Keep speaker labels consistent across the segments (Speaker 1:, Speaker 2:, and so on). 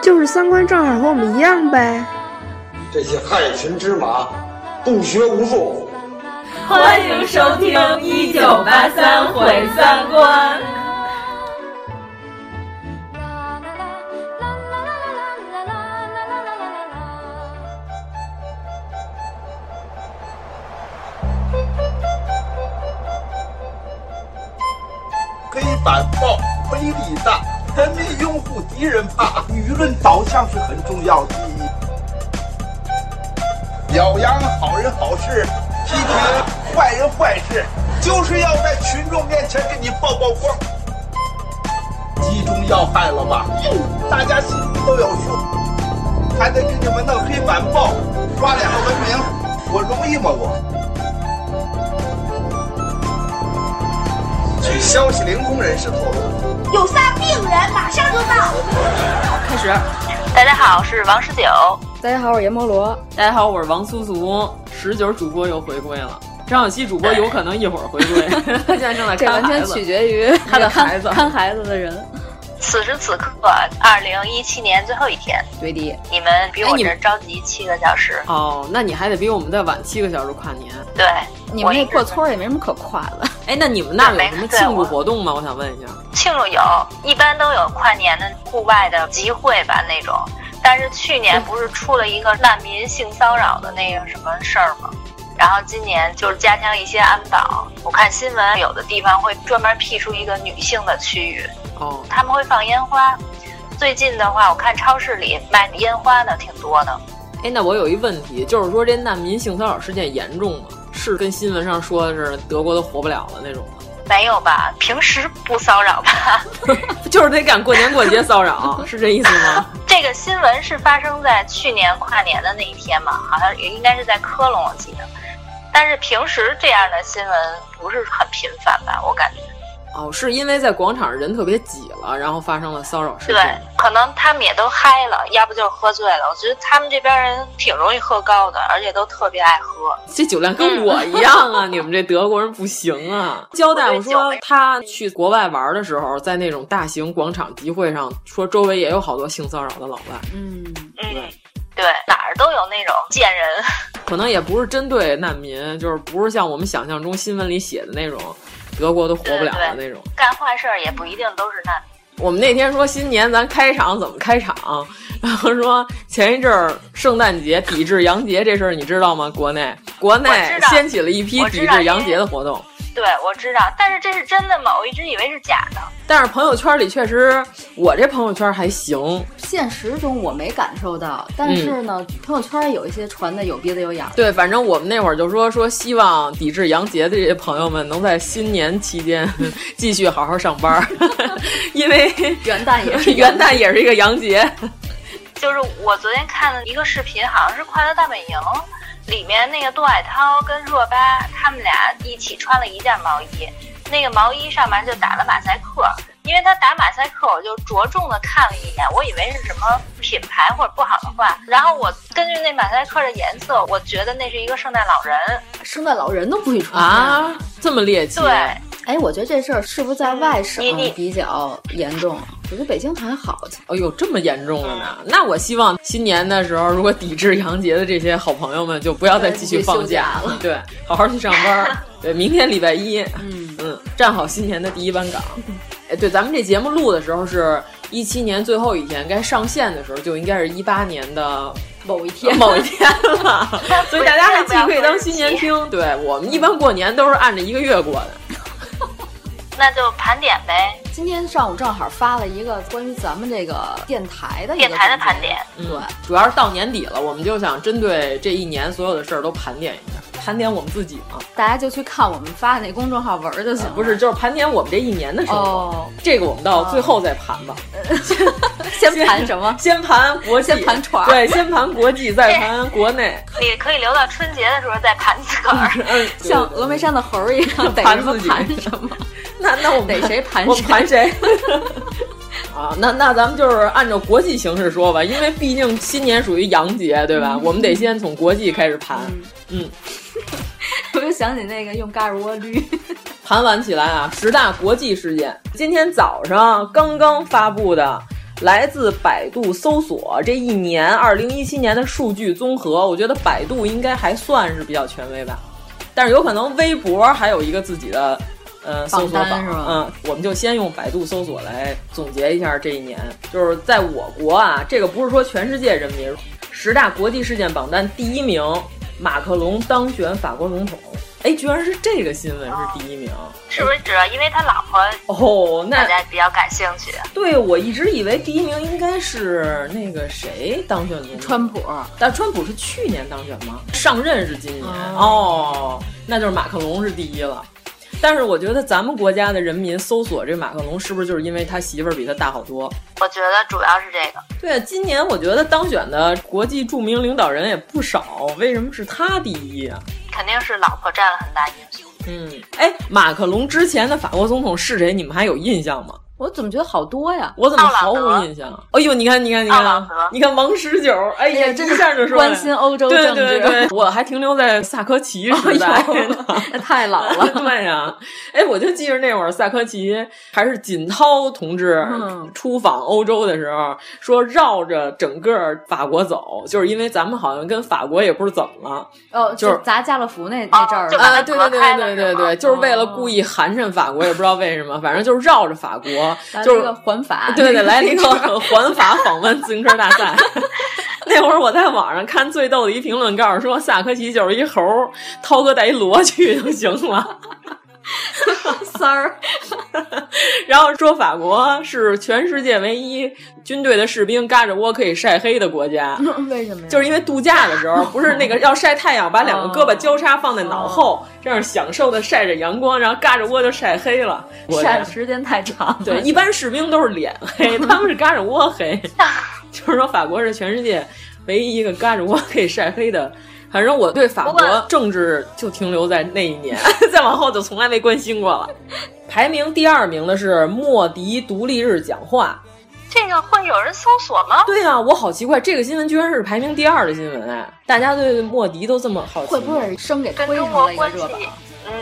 Speaker 1: 就是三观正好和我们一样呗。
Speaker 2: 这些害群之马，不学无术。
Speaker 3: 欢迎收听《一九八三毁三观》。
Speaker 4: 黑板报威力大，人民拥护敌人怕，舆论导向是很重要的。表扬好人好事，批评坏人坏事，就是要在群众面前给你曝曝光。集中要害了吧？大家心里都有数，还得给你们弄黑板报，刷脸和文明，我容易吗我？
Speaker 2: 据消息灵通人士透露，
Speaker 5: 有仨病人马上就到。
Speaker 6: 开始，
Speaker 7: 大家好，是王十九。
Speaker 8: 大家好，我是阎摩罗。
Speaker 9: 大家好，我是王苏苏。十九主播又回归了，张小希主播有可能一会儿回归。
Speaker 8: 现在正在这完全取决于
Speaker 9: 他的孩子，
Speaker 8: 看孩子的人。
Speaker 7: 此时此刻，二零一七年最后一天，
Speaker 8: 对的，
Speaker 7: 你们比我这着急七个小时。
Speaker 9: 哦，那你还得比我们再晚七个小时跨年。
Speaker 7: 对，
Speaker 8: 你们那破村也没什么可跨的。
Speaker 9: 哎，那你们那有什么庆祝活动吗？我想问一下。
Speaker 7: 庆祝有，一般都有跨年的户外的集会吧那种。但是去年不是出了一个难民性骚扰的那个什么事儿吗？然后今年就是加强一些安保，我看新闻有的地方会专门辟出一个女性的区域，
Speaker 9: 哦，
Speaker 7: 他们会放烟花。最近的话，我看超市里卖烟花的挺多的。
Speaker 9: 哎，那我有一问题，就是说这难民性骚扰事件严重吗？是跟新闻上说的是德国都活不了了那种吗？
Speaker 7: 没有吧，平时不骚扰吧？
Speaker 9: 就是得赶过年过节骚扰，是这意思吗？
Speaker 7: 这个新闻是发生在去年跨年的那一天嘛？好像也应该是在科隆，我记得。但是平时这样的新闻不是很频繁吧？我感觉。
Speaker 9: 哦，是因为在广场人特别挤了，然后发生了骚扰事件。
Speaker 7: 对，可能他们也都嗨了，要不就是喝醉了。我觉得他们这边人挺容易喝高的，而且都特别爱喝。
Speaker 9: 这酒量跟我一样啊！你们这德国人不行啊！交代我说他去国外玩的时候，在那种大型广场集会上，说周围也有好多性骚扰的老外。
Speaker 7: 嗯嗯。对，哪儿都有那种贱人，
Speaker 9: 可能也不是针对难民，就是不是像我们想象中新闻里写的那种，德国都活不了的那种。
Speaker 7: 干坏事儿也不一定都是难民。
Speaker 9: 我们那天说新年咱开场怎么开场， 然后说前一阵儿圣诞节抵制洋节这事儿你知道吗？国内国内掀起了一批抵制洋节的活动。
Speaker 7: 对，我知道，但是这是真的吗？我一直以为是假的。
Speaker 9: 但是朋友圈里确实，我这朋友圈还行。
Speaker 8: 现实中我没感受到，但是呢，嗯、朋友圈有一些传的有鼻子有眼儿。
Speaker 9: 对，反正我们那会儿就说说，希望抵制洋节的这些朋友们能在新年期间 继续好好上班， 因为
Speaker 8: 元旦也是
Speaker 9: 元旦也是一个洋节。
Speaker 7: 就是我昨天看了一个视频，好像是《快乐大本营》。里面那个杜海涛跟热巴，他们俩一起穿了一件毛衣，那个毛衣上面就打了马赛克，因为他打马赛克，我就着重的看了一眼，我以为是什么品牌或者不好的话，然后我根据那马赛克的颜色，我觉得那是一个圣诞老人，
Speaker 8: 圣诞老人都不许穿
Speaker 9: 啊， 这么猎奇。
Speaker 7: 对，
Speaker 8: 哎，我觉得这事儿是不是在外省比较严重？我觉得北京还好。
Speaker 9: 哎呦，这么严重了呢？那我希望新年的时候，如果抵制洋节的这些好朋友们，就不要再继续放
Speaker 8: 假
Speaker 9: 了。对，好好去上 班。对，明天礼拜一，
Speaker 8: 嗯
Speaker 9: 嗯，站好新年的第一班 岗。哎，对，咱们这节目录的时候是一七年最后一天，该上线的时候就应该是一八年的。呃
Speaker 8: 某一天，
Speaker 9: 某一天 了，所以大家还记可以当新年听。对我们一般过年都是按着一个月过的。
Speaker 7: 那就盘点呗。
Speaker 8: 今天上午正好发了一个关于咱们这个电台的
Speaker 7: 电台的盘点，
Speaker 8: 对、嗯，
Speaker 9: 主要是到年底了，我们就想针对这一年所有的事儿都盘点一下。盘点我们自己吗？
Speaker 8: 大家就去看我们发的那公众号文就行、啊。
Speaker 9: 不是，就是盘点我们这一年的生活。哦、这个我们到最后再盘吧。
Speaker 8: 哦、 先盘什么？
Speaker 9: 先盘国际，
Speaker 8: 先盘船。
Speaker 9: 对，先盘国际，再 盘国内。嗯
Speaker 7: 你可以留到春节的时候再盘自个儿，
Speaker 8: 像峨眉山的猴一样
Speaker 9: 盘自己。
Speaker 8: 盘什么？
Speaker 9: 那那我们
Speaker 8: 逮谁盘
Speaker 9: 谁？我们盘谁？ 啊，那那咱们就是按照国际形式说吧，因为毕竟新年属于洋节，对吧？嗯、我们得先从国际开始盘。嗯，嗯
Speaker 8: 我就想起那个用嘎窝捋。
Speaker 9: 盘完起来啊，十大国际事件，今天早上刚刚发布的。来自百度搜索这一年，二零一七年的数据综合，我觉得百度应该还算是比较权威吧，但是有可能微博还有一个自己的呃搜索榜，嗯，我们就先用百度搜索来总结一下这一年，就是在我国啊，这个不是说全世界人民，十大国际事件榜单第一名，马克龙当选法国总统。哎，居然是这个新闻是第一名，哦、
Speaker 7: 是不是只要因为他老
Speaker 9: 婆哦？那
Speaker 7: 大家比较感兴趣。
Speaker 9: 对，我一直以为第一名应该是那个谁当选总统，
Speaker 8: 川普。
Speaker 9: 但川普是去年当选吗？上任是今年、哦、哦，那就是马克龙是第一了。但是我觉得咱们国家的人民搜索这马克龙，是不是就是因为他媳妇儿比他大好多？
Speaker 7: 我觉得主要是这个。
Speaker 9: 对，啊今年我觉得当选的国际著名领导人也不少，为什么是他第一啊？
Speaker 7: 肯定是老婆占了很大因素。
Speaker 9: 嗯，哎，马克龙之前的法国总统是谁？你们还有印象吗？
Speaker 8: 我怎么觉得好多呀？
Speaker 9: 我怎么毫无印象？哎呦，你看，你看，你看，你看王十九，哎呀，
Speaker 8: 这
Speaker 9: 一下就说
Speaker 8: 关心欧洲
Speaker 9: 政治。对对对，我还停留在萨科齐时 代呢，
Speaker 8: 那太老了。
Speaker 9: 对呀，哎，我就记着那会儿萨科齐还是锦涛同志
Speaker 8: 嗯
Speaker 9: 出访欧洲的时候，说绕着整个法国走，就是因为咱们好像跟法国也不是怎么了，
Speaker 8: 哦，
Speaker 9: 就是
Speaker 8: 砸家乐福那那阵儿
Speaker 9: 啊，对对对对对对，就是为
Speaker 8: 哦
Speaker 9: 了故意寒碜法国，也不知道为什么，反正就是绕着法国。就是
Speaker 8: 环法，
Speaker 9: 对对，来了 一个 环法访问自行车大赛。那会儿我在网上看最逗的一评论，告诉说萨科齐就是一猴，涛哥带一骡去就行了。
Speaker 8: 三儿，
Speaker 9: 然后说法国是全世界唯一军队的士兵嘎着窝可以晒黑的国家，
Speaker 8: 为什么呀？
Speaker 9: 就是因为度假的时候，不是那个要晒太阳，把两个胳膊交叉放在脑后，
Speaker 8: 哦
Speaker 9: 这样享受的晒着阳光，然后嘎着窝就晒黑了。
Speaker 8: 晒的时间太长，
Speaker 9: 对，一般士兵都是脸 黑，他们是嘎着窝黑。就是说，法国是全世界唯一一个嘎着窝可以晒黑的。反正我对法国政治就停留在那一年，再往后就从来没关心过了。排名第二名的是莫迪独立日讲话，
Speaker 7: 这个会有人搜索吗？
Speaker 9: 对啊，我好奇怪，这个新闻居然是排名第二的新闻哎！大家对莫迪都这么好奇，
Speaker 8: 会不会生给
Speaker 7: 跟中国关系？嗯，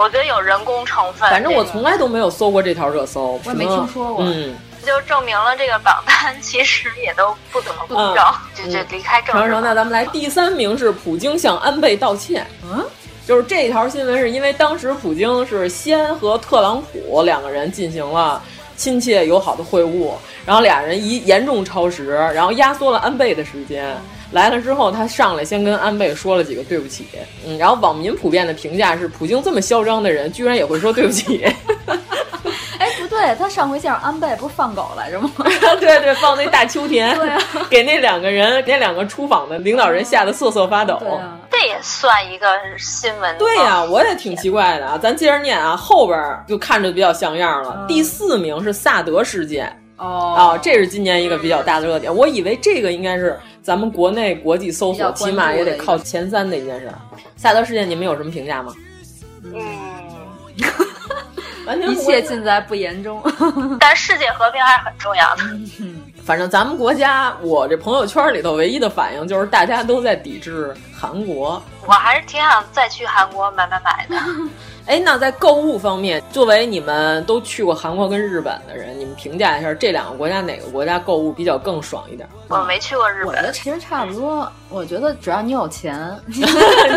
Speaker 7: 我觉得有人工成分。
Speaker 9: 反正我从来都没有搜过这条热搜，
Speaker 8: 我也没听说过。
Speaker 9: 嗯。
Speaker 7: 就证明了这个榜单其实也都不怎么公正，就就离开政
Speaker 9: 嗯
Speaker 7: 治。
Speaker 9: 成成，那咱们来第三名是普京向安倍道歉。
Speaker 8: 嗯，
Speaker 9: 就是这条新闻是因为当时普京是先和特朗普两个人进行了亲切友好的会晤，然后俩人一严重超时，然后压缩了安倍的时
Speaker 8: 哦
Speaker 9: 间。来了之后，他上来先跟安倍说了几个对不起，嗯，然后网民普遍的评价是，普京这么嚣张的人，居然也会说对不起。
Speaker 8: 哎，不对，他上回见着安倍哎不是放狗来着吗？
Speaker 9: 对对，放那大秋田，
Speaker 8: 对啊、
Speaker 9: 给那两个人，那两个出访的领导人吓得瑟瑟发抖。
Speaker 8: 啊、
Speaker 7: 这也算一个新闻。
Speaker 9: 对呀、啊，我也挺奇怪的啊。咱接着念啊，后边就看着比较像样了。嗯、第四名是萨德事件。
Speaker 8: 哦，
Speaker 9: 这是今年一个比较大的热点。我以为这个应该是咱们国内国际搜索起码也得靠前三的一件事。萨德事件，你们有什么评价吗？
Speaker 7: 嗯。
Speaker 9: 完全
Speaker 8: 一切尽在不言中，
Speaker 7: 但世界和平还是很重要的。
Speaker 9: 反正咱们国家，我这朋友圈里头唯一的反应就是大家都在抵制韩国。
Speaker 7: 我还是挺想再去韩国买买买的。
Speaker 9: 哎，那在购物方面，作为你们都去过韩国跟日本的人，你们评价一下这两个国家哪个国家购物比较更爽一点？
Speaker 7: 我没去过日本，我
Speaker 8: 觉得其实差不多。我觉得只要你有钱，
Speaker 9: 你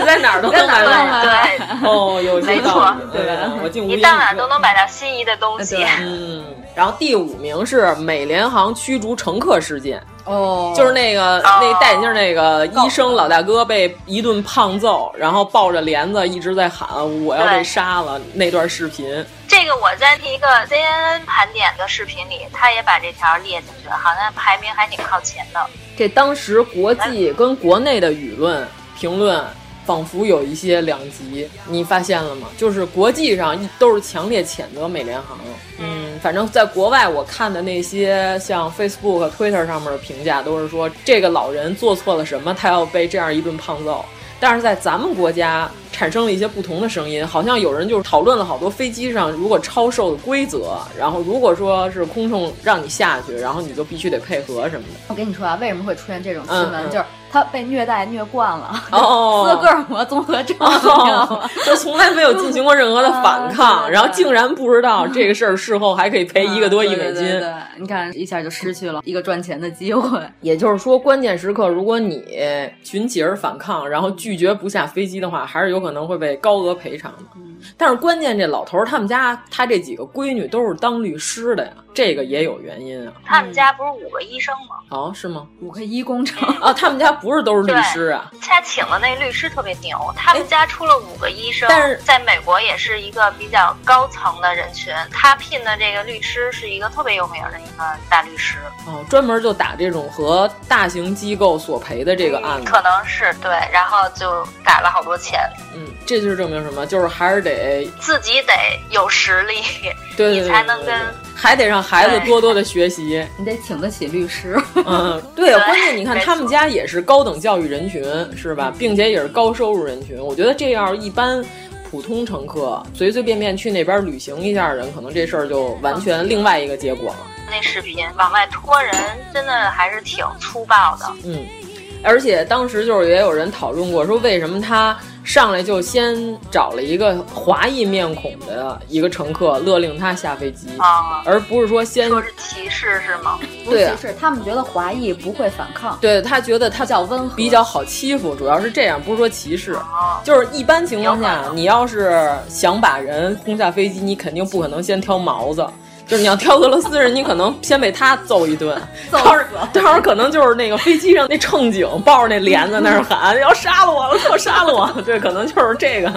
Speaker 9: 在哪儿 都能买
Speaker 7: 到。
Speaker 9: 对， 哦，有
Speaker 7: 没错，
Speaker 9: 对吧？我进
Speaker 7: 你到哪都能买到心仪的东西。
Speaker 9: 嗯，然后第五名是美联航驱逐乘客事件。
Speaker 8: 哦，
Speaker 9: 就是那个那戴眼镜那个医生老大哥被一顿胖揍，然后抱着帘子一直在喊我要被杀了那段视频。
Speaker 7: 这个我在一个 CNN 盘点的视频里，他也把这条列进去了，好像排名还挺靠前的。
Speaker 9: 这当时国际跟国内的舆论评论仿佛有一些两极，你发现了吗？就是国际上一都是强烈谴责美联航。嗯，反正在国外我看的那些像 Facebook、Twitter 上面的评价都是说这个老人做错了什么，他要被这样一顿胖揍。但是在咱们国家产生了一些不同的声音，好像有人就是讨论了好多飞机上如果超售的规则，然后如果说是空乘让你下去，然后你就必须得配合什么的。
Speaker 8: 我跟你说啊，为什么会出现这种新闻？
Speaker 9: 嗯嗯
Speaker 8: 就是他被虐待虐惯了，
Speaker 9: 哦
Speaker 8: 斯德哥尔摩综合症，你知道吗
Speaker 9: 哦，就从来没有进行过任何的反
Speaker 8: 嗯
Speaker 9: 抗，然后竟然不知道这个事儿事后还可以赔哎一个多一美
Speaker 8: 嗯对对
Speaker 9: 金
Speaker 8: 对。对你看一下就失去了一个赚钱的机会。
Speaker 9: 也就是说，关键时刻如果你群起而反抗，然后拒绝不下飞机的话，还是有可能会被高额赔偿的。
Speaker 8: 嗯
Speaker 9: 但是关键这老头儿他们家他这几个闺女都是当律师的呀，这个也有原因啊。
Speaker 7: 他们家不是五个医生吗？
Speaker 9: 哦，是吗？
Speaker 8: 五个一工程
Speaker 9: 啊，他们家不是都是律师啊？
Speaker 7: 他请的那律师特别牛，他们家出了五个医
Speaker 9: 哎
Speaker 7: 生，
Speaker 9: 但是
Speaker 7: 在美国也是一个比较高层的人群。他聘的这个律师是一个特别有名的一个大律师，
Speaker 9: 哦，专门就打这种和大型机构索赔的这个案子。
Speaker 7: 可能是对，然后就打了好多钱，
Speaker 9: 嗯，这就是证明什么？就是还是得
Speaker 7: 自己得有实力，
Speaker 9: 对对对
Speaker 7: 你才能跟
Speaker 9: 对对对还得让孩子
Speaker 7: 对
Speaker 9: 多多的学习。
Speaker 8: 你得请得起律师。
Speaker 9: 嗯，对，
Speaker 8: 对
Speaker 9: 关键你看
Speaker 8: 没错
Speaker 9: 他们家也是高等教育人群，是吧？并且也是高收入人群。我觉得这样一般普通乘客随随便便去那边旅行一下的人，可能这事儿就完全另外一个结果了。
Speaker 7: 那视频往外拖人，真的还是挺粗暴的。
Speaker 9: 嗯，而且当时就是也有人讨论过，说为什么他上来就先找了一个华裔面孔的一个乘客勒令他下飞机，
Speaker 7: 啊
Speaker 9: 而不是说先
Speaker 7: 歧视是吗？
Speaker 9: 对啊
Speaker 8: 尤其是他们觉得华裔不会反抗，
Speaker 9: 对他觉得他比较
Speaker 8: 温和，
Speaker 9: 比较好欺负，主要是这样，不是说歧视，就是一般情况下，你要是想把人轰下飞机，你肯定不可能先挑毛子。就是你要挑俄罗斯人，你可能先被他揍一顿，
Speaker 8: 揍
Speaker 9: 到时候到时候可能就是那个飞机上那乘警抱着那帘子那儿喊要杀了我了，要杀了 我，对，可能就是这个。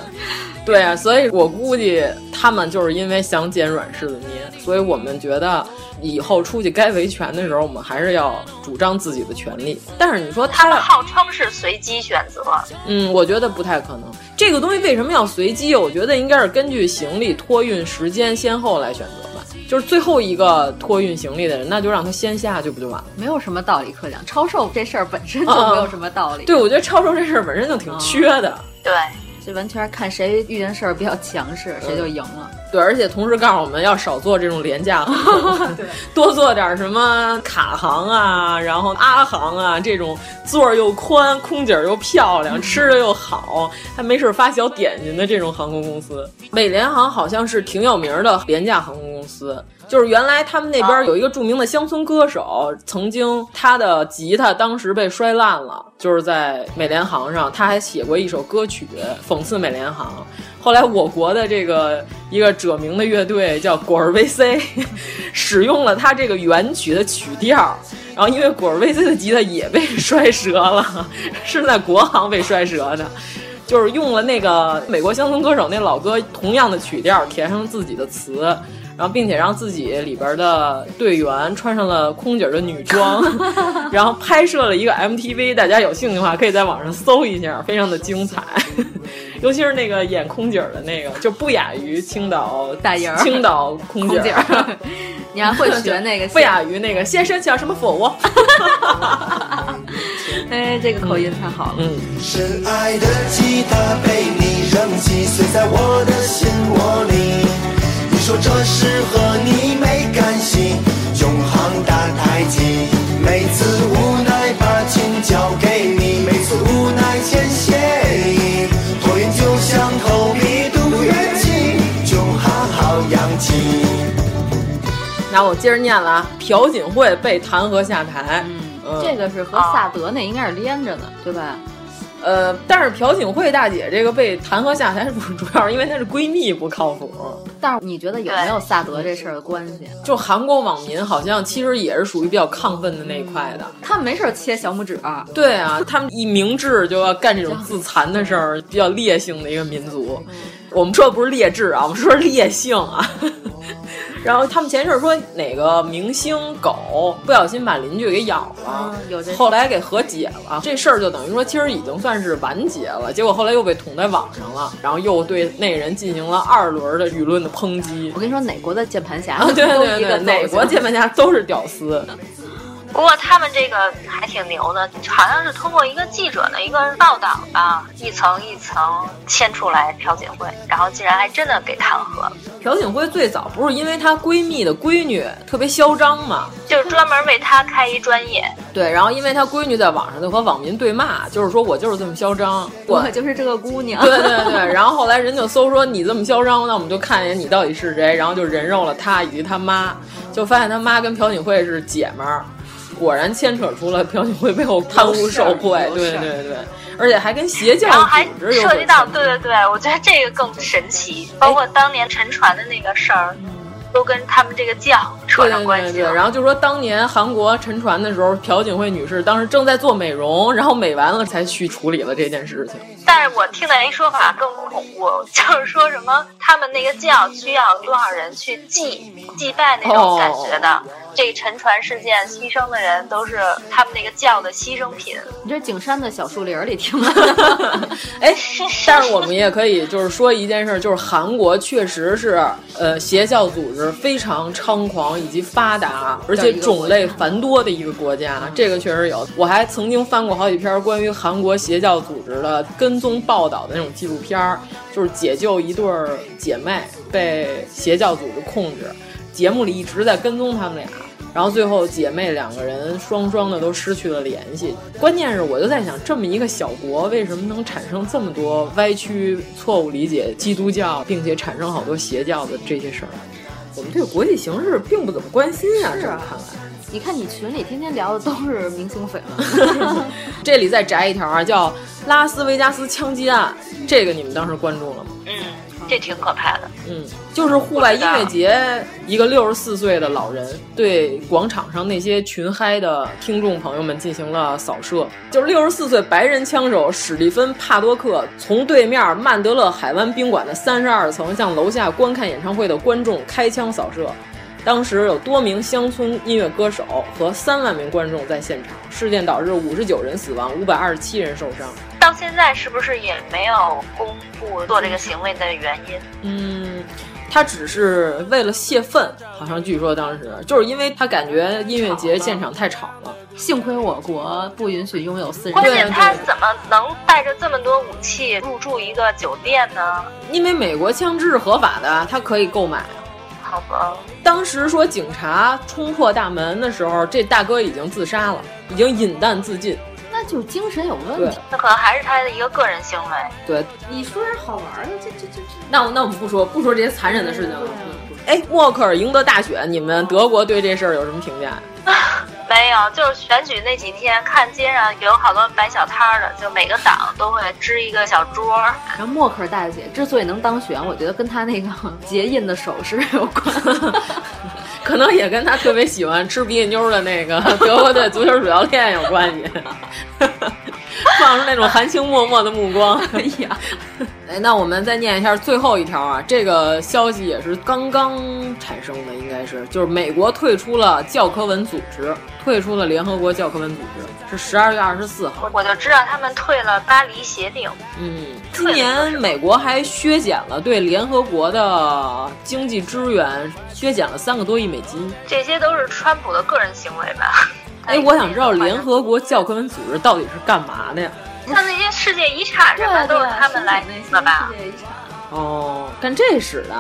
Speaker 9: 对啊，所以我估计他们就是因为想捡软柿子捏，所以我们觉得以后出去该维权的时候，我们还是要主张自己的权利。但是你说
Speaker 7: 他
Speaker 9: 他
Speaker 7: 们号称是随机选择，
Speaker 9: 嗯，我觉得不太可能。这个东西为什么要随机？我觉得应该是根据行李托运时间先后来选择吧。就是最后一个托运行李的人，那就让他先下去不就完了？
Speaker 8: 没有什么道理可讲。超售这事儿本身就没有什么道理。
Speaker 9: 嗯对，我觉得超售这事儿本身就挺缺的。
Speaker 7: 对，
Speaker 8: 这完全是看谁遇见事儿比较强势，谁
Speaker 9: 嗯
Speaker 8: 就赢了。
Speaker 9: 对，而且同时告诉我们要少做这种廉价航空，多做点什么卡航啊，然后阿航啊这种座儿又宽、空姐儿又漂亮、吃的又好，还没事儿发小点心的这种航空公司。美联航好像是挺有名儿的廉价航空公司。就是原来他们那边儿有一个著名的乡村歌手，曾经他的吉他当时被摔烂了，就是在美联航上，他还写过一首歌曲讽刺美联航。后来我国的这个一个者名的乐队叫果儿 VC，使用了他这个原曲的曲调，然后因为果儿 VC 的吉他也被 摔折了，是在国航被摔折的。就是用了那个美国乡村歌手那老歌同样的曲调，填上自己的词，然后并且让自己里边的队员穿上了空姐的女 装，然后拍摄了一个 MTV。大家有兴趣的话，可以在网上搜一下，非常的精彩。
Speaker 8: 嗯
Speaker 9: 尤其是那个演空姐的那个，就不亚于青岛
Speaker 8: 大爷儿
Speaker 9: 青岛空姐
Speaker 8: 空姐
Speaker 9: 儿
Speaker 8: 儿。 你还会学那个嗯
Speaker 9: 不亚于那个先生叫什么否 我？
Speaker 8: 哎，这个口音太好了。
Speaker 9: 嗯，
Speaker 6: 深爱的吉他被你扔弃，碎在我的心窝里。你说这是和你没干系，永恒打太极。每次无奈把琴交给你，每次无奈前谢意。拖延就像头皮毒元气，就好好养气。
Speaker 9: 那我接着念了啊，朴槿惠被弹劾下台。嗯
Speaker 8: 这个是和萨德那应该是连着的，对吧？
Speaker 9: 呃，但是朴槿惠大姐这个被弹劾下台，是不是主要是因为她是闺蜜不靠谱？
Speaker 8: 但是你觉得有没有萨德这事儿的关系？
Speaker 9: 就韩国网民好像其实也是属于比较亢奋的那一块的。
Speaker 8: 他们没事儿切小拇指儿，
Speaker 9: 对啊，他们一明智就要干这种自残的事儿，比较烈性的一个民族。我们说的不是劣质啊，我们说是烈性啊。然后他们前一阵儿说哪个明星狗不小心把邻居给咬
Speaker 8: 嗯
Speaker 9: 了，
Speaker 8: 有这
Speaker 9: 后来给和解了，这事儿就等于说其实已经算是完结了。结果后来又被捅在网上了，然后又对那人进行了二轮的舆论的抨击。
Speaker 8: 我跟你说，哪国的键盘侠
Speaker 9: 啊，对
Speaker 8: 都
Speaker 9: 对
Speaker 8: 一
Speaker 9: 对，
Speaker 8: 个
Speaker 9: 哪国键盘侠都是屌丝。
Speaker 7: 不过他们这个还挺牛的，好像是通过一个记者的一个报道吧，一层一层牵出来朴槿惠，然后竟然还真的给弹劾了，
Speaker 9: 朴槿惠最早不是因为她闺蜜的闺女特别嚣张嘛，
Speaker 7: 就是专门为他开一专业。
Speaker 9: 对，然后因为她闺女在网上就和网民对骂，就是说我就是这么嚣张，
Speaker 8: 我就是这个姑娘。
Speaker 9: 对对对，然后后来人就搜说你这么嚣张，那我们就看一眼你到底是谁，然后就人肉了她以及她妈，就发现她妈跟朴槿惠是姐们儿，果然牵扯出了朴槿惠背后贪污受贿，对对对，而且还跟邪教
Speaker 7: 然后还
Speaker 9: 组织有
Speaker 7: 涉及
Speaker 9: 点哎
Speaker 7: 到，
Speaker 9: 牵扯
Speaker 7: 对对对，我觉得这个更神奇，包括当年沉船的那个事儿，都跟他们这个教扯
Speaker 9: 对
Speaker 7: 上
Speaker 9: 对
Speaker 7: 关
Speaker 9: 对
Speaker 7: 系
Speaker 9: 对，
Speaker 7: 了。
Speaker 9: 然后就说当年韩国沉船的时候，朴槿惠女士当时正在做美容，然后美完了才去处理了这件事情。
Speaker 7: 但是我听的人一说法更恐怖，就是说什么他们那个教需要多少人去祭祭拜那种感觉的。这沉船事件牺牲的人都是他们那个教的牺牲品。
Speaker 8: 你这景山的小树林里听 的，
Speaker 9: 哎，但是我们也可以就是说一件事，就是韩国确实是呃邪教组织非常猖狂以及发达，而且种类繁多的一个国家，这个确实有。我还曾经翻过好几篇关于韩国邪教组织的跟踪报道的那种纪录片儿，就是解救一对儿姐妹被邪教组织控制，节目里一直在跟踪他们俩。然后最后姐妹两个人双双的都失去了联系。关键是我就在想，这么一个小国为什么能产生这么多歪曲、错误理解基督教，并且产生好多邪教的这些事儿？我们对国际形势并不怎么关心啊，这么看来。
Speaker 8: 你看你群里天天聊的都是明星啊绯 闻，
Speaker 9: 这里再摘一条啊，叫拉斯维加斯枪击案，这个你们当时关注了吗？
Speaker 7: 嗯，这挺可怕的。
Speaker 9: 嗯，就是户外音乐节，一个六十四岁的老人对广场上那些群嗨的听众朋友们进行了扫射。就是六十四岁白人枪手史蒂芬·帕多克从对面曼德勒海湾宾馆的三十二层向楼下观看演唱会的观众开枪扫射。当时有多名乡村音乐歌手和三万名观众在现场，事件导致五十九人死亡，五百二十七人受伤。
Speaker 7: 到现在是不是也没有公布做这个行为的原因？
Speaker 9: 嗯，他只是为了泄愤，好像据说当时就是因为他感觉音乐节现场太吵了。
Speaker 8: 幸亏我国不允许拥有私人。
Speaker 7: 关键他
Speaker 8: 对
Speaker 7: 怎么能带着这么多武器入住一个酒店呢？
Speaker 9: 因为美国枪支是合法的，他可以购买。
Speaker 7: 好吧，
Speaker 9: 当时说警察冲破大门的时候，这大哥已经自杀了，已经饮弹自尽。
Speaker 8: 那就是精神有问
Speaker 9: 对
Speaker 8: 题。
Speaker 7: 那可能还是他的一个个人行为。
Speaker 9: 对，
Speaker 8: 哦你说点好玩的，这这这嗯这，
Speaker 9: 那我那我们不说不说这些残忍的事情了。哎，默克尔赢得大选，你们德国对这事儿有什么评价？
Speaker 7: 没有，就是选举那几天，看街上有好多摆小摊儿的，就每个党都会支一个小桌儿。
Speaker 8: 然后啊默克尔大姐之所以能当选，我觉得跟她那 个结 印的首饰有关。
Speaker 9: 可能也跟他特别喜欢吃鼻涕妞的那个 德国队足球主教练有关系， 放出那种含情脉脉的目光。 哎呀，哎，那我们再念一下最后一条啊，这个消息也是刚刚产生的，应该是就是美国退出了教科文组织，退出了联合国教科文组织，是十二月二十四号。
Speaker 7: 我就知道他们退了巴黎协定，
Speaker 9: 嗯，今年美国还削减了对联合国的经济支援，削减了三个多亿美金。
Speaker 7: 这些都是川普的个人行为吧？
Speaker 9: 哎，我想知道联 合国教科文组织到底是干嘛的呀？
Speaker 7: 像那些世界遗产什么的都是他们来的 吧？
Speaker 9: 哦，干这使的。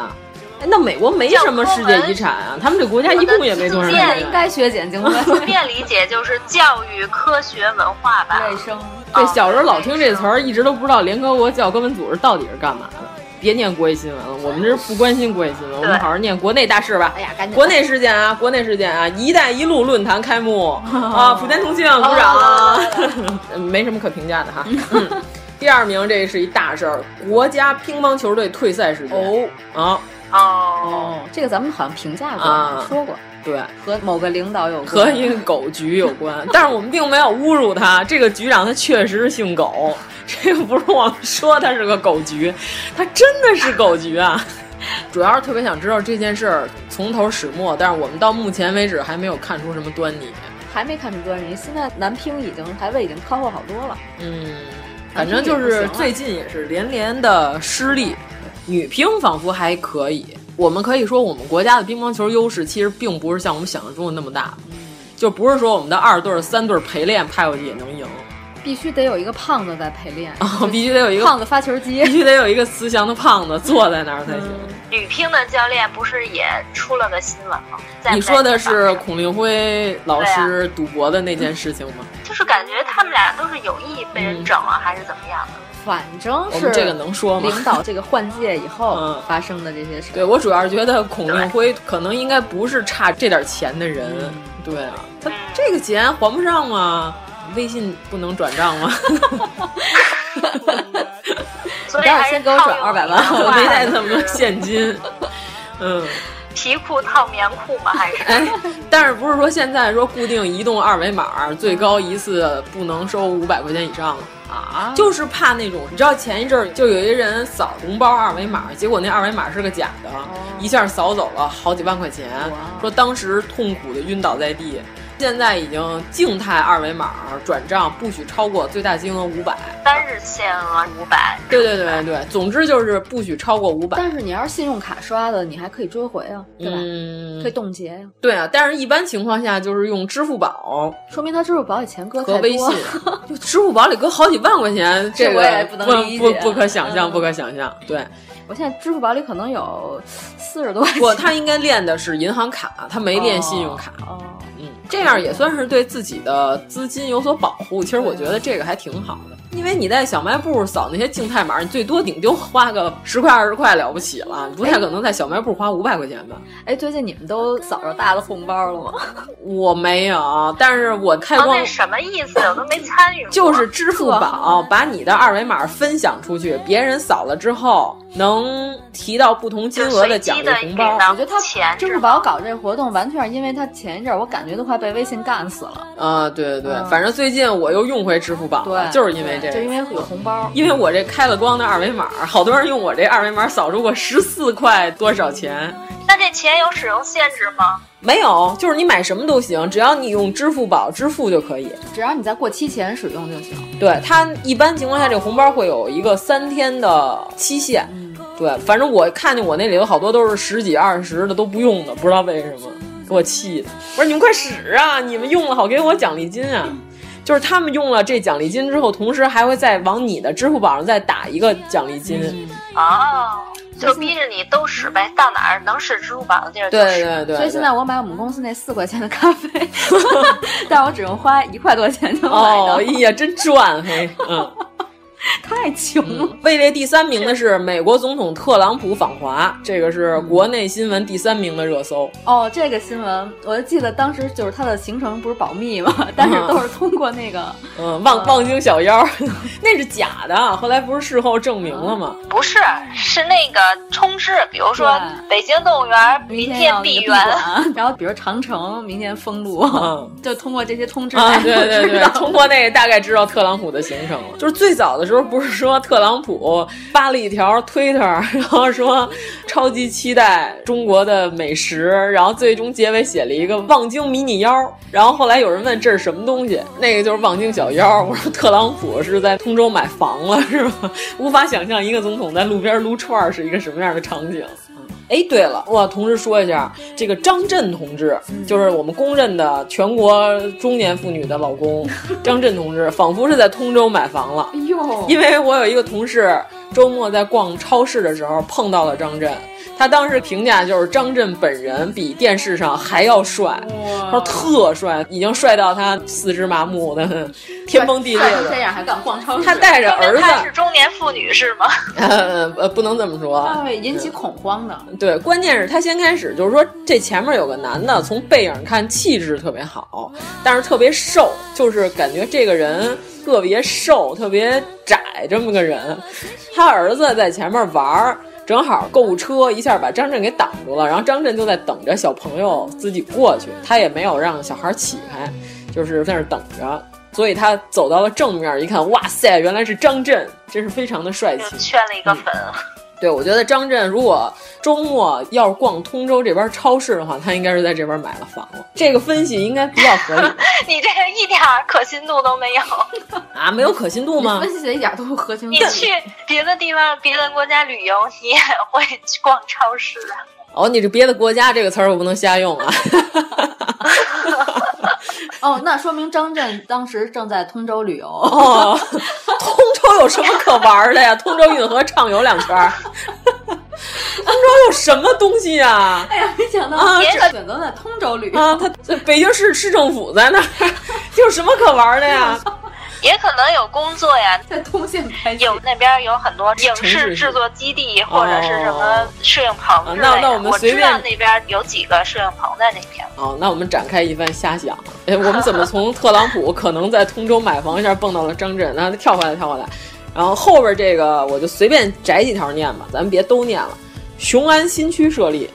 Speaker 9: 哎，那美国没什么世界遗产啊，他们这国家一共也没多少
Speaker 7: 我的
Speaker 9: 人。
Speaker 8: 应该削减经
Speaker 7: 字
Speaker 8: 费。
Speaker 7: 面理解就是教育、科学、文化吧。
Speaker 8: 卫生
Speaker 9: 对，小时候老听这词儿，一直都不知道联合国教科文组织到底是干嘛的。别念国际新闻了，我们这是不关心国际新闻，我们好好念国内大事吧。
Speaker 8: 哎呀，赶紧
Speaker 9: 国内事件啊，国内事件啊，“一带一路”论坛开幕啊，普天同庆，鼓掌嗯
Speaker 7: 啊
Speaker 8: 哦来来来。
Speaker 9: 没什么可评价的哈。嗯第二名，这是一大事儿，国家乒乓球队退赛事件。哦啊，
Speaker 7: 哦，
Speaker 8: 这个咱们好像评价
Speaker 9: 啊
Speaker 8: 过，说过，
Speaker 9: 对，
Speaker 8: 和某个领导有关。
Speaker 9: 和一个狗局有关， 但是我们并没有侮辱他。这个局长他确实是姓 狗，这个不是我们说他是个狗局，他真的是狗局啊。 主要是特别想知道这件事儿从头始末，但是我们到目前为止还没有看出什么端倪。
Speaker 8: 还没看出端倪。现在南平已经台位已经靠后好多了，
Speaker 9: 嗯，反
Speaker 8: 啊
Speaker 9: 正就是最近也是连连的失利，女乒仿佛还可以。我们可以说，我们国家的乒乓球优势其实并不是像我们想象中的那么大，就不是说我们的二对儿、三对儿陪练派过去也 能赢，
Speaker 8: 必须得有一个胖子在陪练，
Speaker 9: 哦必须得有一个
Speaker 8: 胖子发球机，
Speaker 9: 必须得有一个慈祥的胖子坐在那儿才 行。
Speaker 7: 女乒的教练不是也出了个新闻吗？在
Speaker 9: 你说的是孔令辉老师赌博的那件事情吗？
Speaker 7: 就是感觉他们俩都是有意被
Speaker 9: 嗯
Speaker 7: 人整了，还是怎么样的？
Speaker 8: 反正
Speaker 9: 我们
Speaker 8: 是
Speaker 9: 这个能说吗
Speaker 8: 领导这个换届以后
Speaker 9: 嗯
Speaker 8: 发生的这些事。
Speaker 9: 对我主要是觉得孔令辉可能应该不是差这点钱的人，对啊，他这个钱还不上吗？微信不能转账吗？
Speaker 7: 所以
Speaker 8: 待会儿
Speaker 7: 还是
Speaker 8: 先给我转
Speaker 7: 套
Speaker 8: 二
Speaker 7: 用
Speaker 8: 百
Speaker 7: 一
Speaker 8: 万，
Speaker 7: 句
Speaker 9: 我
Speaker 7: 话
Speaker 9: 没带那么多现金，嗯，
Speaker 7: 皮裤套棉裤吗？还是？
Speaker 9: 哎，但是不是说现在说固定移动二维码最高一次不能收五百块钱以上了？
Speaker 8: 啊，
Speaker 9: 就是怕那种，你知道前一阵儿就有一人扫红包二维码，结果那二维码是个假的，
Speaker 8: 哦
Speaker 9: 一下扫走了好几万块钱，说当时痛苦的晕倒在地。现在已经静态二维码转账不许超过最大金额五百，
Speaker 7: 单日限额五百，
Speaker 9: 对对对对，总之就是不许超过五百。
Speaker 8: 但是你要是信用卡刷的，你还可以追回啊，对吧？
Speaker 9: 嗯
Speaker 8: 可以冻结呀，
Speaker 9: 对啊，但是一般情况下就是用支付宝
Speaker 8: 说明他支付宝里钱搁
Speaker 9: 和
Speaker 8: 太
Speaker 9: 微
Speaker 8: 多
Speaker 9: 信
Speaker 8: 了。，
Speaker 9: 就支付宝里搁好几万块钱，
Speaker 8: 这
Speaker 9: 这个
Speaker 8: 我也不能理
Speaker 9: 不
Speaker 8: 解
Speaker 9: 不可想象，
Speaker 8: 嗯
Speaker 9: 不可想象。 对，
Speaker 8: 我现在支付宝里可能有四十多块钱。
Speaker 9: 不，他应该练的是银行卡，他没练信用卡。
Speaker 8: 哦，
Speaker 9: 嗯，这样也算是对自己的资金有所保护。其实我觉得这个还挺好的，因为你在小卖部扫那些静态码，你最多顶多花个十块二十块了不起了，你不太可能在小卖部花五百块钱吧？
Speaker 8: 哎，最近你们都扫着大的红包了 吗？
Speaker 9: 我没有，但是我开
Speaker 7: 哦，
Speaker 9: 光
Speaker 7: 那什么意思？我都没参与过。
Speaker 9: 就是支付宝把你的二维码分享出去，别人扫了之后能提到不同金额的奖励红包。
Speaker 7: 我觉得他钱
Speaker 8: 支付宝搞这活动，完全是因为他前一阵儿，我感觉都快被微信干死了。
Speaker 9: 啊，对对对，
Speaker 8: 嗯
Speaker 9: 反正最近我又用回支付宝了，
Speaker 8: 对，
Speaker 9: 就是因为这
Speaker 8: 对
Speaker 9: 个，
Speaker 8: 就因为有红包。
Speaker 9: 因为我这开了光的二维码，好多人用我这二维码扫出过十四块多少钱。
Speaker 7: 那这钱有使用限制吗？
Speaker 9: 没有，就是你买什么都行，只要你用支付宝支付就可以。
Speaker 8: 只要你在过期前使用就行。
Speaker 9: 对它一般情况下，这个红包会有一个三天的期限。
Speaker 8: 嗯
Speaker 9: 对，反正我看见我那里头好多都是十几二十的都不用的，不知道为什么，给我气的。我说你们快使啊，你们用了好给我奖励金啊。
Speaker 8: 嗯
Speaker 9: 就是他们用了这奖励金之后，同时还会再往你的支付宝上再打一个奖励金。
Speaker 8: 嗯
Speaker 7: 哦，就逼着你都使呗，到哪儿能使支付宝的地儿就
Speaker 9: 对
Speaker 7: 使。
Speaker 9: 对对，
Speaker 8: 所以现在
Speaker 9: 对
Speaker 8: 我买我们公司那四块钱的咖啡， 但我只用花一块多钱就买到
Speaker 9: 哦，哎呀，真赚嘿，嗯。
Speaker 8: 太穷了。
Speaker 9: 位列第三名的是美国总统特朗普访华，这个是国内新闻第三名的热搜。
Speaker 8: 哦，这个新闻我记得当时就是他的行程不是保密嘛，但是都是通过那个
Speaker 9: 嗯，望望京小妖， 那是假的，后来不是事后证明了吗？
Speaker 7: 不是，是那个充值，比如说
Speaker 8: 对
Speaker 7: 北京动物园明
Speaker 8: 天要那个
Speaker 7: 天闭
Speaker 8: 闭
Speaker 7: 园，
Speaker 8: 馆，然后比如长城明年封路，
Speaker 9: 嗯
Speaker 8: 就通过这些通知
Speaker 9: 啊，
Speaker 8: 大
Speaker 9: 对
Speaker 8: 家都
Speaker 9: 对
Speaker 8: 知
Speaker 9: 对
Speaker 8: 道，
Speaker 9: 通过那个大概知道特朗普的行程了。就是最早的时候，不是说特朗普发了一条 Twitter，然后说超级期待中国的美食，然后最终结尾写了一个望京迷你腰。然后后来有人问这是什么东西，那个就是望京小腰。我说特朗普是在通州买房了是吧？无法想象一个总统在路边撸串儿是一个什么样的场景。哎，对了，我同时说一下，这个张震同志，就是我们公认的全国中年妇女的老公，张震同志，仿佛是在通州买房了
Speaker 8: 哎。呦，
Speaker 9: 因为我有一个同事，周末在逛超市的时候碰到了张震，他当时评价就是张震本人比电视上还要帅，他说特帅，已经帅到他四肢麻木 的天崩地裂
Speaker 8: 帅成这
Speaker 9: 的。
Speaker 8: 样还敢逛超市，
Speaker 9: 他带着
Speaker 7: 因
Speaker 9: 儿
Speaker 7: 为她是
Speaker 9: 子，
Speaker 7: 中年妇女是吗？
Speaker 9: 呃， 呃不能这么说，
Speaker 8: 他会引起恐慌的。
Speaker 9: 对，关键是他先开始就是说，这前面有个男的，从背影看气质特别好，但是特别瘦，就是感觉这个人特别瘦、特别窄这么个人。他儿子在前面玩儿，正好购物车一下把张震给挡住了，然后张震就在等着小朋友自己过去，他也没有让小孩起开，就是在那儿等着。所以他 走到了正面一看，哇塞，原来是张震，真是非常的帅气。
Speaker 7: 就圈了一个粉，
Speaker 9: 对，我觉得张震如果周末要是逛通州这边超市的话，他应该是在这边买了房了。这个分析应该比较合 理
Speaker 7: 你这个一点儿可信度都没 有
Speaker 9: 啊？没有可信度吗？
Speaker 8: 分析的一点都不合情。
Speaker 7: 你去别的地方、别的国家旅游，你也会去逛超市啊的。
Speaker 9: 哦，你这别的国家这个词儿我不能瞎用啊。
Speaker 8: 哦，那说明张震当时正在通州旅游。
Speaker 9: 哦，通州有什么可玩的呀？通州运河畅游两圈儿。通州有什么东西呀、啊？
Speaker 8: 哎呀，没想到啊，选择在通州旅游
Speaker 9: 啊！他北京市市政府在那儿， 有什么可玩的呀？
Speaker 7: 也可能有工作呀，
Speaker 8: 在通县拍戏，
Speaker 7: 有那边有很多影视制作基地或者是什么摄影棚之类的。
Speaker 9: 哦啊那那我们随便
Speaker 7: 那边有几个摄影棚在那边。
Speaker 9: 哦，那我们展开一番瞎想，哎，我们怎么从特朗普可能在通州买房一下蹦到了张震，然后跳回来跳回来，然后后边这个我就随便摘几条念吧，咱们别都念了。雄安新区设立，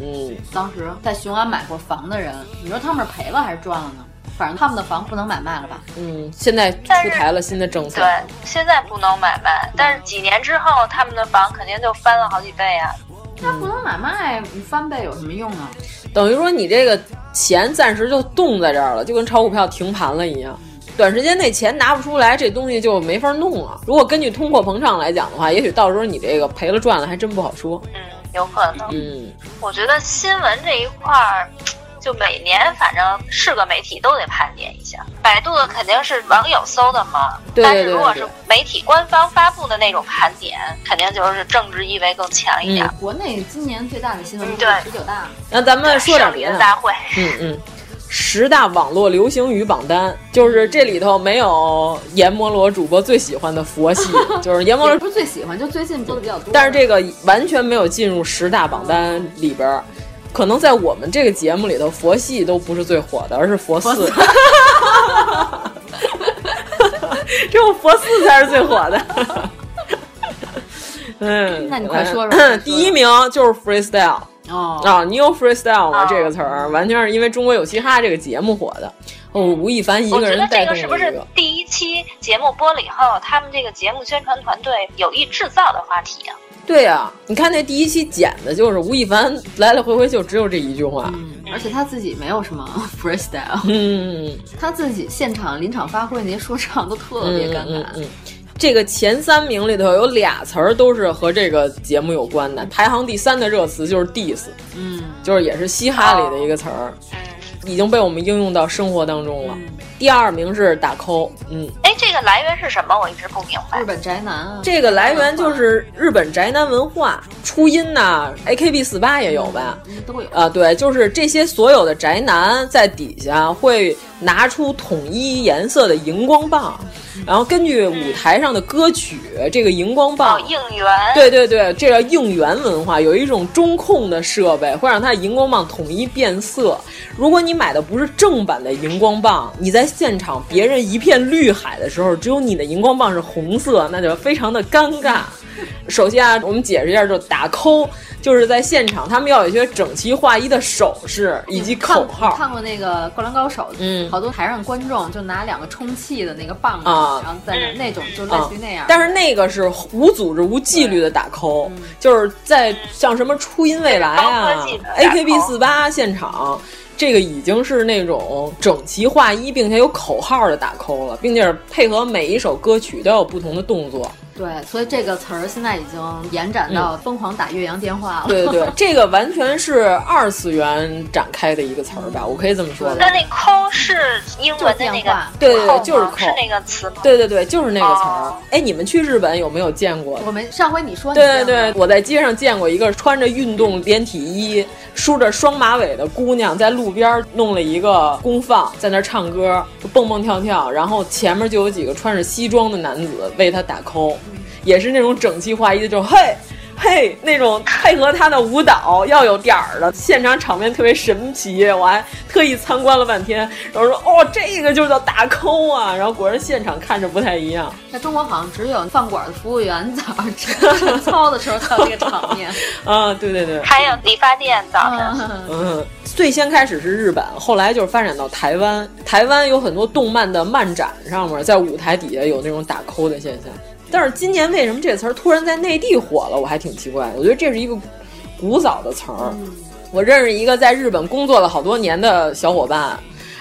Speaker 9: 嗯嗯，
Speaker 8: 当时在雄安买过房的人，你说他们是赔了还是赚了呢？反正他们的房不能买卖了吧？
Speaker 9: 嗯，现在出台了新的政策。
Speaker 7: 对，现在不能买卖，但是几年之后，他们的房肯定就翻了好几倍啊。
Speaker 8: 那、嗯、不能买卖，你翻倍有什么用啊？
Speaker 9: 等于说你这个钱暂时就冻在这儿了，就跟炒股票停盘了一样，短时间内钱拿不出来，这东西就没法弄了。如果根据通货膨胀来讲的话，也许到时候你这个赔了赚了还真不好说。
Speaker 7: 嗯，有可能。
Speaker 9: 嗯，
Speaker 7: 我觉得新闻这一块儿。就每年，反正是个媒体都得盘点一下。百度的肯定是网友搜的嘛，
Speaker 9: 对对对
Speaker 7: 但是如果是媒体官方发布的那种盘点，肯定就是政治意味更强一点。
Speaker 9: 嗯、
Speaker 8: 国内今年最大的新闻
Speaker 7: 对
Speaker 8: 十九大，
Speaker 9: 那咱们说点别的。
Speaker 7: 大会，
Speaker 9: 嗯嗯，十大网络流行语榜单，就是这里头没有阎摩罗主播最喜欢的佛 系，就是阎摩罗
Speaker 8: 不是最喜欢，就最近播的比较多。
Speaker 9: 但是这个完全没有进入十大榜单里边。可能在我们这个节目里头，佛系都不是最火的，而是佛
Speaker 8: 四，
Speaker 9: 只有佛四才是最火 的。嗯，
Speaker 8: 那你快说说。
Speaker 9: 第一名就是 freestyle
Speaker 8: 哦
Speaker 9: 啊，你有 freestyle
Speaker 7: 哦
Speaker 9: 吗？这个词儿完全是因为《中国有嘻哈》这个节目火的。哦，吴亦凡一个人带动了
Speaker 7: 这个。我觉得这个是不是第一期节目播了以后，他们这个节目宣传团队有意制造的话题啊？
Speaker 9: 对呀、啊，你看那第一期剪的就是吴亦凡来来回回就只有这一句话，
Speaker 8: 嗯、而且他自己没有什么 freestyle，
Speaker 9: 嗯，
Speaker 8: 他自己现场临场发挥那些说唱都特别尴尬。
Speaker 9: 嗯嗯、这个前三名里头有俩词儿都是和这个节目有关的，排行第三的热词就是 diss，
Speaker 8: 嗯，
Speaker 9: 就是也是嘻哈里的一个词儿，已经被我们应用到生活当中了。
Speaker 7: 嗯
Speaker 8: 嗯
Speaker 9: 第二名是打 call，嗯，
Speaker 7: 哎，这个来源是什么？我一直不明白。
Speaker 8: 日本宅男啊，
Speaker 9: 这个来源就是日本宅男文化，初音呐、啊、，AKB 四八也有吧，
Speaker 8: 嗯、都有
Speaker 9: 啊。对，就是这些所有的宅男在底下会拿出统一颜色的荧光棒，然后根据舞台上的歌曲，嗯、这个荧光棒、
Speaker 7: 哦、应援，
Speaker 9: 对对对，这叫应援文化，有一种中控的设备会让它的荧光棒统一变色。如果你买的不是正版的荧光棒，你在现场别人一片绿海的时候，只有你的荧光棒是红色，那就非常的尴尬。 首先啊，我们解释一下，就打 call，就是在现场他们要有一些整齐划一的手势以及口号。
Speaker 8: 看,看过那个《灌篮高手》，
Speaker 9: 嗯，
Speaker 8: 好多台上观众就拿两个充气的那个棒子，
Speaker 9: 啊、
Speaker 8: 然后在那那种就类似于那样、啊。
Speaker 9: 嗯但是那个是无组织、无纪律的打 call，、嗯、就是在像什么初音未来啊、AKB 四八现场。这个已经是那种整齐划一，并且有口号的打 call 了，并且配合每一首歌曲都有不同的动作。
Speaker 8: 对，所以这个词儿现在已经延展
Speaker 10: 嗯
Speaker 8: 到疯狂打岳阳电话了。
Speaker 9: 嗯、对对对， 这个完全是二次元展开的一个词儿吧，我可以这么说。
Speaker 7: 那那 call 是英文的那个，
Speaker 9: 对对对，就是 call
Speaker 7: 是那个词吗？
Speaker 9: 对对对，就是那个词儿。哎、哦，你们去日本有没有见过？
Speaker 8: 我们上回你说你
Speaker 9: 对对对，我在街上见过一个穿着运动连体衣、梳着双马尾的姑娘，在路边弄了一个功放，在那唱歌，就蹦蹦跳跳，然后前面就有几个穿着西装的男子为她打 call。也是那种整齐划一的，就是嘿，嘿那种配合他的舞蹈要有点儿的，现场场面特别神奇。我还特意参观了半天，然后说哦，这个就叫打 call 啊。然后果然现场看着不太一样。
Speaker 8: 在中国好像只有饭馆的服务员早上 操的时候才有这个场 面。
Speaker 9: 啊，对对对。
Speaker 7: 还有理发店早晨。
Speaker 9: 嗯，最先开始是日本，后来就是发展到台湾。台湾有很多动漫的漫展上面，在舞台底下有那种打 call 的现象。但是今年为什么这词儿突然在内地火了，我还挺奇怪的。我觉得这是一个古早的词儿。
Speaker 8: 嗯
Speaker 9: 我认识一个在日本工作了好多年的小伙伴，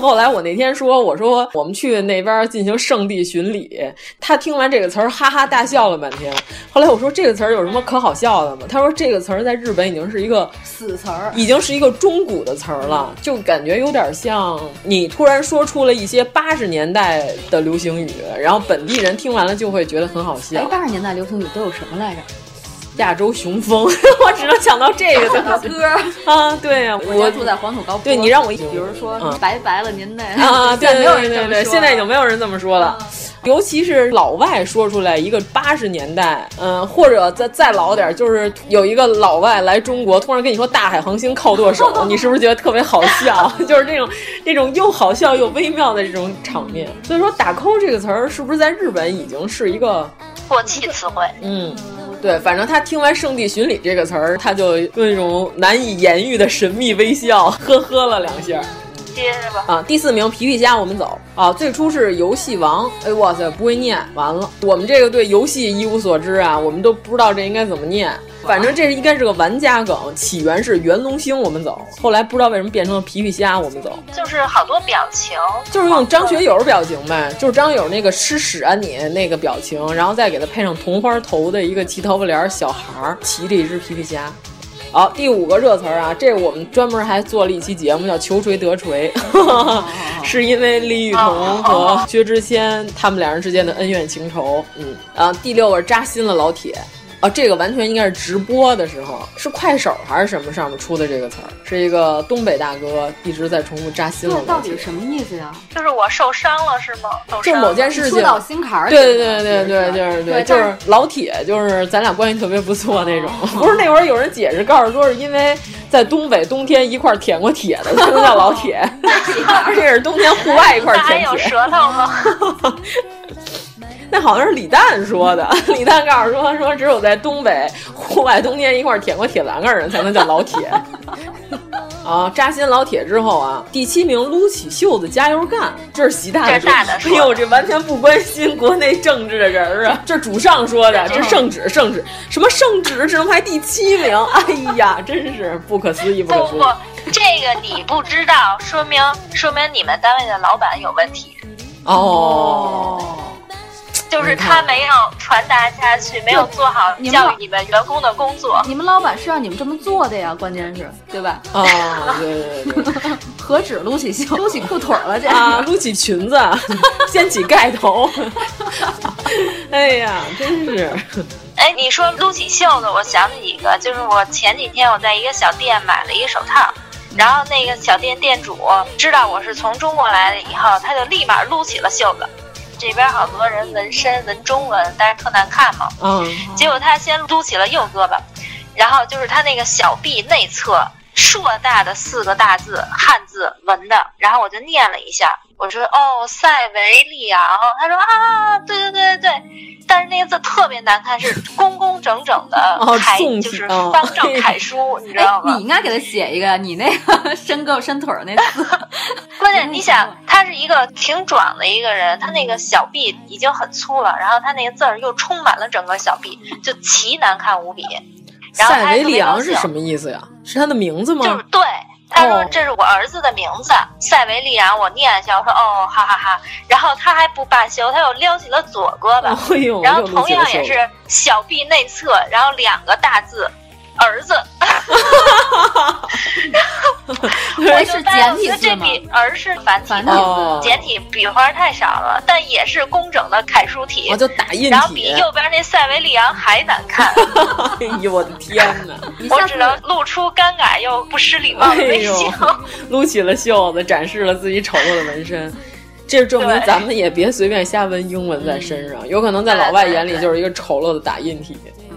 Speaker 9: 后来我那天说，我说我们去那边进行圣地巡礼，他听完这个词儿哈哈大笑了半天。后来我说这个词儿有什么可好笑的吗？他说这个词儿在日本已经是一个
Speaker 8: 死词儿，
Speaker 9: 已经是一个中古的词儿了，就感觉有点像你突然说出了一些八十年代的流行语，然后本地人听完了就会觉得很好
Speaker 8: 哎
Speaker 9: 笑，。
Speaker 8: 八十年代流行语都有什么来着？
Speaker 9: 亚洲雄风， 我只能想到这个
Speaker 8: 大
Speaker 9: 东西
Speaker 8: 哥
Speaker 9: 啊，对呀，
Speaker 8: 我
Speaker 9: 我
Speaker 8: 家住在黄土高坡。
Speaker 9: 对你让我一
Speaker 8: 比如说
Speaker 9: 嗯
Speaker 8: 拜拜了您那
Speaker 9: 啊，对
Speaker 8: 现在没有
Speaker 9: 对
Speaker 8: 人这
Speaker 9: 对
Speaker 8: 么
Speaker 9: 对，
Speaker 8: 说
Speaker 9: 现在已
Speaker 8: 了
Speaker 9: 经没有人这么说了。尤其是老外说出来一个八十年代，嗯，或者再再老点儿，就是有一个老外来中国，突然跟你说“大海恒星靠 舵手”，你是不是觉得特别好笑？ 就是这种这种又好笑又微妙的这种场面。所以说“打 call” 这个词儿是不是在日本已经是一个
Speaker 7: 过气词汇。
Speaker 9: 嗯，对，反正他听完“圣地巡礼”这个词儿，他就用一种难以言喻的神秘微笑，呵呵了两下。
Speaker 7: 接着吧，
Speaker 9: 啊，第四名皮皮虾，我们走啊。最初是游戏王，哎哇塞，不会念，完了，我们这个对游戏一无所知啊，我们都不知道这应该怎么念。反正这应该是个玩家梗，起源是袁龙星，我们走。后来不知道为什么变成了皮皮虾，我们走。
Speaker 7: 就是好多表情，
Speaker 9: 就是用张学友表情呗，就是张学友那个吃屎啊你那个表情，然后再给他配上同花头的一个齐头发帘儿小孩儿骑着一只皮皮虾。好，第五个热词儿啊，这我们专门还做了一期节目叫“求锤得锤”，
Speaker 8: 哦
Speaker 9: 是因为李雨桐和薛之谦他们两人之间的恩怨情仇。嗯，啊，第六个扎心了老铁。啊，这个完全应该是直播的时候，是快手还是什么上面出的这个词儿？是一个东北大哥一直在重复扎心了
Speaker 8: 这
Speaker 9: 老铁。
Speaker 8: 到底是什么意思呀？
Speaker 7: 就是我受伤了是吗？受
Speaker 9: 就
Speaker 7: 伤
Speaker 9: 某件事情
Speaker 8: 说到心坎儿里了
Speaker 9: 对对对对对，就是
Speaker 8: 对
Speaker 9: 就
Speaker 8: 但
Speaker 9: 是老铁，就是咱俩关系特别不错那种。不是那会儿有人解释告诉说是因为在东北冬天一块儿舔过铁的，才能叫老 铁。这是冬天户外一块儿
Speaker 7: 那还
Speaker 9: 舔
Speaker 7: 有
Speaker 9: 铁。
Speaker 7: 舌头 吗？
Speaker 9: 那好像是李诞说的，李诞告诉说说只有在东北户外冬天一块儿舔过铁栏杆儿的人才能叫老铁。 啊，扎心老铁之后啊，第七名撸起袖子加油干，这是习大
Speaker 7: 这
Speaker 9: 的
Speaker 7: 是大的
Speaker 9: 哎
Speaker 7: 说的
Speaker 9: 呦，这完全不关心国内政治的人儿啊，这是主上说的，
Speaker 7: 嗯
Speaker 9: 这是圣旨圣旨，什么圣旨只能排第七名，哎呀，真是不可思议，不可
Speaker 7: 不
Speaker 9: 思
Speaker 7: 不
Speaker 9: 议。
Speaker 7: 不，这个你不知道，说明说明你们单位的老板有问题，
Speaker 9: 哦，
Speaker 7: 就是他没有传达下去，没有做好
Speaker 8: 你们
Speaker 7: 教育你们员工的工作。
Speaker 8: 你们老板是让你们这么做的呀，关键是对吧？
Speaker 9: 哦，对对对。
Speaker 8: 何止撸起 袖，撸起裤腿儿了，这哎
Speaker 9: 啊，撸起裙子， 掀起盖头， 哎呀，真是
Speaker 7: 哎，你说撸起袖子，我想起一个，就是我前几天我在一个小店买了一个手套，然后那个小店店主知道我是从中国来的以后，他就立马撸起了袖子。这边好多人纹身纹中文，但是特难看嘛。
Speaker 9: 嗯，
Speaker 7: 结果他先撸起了右胳膊，然后就是他那个小臂内侧硕大的四个大字汉字纹的，然后我就念了一下，我说哦塞维利昂，他说啊对对对对对，但是那个字特别难看，是工工整整的
Speaker 9: 哦
Speaker 7: 楷，
Speaker 9: 宋体
Speaker 7: 就是
Speaker 9: 哦
Speaker 7: 方正 楷书，你知
Speaker 8: 哎
Speaker 7: 道，
Speaker 8: 你
Speaker 7: 吗
Speaker 8: 应？该给他写一个，你那个伸胳膊伸腿儿那字，
Speaker 7: 关键你想，他是一个挺壮的一个人，他那个小臂已经很粗了，然后他那个字儿又充满了整个小臂，就奇难看无比。然后他
Speaker 9: 塞维利昂
Speaker 7: 还特别
Speaker 9: 是
Speaker 7: 高兴
Speaker 9: 什么意思呀？是他的名字
Speaker 7: 就是
Speaker 8: 嗯
Speaker 9: 吗？
Speaker 7: 对，他说
Speaker 9: 哦
Speaker 7: 这是我儿子的名字，塞维利昂。我念一下，我说哦，哈哈哈然后他还不罢休，他又撩起了左胳膊，
Speaker 8: 哦
Speaker 9: 哎呦，
Speaker 7: 然后
Speaker 9: 又撸
Speaker 7: 同
Speaker 9: 起了
Speaker 7: 样也
Speaker 9: 袖子
Speaker 7: 是小臂内侧，然后两个大字“儿子”。我
Speaker 8: 哎
Speaker 7: 就是当
Speaker 8: 简
Speaker 7: 然我觉
Speaker 8: 体
Speaker 7: 得
Speaker 8: 字
Speaker 7: 这
Speaker 8: 吗？
Speaker 7: 比儿是繁体
Speaker 8: 繁体
Speaker 9: 哦
Speaker 7: 的，简体笔画太少了，但也是工整的楷书体
Speaker 9: 哦，，就打印
Speaker 7: 然后比
Speaker 9: 体。
Speaker 7: 右边那塞维利昂还难看。
Speaker 9: 哎呦，我的天 哪！
Speaker 8: 你
Speaker 7: 我
Speaker 8: 下
Speaker 7: 只
Speaker 8: 次
Speaker 7: 能露出尴尬又不失礼貌
Speaker 9: 哎
Speaker 7: 的微
Speaker 9: 呦
Speaker 7: 笑。，
Speaker 9: 撸起了袖子，展示了自己丑陋的纹身。这证明
Speaker 7: 对
Speaker 9: 咱们也别随便瞎纹英文在身上，有可能在老外眼里
Speaker 7: 对对对
Speaker 9: 就是一个丑陋的打印体。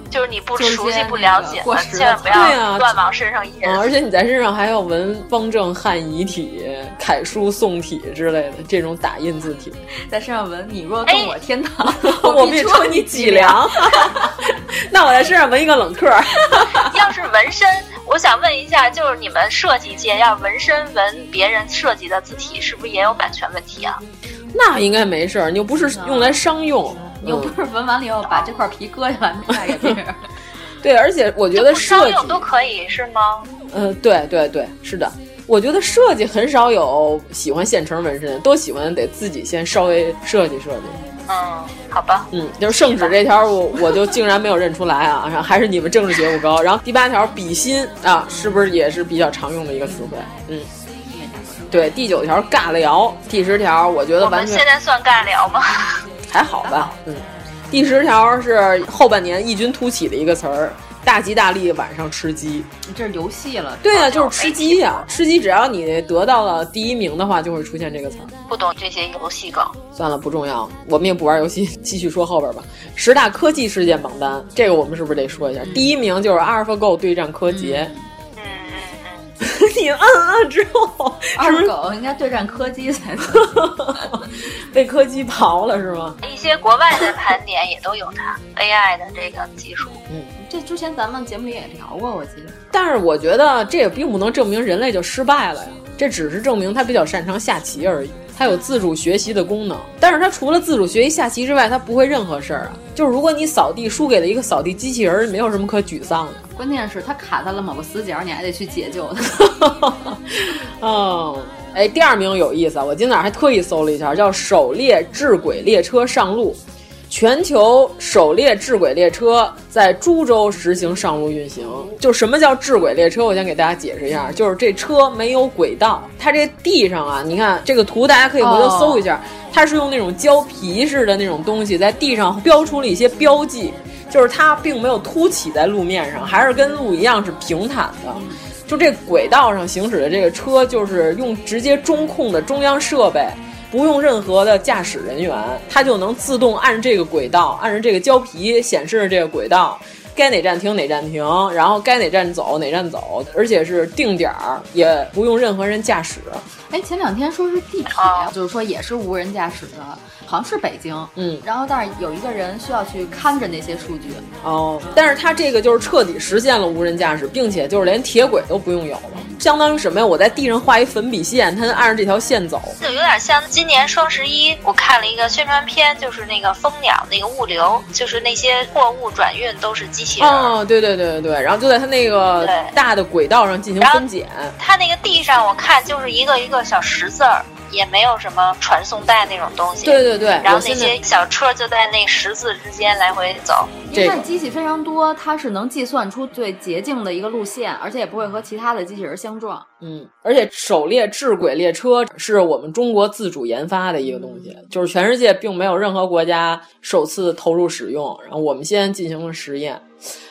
Speaker 7: 就是你不
Speaker 8: 就是
Speaker 7: 熟悉
Speaker 8: 些
Speaker 7: 不
Speaker 8: 那
Speaker 7: 了
Speaker 8: 个
Speaker 7: 解
Speaker 8: 过
Speaker 7: 的，
Speaker 8: 时
Speaker 7: 千万
Speaker 8: 的
Speaker 7: 不
Speaker 9: 词儿对啊
Speaker 7: 要乱往身上
Speaker 8: 哦
Speaker 7: 印。
Speaker 9: 嗯，而且你在身上还要纹方正汉仪体、楷书宋体之类的这种打印字体，
Speaker 8: 在身上纹“你若动我天 堂，
Speaker 9: 我
Speaker 8: 必
Speaker 9: 必戳你 脊。梁。 那我在身上纹一个冷克儿，
Speaker 7: 要是纹身，我想问一下，就是你们设计界要纹身纹别人设计的字体，是不是也有版权问题啊？
Speaker 9: 那应该没事儿，你又不是用来商用。嗯
Speaker 8: 你又不是闻完了以后把这块皮割下来卖给别人。
Speaker 9: 对，而且我觉得设
Speaker 7: 计都可以是吗？
Speaker 9: 嗯、呃，对对对，是的。我觉得设计很少有喜欢现成纹身的，都喜欢得自己先稍微设计设计。
Speaker 7: 嗯，好吧。
Speaker 9: 嗯，就是圣旨这条我，我我就竟然没有认出来啊！然后还是你们政治觉悟高。然后第八条，比心啊，是不是也是比较常用的一个词汇？嗯，对。第九条，尬聊。第十条，我觉得完全。
Speaker 7: 现在算尬聊吗？
Speaker 9: 还好吧，嗯。第十条是后半年异军突起的一个词儿。大吉大利，晚上吃鸡，
Speaker 8: 这是游戏了。
Speaker 9: 对呀、啊，就是吃鸡呀、啊，吃鸡只要你得到了第一名的话，就会出现这个词儿。
Speaker 7: 不懂这些游戏梗，
Speaker 9: 算了，不重要，我们也不玩游戏， 继续说后边吧。十大科技事件榜单，这个我们是不是得说一下？嗯、第一名就是 AlphaGo 对战柯洁。
Speaker 7: 嗯嗯
Speaker 9: 嗯， 你摁了之后，
Speaker 8: 哎二狗应该对战柯基才 对，
Speaker 9: 被柯基刨了是吗？
Speaker 7: 嗯一些国外的盘点也都有它 AI 的这个技术，
Speaker 9: 嗯。
Speaker 8: 这之前咱们节目里也聊过，我记得。
Speaker 9: 但是我觉得这也并不能证明人类就失败了呀，这只是证明他比较擅长下棋而已。他有自主学习的功能，但是他除了自主学习下棋之外，他不会任何事儿啊。就是如果你扫地输给了一个扫地机器人，没有什么可沮丧的。
Speaker 8: 关键是他卡在了某个死角，你还得去解救他。
Speaker 9: 哦，哎，第二名有意思啊！我今早还特意搜了一下，叫“狩猎智轨列车上路”。全球首列智轨列车在株洲实行上路运行。就什么叫智轨列车？我先给大家解释一下，就是这车没有轨道，它这地上啊，你看这个图，大家可以回头搜一下，它是用那种胶皮似的那种东西在地上标出了一些标记，就是它并没有凸起在路面上，还是跟路一样是平坦的。就这轨道上行驶的这个车，就是用直接中控的中央设备。不用任何的驾驶人员，它就能自动按这个轨道，按着这个胶皮显示这个轨道，该哪站停哪站停，然后该哪站走哪站走，而且是定点儿，也不用任何人驾驶。
Speaker 8: 哎，前两天说是地铁，
Speaker 9: 啊
Speaker 8: 啊就是说也是无人驾驶的，好像是北京，
Speaker 9: 嗯，
Speaker 8: 然后但是有一个人需要去看着那些数据。
Speaker 9: 哦，但是它这个就是彻底实现了无人驾驶，并且就是连铁轨都不用有了，相当于什么呀？我在地上画一粉笔线，它按着这条线走，
Speaker 7: 就有点像今年双十一，我看了一个宣传片，就是那个蜂鸟那个物流，就是那些货物转运都是机器人。
Speaker 9: 哦，对对对对对，然后就在它那个大的轨道上进行分拣。
Speaker 7: 它那个地上我看就是一个一个。个小石子儿也没有什么传送带那种东西，
Speaker 9: 对对对。
Speaker 7: 然后那些小车就在那十字之间来回走。
Speaker 9: 这
Speaker 8: 个机器非常多，它是能计算出最捷径的一个路线，而且也不会和其他的机器人相撞。
Speaker 9: 嗯，而且首列智轨列车是我们中国自主研发的一个东西，嗯、就是全世界并没有任何国家首次投入使用，然后我们先进行了实验。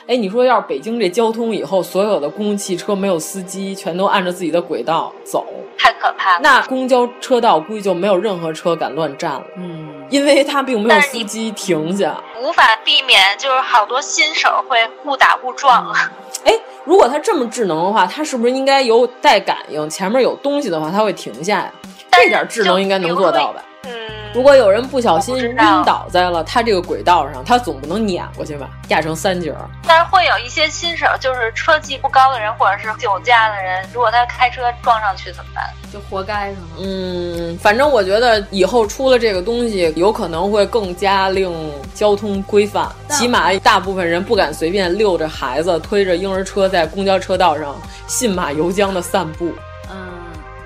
Speaker 9: 哎，你说要是北京这交通以后，所有的公共汽车没有司机，全都按照自己的轨道走，
Speaker 7: 太可怕了。
Speaker 9: 那公交车道估计就没有任何车敢乱占了，
Speaker 8: 嗯，
Speaker 9: 因为它并没有司机停下，
Speaker 7: 无法避免就是好多新手会误打误撞。啊
Speaker 9: 哎、嗯，如果它这么智能的话，它是不是应该有带感应？前面有东西的话，它会停下呀？这点智能应该能做到吧？如
Speaker 7: 嗯
Speaker 9: 果有人不小心晕倒在了他这个轨道上，他总不能碾过去吧，压成三截儿。
Speaker 7: 但是会有一些新手，就是车技不高的人，或者是酒驾的人，如果他开车撞上去怎么办？
Speaker 8: 就活该是吗？
Speaker 9: 嗯，反正我觉得以后出了这个东西，有可能会更加令交通规范，起码大部分人不敢随便遛着孩子、推着婴儿车在公交车道上信马由缰的散步。
Speaker 8: 嗯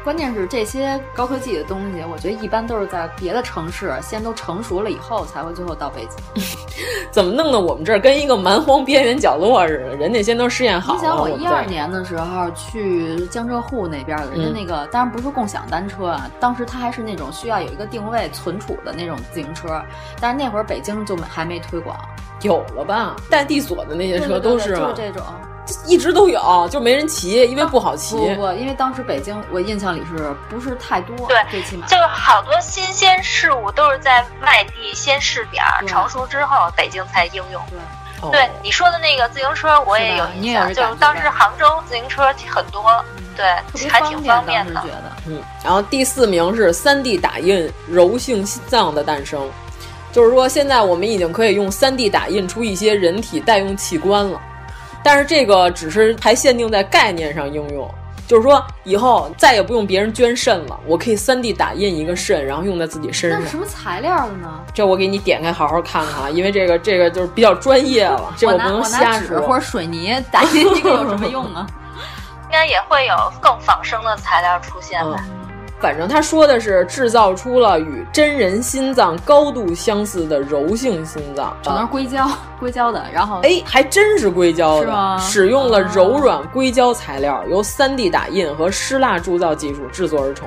Speaker 8: 关键是这些高科技的东西，我觉得一般都是在别的城市先都成熟了以后，才会最后到北京。
Speaker 9: 怎么弄的？我们这儿跟一个蛮荒边缘角落似的，人家先都试验好了。
Speaker 8: 你想，我一二年的时候去江浙沪那边的，人家那个、嗯、当然不是共享单车啊，当时它还是那种需要有一个定位存储的那种自行车，但是那会儿北京就还没推广，
Speaker 9: 有了吧？带地锁的那些车都
Speaker 8: 是
Speaker 9: 吗？
Speaker 8: 对对对就是这种。
Speaker 9: 一直都有，就没人骑，因为不好骑。
Speaker 8: 哦不不，因为当时北京，我印象里是不是太多？
Speaker 7: 对，
Speaker 8: 最起码
Speaker 7: 就是好多新鲜事物都是在外地先试点
Speaker 9: 嗯
Speaker 7: 儿，成熟之后北京才应用。
Speaker 8: 对。
Speaker 7: 对、哦、你说的那个自行车，我也有印象，
Speaker 8: 是
Speaker 7: 就是当时杭州自行车很多，对，还挺
Speaker 8: 方
Speaker 7: 便的。
Speaker 8: 觉得
Speaker 9: 嗯，然后第四名是三 D 打印柔性心脏的诞生，就是说现在我们已经可以用三 D 打印出一些人体代用器官了。但是这个只是还限定在概念上应用，就是说以后再也不用别人捐肾了，我可以 3D 打印一个肾，然后用在自己身上。
Speaker 8: 那什么材料的呢？
Speaker 9: 这我给你点开好好看看啊，因为这个这个就是比较专业了，这
Speaker 8: 我
Speaker 9: 不能
Speaker 8: 拿
Speaker 9: 瞎
Speaker 8: 纸
Speaker 9: 说。
Speaker 8: 或者水泥 打印这个有什么用啊？
Speaker 7: 应该也会有更仿生的材料出现吧。
Speaker 9: 反正他说的是制造出了与真人心脏高度相似的柔性心脏，
Speaker 8: 整个硅胶硅胶的，然后
Speaker 9: 哎，还真是硅胶
Speaker 8: 是吗啊
Speaker 9: 的，使用了柔软硅胶材料，由 3D 打印和湿蜡铸造技术制作而成，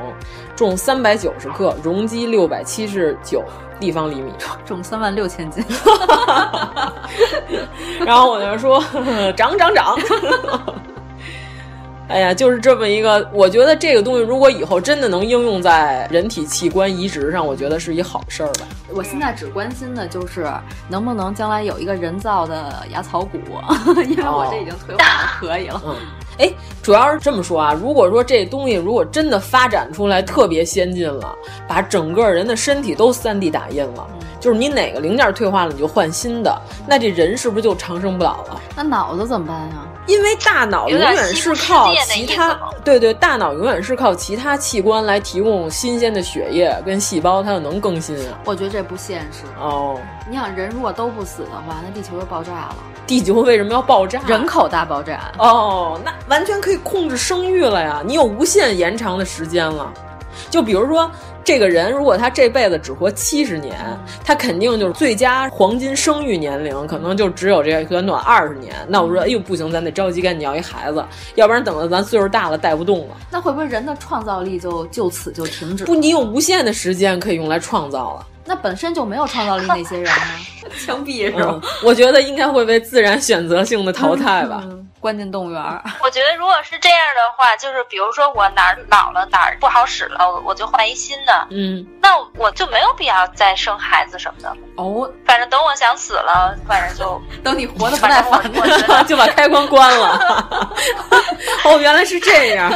Speaker 9: 重三百九十克，容积六百七十九立方厘米。
Speaker 8: 重三万六千斤，
Speaker 9: 然后我就说涨涨涨。哎呀，就是这么一个，我觉得这个东西如果以后真的能应用在人体器官移植上，我觉得是一好事儿吧。
Speaker 8: 我现在只关心的就是能不能将来有一个人造的牙槽骨， 因为我这已经退化了，可以了。
Speaker 9: 嗯，哎，主要是这么说啊，如果说这东西如果真的发展出来特别先进了，把整个人的身体都 3D 打印了，就是你哪个零件退化了你就换新的，那这人是不是就长生不老了？
Speaker 8: 那脑子怎么办啊呀？
Speaker 9: 因为大脑永远是靠其他，对对，大脑永远是靠其他器官来提供新鲜的血液跟细胞，它就能更新啊。
Speaker 8: 我觉得这不现实。
Speaker 9: 哦，
Speaker 8: 你想，人如果都不死的话，那地球就爆炸了，
Speaker 9: 地球为什么要爆炸？啊
Speaker 8: 人口大爆炸。
Speaker 9: 哦，那完全可以控制生育了呀，你有无限延长的时间了。就比如说，这个人如果他这辈子只活七十年，他肯定就是最佳黄金生育年龄，可能就只有这短短二十年。那我说，哎呦不行，咱得着急赶紧要一孩子，要不然等到咱岁数大了带不动了。
Speaker 8: 那会不会人的创造力就就此就停止？
Speaker 9: 不，你有无限的时间可以用来创造了。
Speaker 8: 那本身就没有创造力那些人哦啊， 枪毙
Speaker 9: 嗯？我觉得应该会被自然选择性的淘汰吧。
Speaker 8: 关进动物园儿。
Speaker 7: 我觉得如果是这样的话，就是比如说我哪儿老了哪儿不好使了，我我就换一新的，
Speaker 9: 嗯，
Speaker 7: 那我就没有必要再生孩子什么的了。
Speaker 9: 哦，
Speaker 7: 反正等我想死了，反正就
Speaker 8: 等你 活得不耐烦
Speaker 7: 了，
Speaker 9: 就把开关关了。 哦，原来是这样。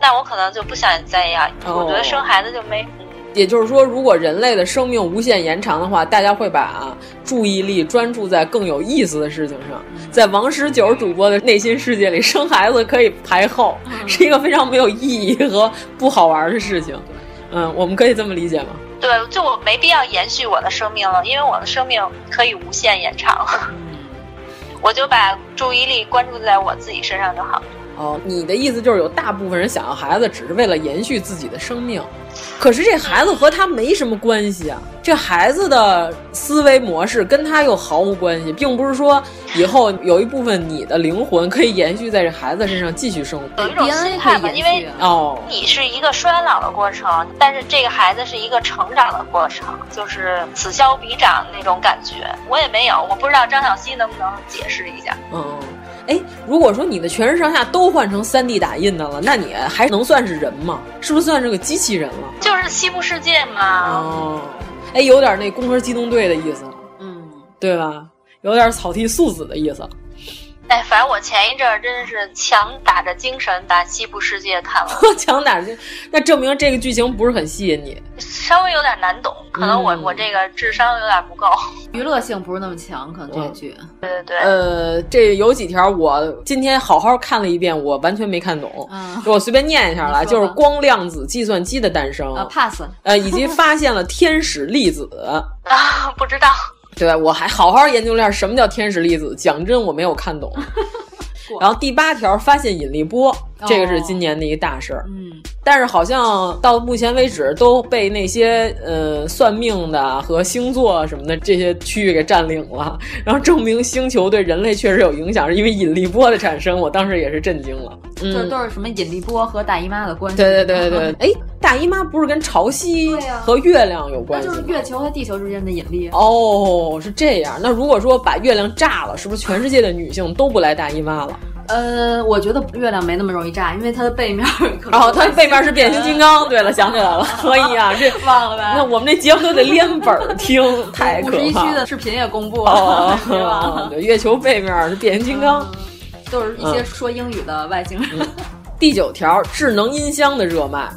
Speaker 7: 那我可能就不想再要。
Speaker 9: 哦
Speaker 7: 我觉得生孩子就没
Speaker 9: 也就是说，如果人类的生命无限延长的话，大家会把、注意力专注在更有意思的事情上。在王十九主播的内心世界里，生孩子可以排后，是一个非常没有意义和不好玩的事情。嗯，我们可以这么理解吗？
Speaker 7: 对，就我没必要延续我的生命了，因为我的生命可以无限延长。 我就把注意力关注在我自己身上就好了。
Speaker 9: 哦，你的意思就是有大部分人想要孩子，只是为了延续自己的生命，可是这孩子和他没什么关系啊。这孩子的思维模式跟他又毫无关系，并不是说以后有一部分你的灵魂可以延续在这孩子身上继续生活。
Speaker 7: 有一种心态吧，因为
Speaker 9: 哦，
Speaker 7: 你是一个衰老的过程，但是这个孩子是一个成长的过程，就是此消彼长那种感觉。我也没有，我不知道张小希能不能解释一下。
Speaker 9: 嗯，哎，如果说你的全身上下都换成 3D 打印的了，那你还能算是人吗？是不是算是个机器人了？
Speaker 7: 就是西部世界嘛，
Speaker 9: 哦，哎，有点那《攻壳机动队》的意思，
Speaker 8: 嗯，
Speaker 9: 对吧？有点草剃素子的意思。
Speaker 7: 哎，反正我前一阵儿真是强打着精神把西部世界看 了，
Speaker 9: 强打这，那证明这个剧情不是很吸引你。
Speaker 7: 稍微有点难懂，可能我、
Speaker 9: 嗯
Speaker 7: 我这个智商有点不够。
Speaker 8: 娱乐性不是那么强，可能这剧。
Speaker 7: 对对对，
Speaker 9: 呃，这有几条我今天好好看了一遍，我完全没看懂，
Speaker 8: 嗯
Speaker 9: 给我随便念一下来，
Speaker 8: 你说
Speaker 9: 就
Speaker 8: 吧
Speaker 9: 是光量子计算机的诞生，
Speaker 8: 啊，pass。
Speaker 9: 呃，以及发现了天使粒子。
Speaker 7: 啊， 不知道。
Speaker 9: 对，我还好好研究了一下什么叫天使粒子，讲真我没有 看懂。然后第八条发现引力波，这个
Speaker 8: 哦
Speaker 9: 是今年的一个大事儿。
Speaker 8: 嗯，
Speaker 9: 但是好像到目前为止都被那些呃算命的和星座什么的这些区域给占领了，然后证明星球对人类确实有影响，是因为引力波的产生。我当时也是震惊了。嗯，
Speaker 8: 就是都是什么引力波和大姨妈的关系。
Speaker 9: 对对对对对，哎，大姨妈不是跟潮汐
Speaker 8: 对呀
Speaker 9: 和月亮有关
Speaker 8: 那
Speaker 9: 系
Speaker 8: 就
Speaker 9: 吗
Speaker 8: 是？月球和地球之间的引力。
Speaker 9: 哦，是这样。那如果说把月亮炸了，是不是全世界的女性都不来大姨妈了？
Speaker 8: 呃，我觉得月亮没那么容易炸，因为它的背面儿可能。
Speaker 9: 然后哦它背面是变形金刚。对了，想起来 了，所以啊，这
Speaker 8: 忘了吧？
Speaker 9: 那我们这节目都得连本儿 听，太
Speaker 8: 五
Speaker 9: 可
Speaker 8: 十一
Speaker 9: 怕
Speaker 8: 区
Speaker 9: 了
Speaker 8: 的。视频也公布了， 是
Speaker 9: 哦，
Speaker 8: 吧？
Speaker 9: 对，月球背面是变形金刚。
Speaker 8: 都是一些
Speaker 9: 嗯
Speaker 8: 说英语的外星人。
Speaker 9: 第九条，智能音箱的热卖。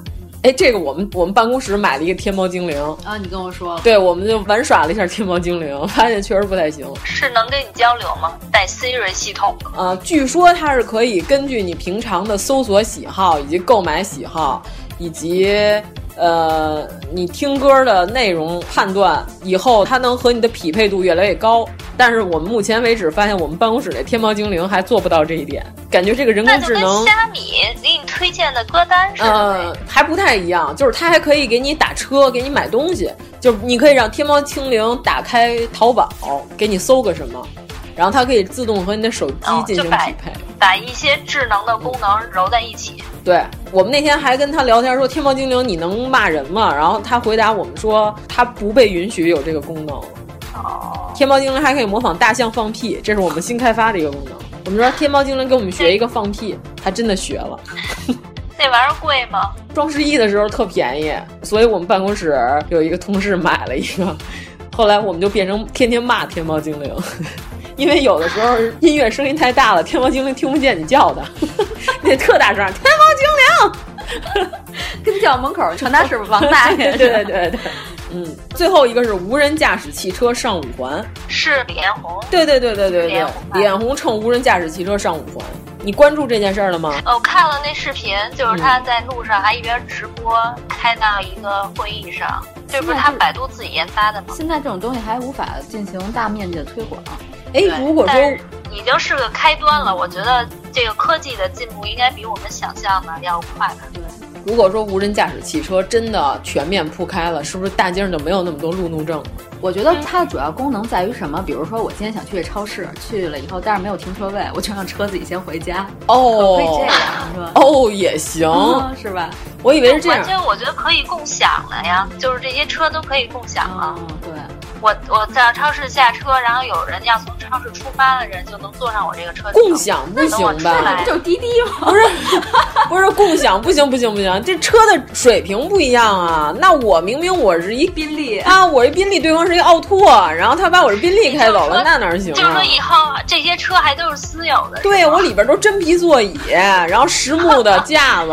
Speaker 9: 哎，这个我们我们办公室买了一个天猫精灵，
Speaker 8: 啊，你跟我说，
Speaker 9: 对，我们就玩耍了一下天猫精灵，发现确实不太行。
Speaker 7: 是能跟你交流吗？带 Siri 系统的
Speaker 9: 啊，据说它是可以根据你平常的搜索喜好以及购买喜好，以及呃你听歌的内容判断，以后它能和你的匹配度越来越高。但是我们目前为止发现，我们办公室那天猫精灵还做不到这一点，感觉这个人
Speaker 7: 那
Speaker 9: 工
Speaker 7: 就
Speaker 9: 智
Speaker 7: 跟
Speaker 9: 能。
Speaker 7: 虾米给你推荐的歌单似的呗。
Speaker 9: 呃，还不太一样，就是它还可以给你打车，给你买东西，就是你可以让天猫精灵打开淘宝，给你搜个什么，然后它可以自动和你的手机
Speaker 7: 哦
Speaker 9: 进行
Speaker 7: 就
Speaker 9: 匹
Speaker 7: 把
Speaker 9: 配。
Speaker 7: 把一些智能的功能揉在一起。
Speaker 9: 对我们那天还跟他聊天说，天猫精灵你能骂人吗？然后他回答我们说，他不被允许有这个功能。天猫精灵还可以模仿大象放屁，这是我们新开发的一个功能。我们说天猫精灵给我们学一个放屁，他真的学了。
Speaker 7: 那玩意儿贵吗？
Speaker 9: 双十一的时候特便宜，所以我们办公室有一个同事买了一个，后来我们就变成天天骂天猫精灵， 因为有的时候音乐声音太大了，天猫精灵听不见你叫 它，你得特大声，天猫精灵。
Speaker 8: 跟叫门口传达室王大 爷，
Speaker 9: 对 对对对，嗯，最后一个是无人驾驶汽车上五环，
Speaker 7: 是李彦宏。
Speaker 9: 对对对对对
Speaker 7: 脸
Speaker 9: 对
Speaker 7: 红，吧
Speaker 9: 李彦宏乘无人驾驶汽车上五环，你关注这件事儿了吗？
Speaker 7: 呃，我看了那视频，就是他
Speaker 9: 嗯
Speaker 7: 在路上还一边直播，开到一个会议上，这不是他百度自己研发的吗？
Speaker 8: 现在这种东西还无法进行大面积的推广。
Speaker 9: 哎，如果
Speaker 7: 但
Speaker 9: 说
Speaker 7: 是已经是个开端了，我觉得这个科技的进步应该比我们想象的要快吧。
Speaker 9: 如果说无人驾驶汽车真的全面铺开了，是不是大街上就没有那么多路怒症了？
Speaker 8: 我觉得它的主要功能在于什么？比如说，我今天想去超市，去了以后，但是没有停车位，我就让车自己先回家。
Speaker 9: 哦
Speaker 8: 可以这样是吧？
Speaker 9: 哦，也行，
Speaker 8: 嗯是吧？
Speaker 9: 我以为是这
Speaker 7: 完全
Speaker 9: 样。
Speaker 7: 我觉得可以共享了呀，就是这些车都可以共享了。
Speaker 8: 啊对，
Speaker 7: 我我在超市下车，然后有人要从超市出发的人就能坐上我这个车去
Speaker 9: 共享不行
Speaker 7: 等我出
Speaker 9: 吧
Speaker 7: 来？
Speaker 8: 就是滴滴嘛。
Speaker 9: 不是， 不是共享不行不行不行，这车的水平不一样啊。那我明明我是 一
Speaker 8: 宾利
Speaker 9: 啊，我是宾利，对方是一奥拓，然后他把我是宾利开走了，那哪行
Speaker 7: 就是
Speaker 9: 啊
Speaker 7: 说？以后这些车还都是私有的，
Speaker 9: 对我里边都真皮座椅，然后实木的架子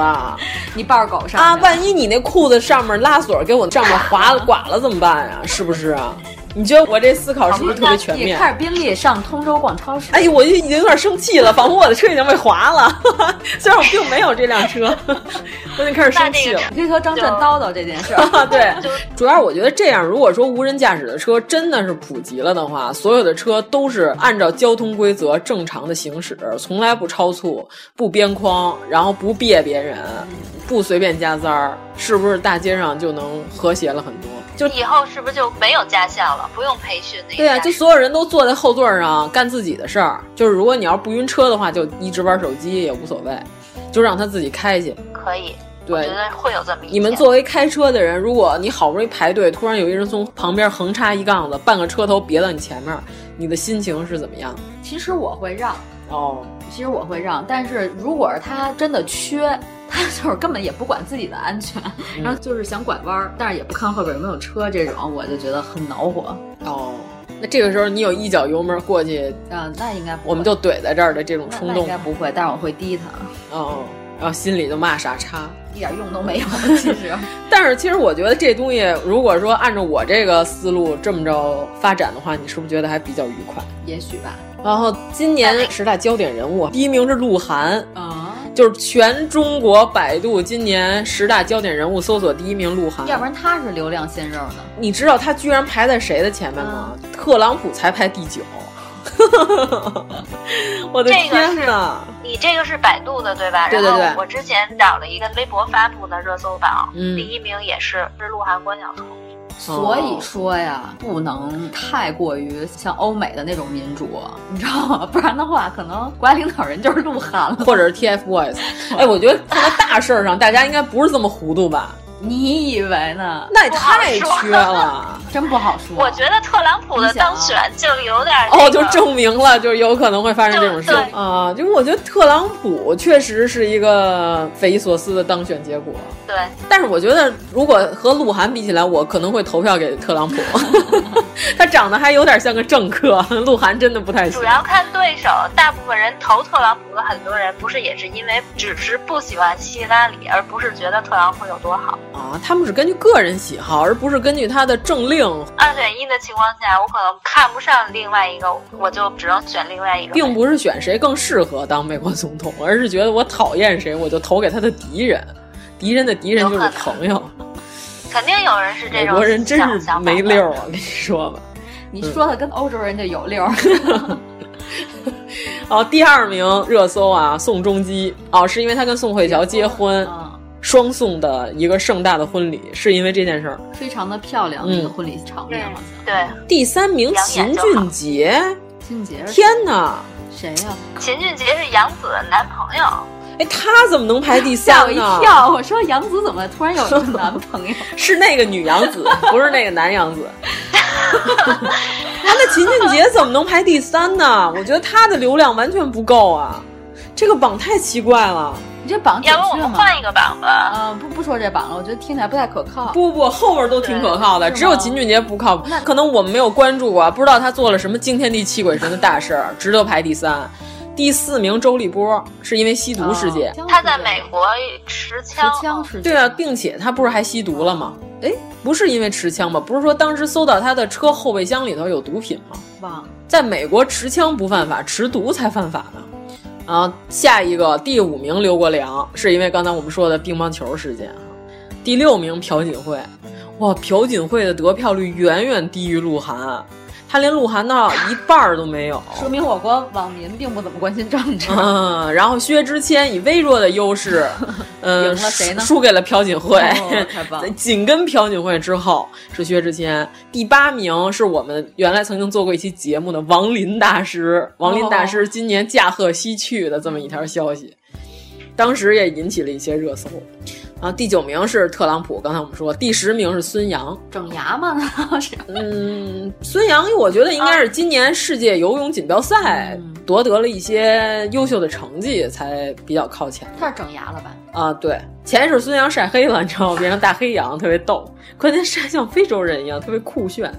Speaker 8: 你抱着狗上
Speaker 9: 啊，
Speaker 8: 去
Speaker 9: 万一你那裤子上面拉锁给我上面划了刮了怎么办呀、是不是？啊你觉得我这思考是不是特别全
Speaker 8: 也
Speaker 9: 面？
Speaker 8: 开着宾利上通州逛超市。
Speaker 9: 哎呦，我就已经有点生气了，仿佛我的车已经被划了。 虽然我并没有这辆车， 我已经开始生气了。
Speaker 8: 你可以和张震叨叨这件事儿。
Speaker 9: 啊对，主要我觉得这样，如果说无人驾驶的车真的是普及了的话，所有的车都是按照交通规则正常的行驶，从来不超速、不边框，然后不别别人，不随便加塞儿，是不是大街上就能和谐了很多？就
Speaker 7: 以后是不是就没有驾校了？不用培训那个
Speaker 9: 对啊，
Speaker 7: 驾
Speaker 9: 就所有人都坐在后座上干自己的事儿。就是如果你要不晕车的话，就一直玩手机也无所谓，就让他自己开去。
Speaker 7: 可以，我
Speaker 9: 对
Speaker 7: 觉得会有这么一
Speaker 9: 你们
Speaker 7: 天
Speaker 9: 作为开车的人，如果你好不容易排队，突然有一人从旁边横插一杠子，半个车头别到你前面，你的心情是怎么样？
Speaker 8: 其实我会让，
Speaker 9: 哦，
Speaker 8: 其实我会让，但是如果是他真的缺，他就是根本也不管自己的安全，然后就是想拐弯儿，但是也不看后边有没有车，这种我就觉得很恼火。
Speaker 9: 哦，那这个时候你有一脚油门过去，
Speaker 8: 嗯，那应该不会
Speaker 9: 我们就怼在这儿的这种冲
Speaker 8: 那应
Speaker 9: 动
Speaker 8: 该，不会，但是我会滴他，
Speaker 9: 哦，然后心里就骂傻叉。
Speaker 8: 一点用都没 有。其实，
Speaker 9: 但是其实我觉得这东西，如果说按照我这个思路这么着发展的话，你是不是觉得还比较愉快？
Speaker 8: 也许吧。
Speaker 9: 然后今年十大焦点人物，第一名是鹿晗，
Speaker 8: 啊，
Speaker 9: 就是全中国百度今年十大焦点人物搜索第一名鹿晗。
Speaker 8: 要不然他是流量鲜肉呢。
Speaker 9: 你知道他居然排在谁的前面吗？特朗普才排第九。 我的
Speaker 7: 这个
Speaker 9: 天
Speaker 7: 是
Speaker 9: 哪！
Speaker 7: 你这个是百度的对吧？
Speaker 9: 对对对
Speaker 7: 然后我之前找了一个微博发布的热搜榜，
Speaker 9: 嗯
Speaker 7: 第一名也是是鹿晗、关晓彤。
Speaker 8: 所以说呀，不能太过于像欧美的那种民主，你知道吗？不然的话，可能国家领导人 就是鹿晗了。
Speaker 9: 或者是 TFBOYS，哎，我觉得看到大事儿上，大家应该不是这么糊涂吧？
Speaker 8: 你以为呢？
Speaker 9: 那也太缺了，
Speaker 8: 真不好说。
Speaker 7: 我觉得特朗普的当选就有点、这
Speaker 9: 个、啊哦，就证明了，就是有可能会发生这种事啊。就我觉得特朗普确实是一个匪夷所思的当选结果。
Speaker 7: 对，
Speaker 9: 但是我觉得如果和鹿晗比起来，我可能会投票给特朗普。 他长得还有点像个政客，鹿晗真的不太行。
Speaker 7: 主要看对手，大部分人投特朗普的很多人，不是也是因为只是不喜欢希拉里，而不是觉得特朗普有多好
Speaker 9: 啊？他们是根据个人喜好，而不是根据他的政令。
Speaker 7: 二选一的情况下，我可能看不上另外一个，我就只能选另外一个。
Speaker 9: 并不是选谁更适合当美国总统，而是觉得我讨厌谁，我就投给他的敌人，敌人的敌人就是朋友。
Speaker 7: 肯定有人是这种。
Speaker 9: 美国人真是没溜儿、啊，我跟你说吧。
Speaker 8: 你说的跟欧洲人就有溜儿。
Speaker 9: 哦，第二名热搜啊，宋仲基哦，是因为他跟宋慧乔结婚，
Speaker 8: 嗯、
Speaker 9: 双宋的一个盛大的婚礼，是因为这件事儿，
Speaker 8: 非常的漂亮的一个婚礼场面，好、
Speaker 7: 嗯、像。对。
Speaker 9: 第三名秦俊杰，
Speaker 8: 秦俊杰，
Speaker 9: 天哪，
Speaker 8: 谁呀、啊？
Speaker 7: 秦俊杰是杨紫的男朋友。
Speaker 9: 哎，他怎么能排第三
Speaker 8: 呢？吓我一跳！我说杨紫怎么突然有一个男朋友？
Speaker 9: 是那个女杨 紫，不是那个男杨紫。 那秦俊杰怎么能排第三呢？我觉得他的流量完全不够啊！这个榜太奇怪了。
Speaker 8: 你这榜
Speaker 7: 要不我们换一个榜吧？
Speaker 8: 啊、嗯，不不说这榜了，我觉得听起来不太可靠。
Speaker 9: 不不，后边都挺可靠的，只有秦俊杰不靠谱。可能我们没有关注过，不知道他做了什么惊天地泣鬼神的大事儿，值得排第三。第四名周立波是因为吸毒事件，
Speaker 8: 哦、
Speaker 7: 他在美国持枪，
Speaker 8: 持枪事件
Speaker 9: 对啊，并且他不是还吸毒了吗？哎，不是因为持枪吧？不是说当时搜到他的车后备箱里头有毒品吗？
Speaker 8: 忘了，
Speaker 9: 在美国持枪不犯法，持毒才犯法呢。啊，下一个第五名刘国梁是因为刚才我们说的乒乓球事件啊，第六名朴槿惠，哇，朴槿惠的得票率远远低于鹿晗。啊他连鹿晗的一半儿都没有，
Speaker 8: 说明我国网民并不怎么关心政治。
Speaker 9: 嗯，然后薛之谦以微弱的优势，
Speaker 8: 赢
Speaker 9: 嗯、呃，
Speaker 8: 了谁呢？
Speaker 9: 输给了朴槿惠、
Speaker 8: 哦，太棒了！
Speaker 9: 紧跟朴槿惠之后是薛之谦，第八名是我们原来曾经做过一期节目的王林大师。王林
Speaker 8: 哦
Speaker 9: 大师今年驾鹤西去的这么一条消息，当时也引起了一些热搜。啊，第九名是特朗普，刚才我们说，第十名是孙杨，
Speaker 8: 整牙吗？ 是
Speaker 9: 嗯，孙杨我觉得应该是今年世界游泳锦标赛夺得了一些优秀的成绩，才比较靠前。
Speaker 8: 他是整牙了吧？
Speaker 9: 啊，对，前一阵孙杨晒黑了，你知道吗？变成大黑羊，特别 逗，关键晒像非洲人一样，特别酷炫。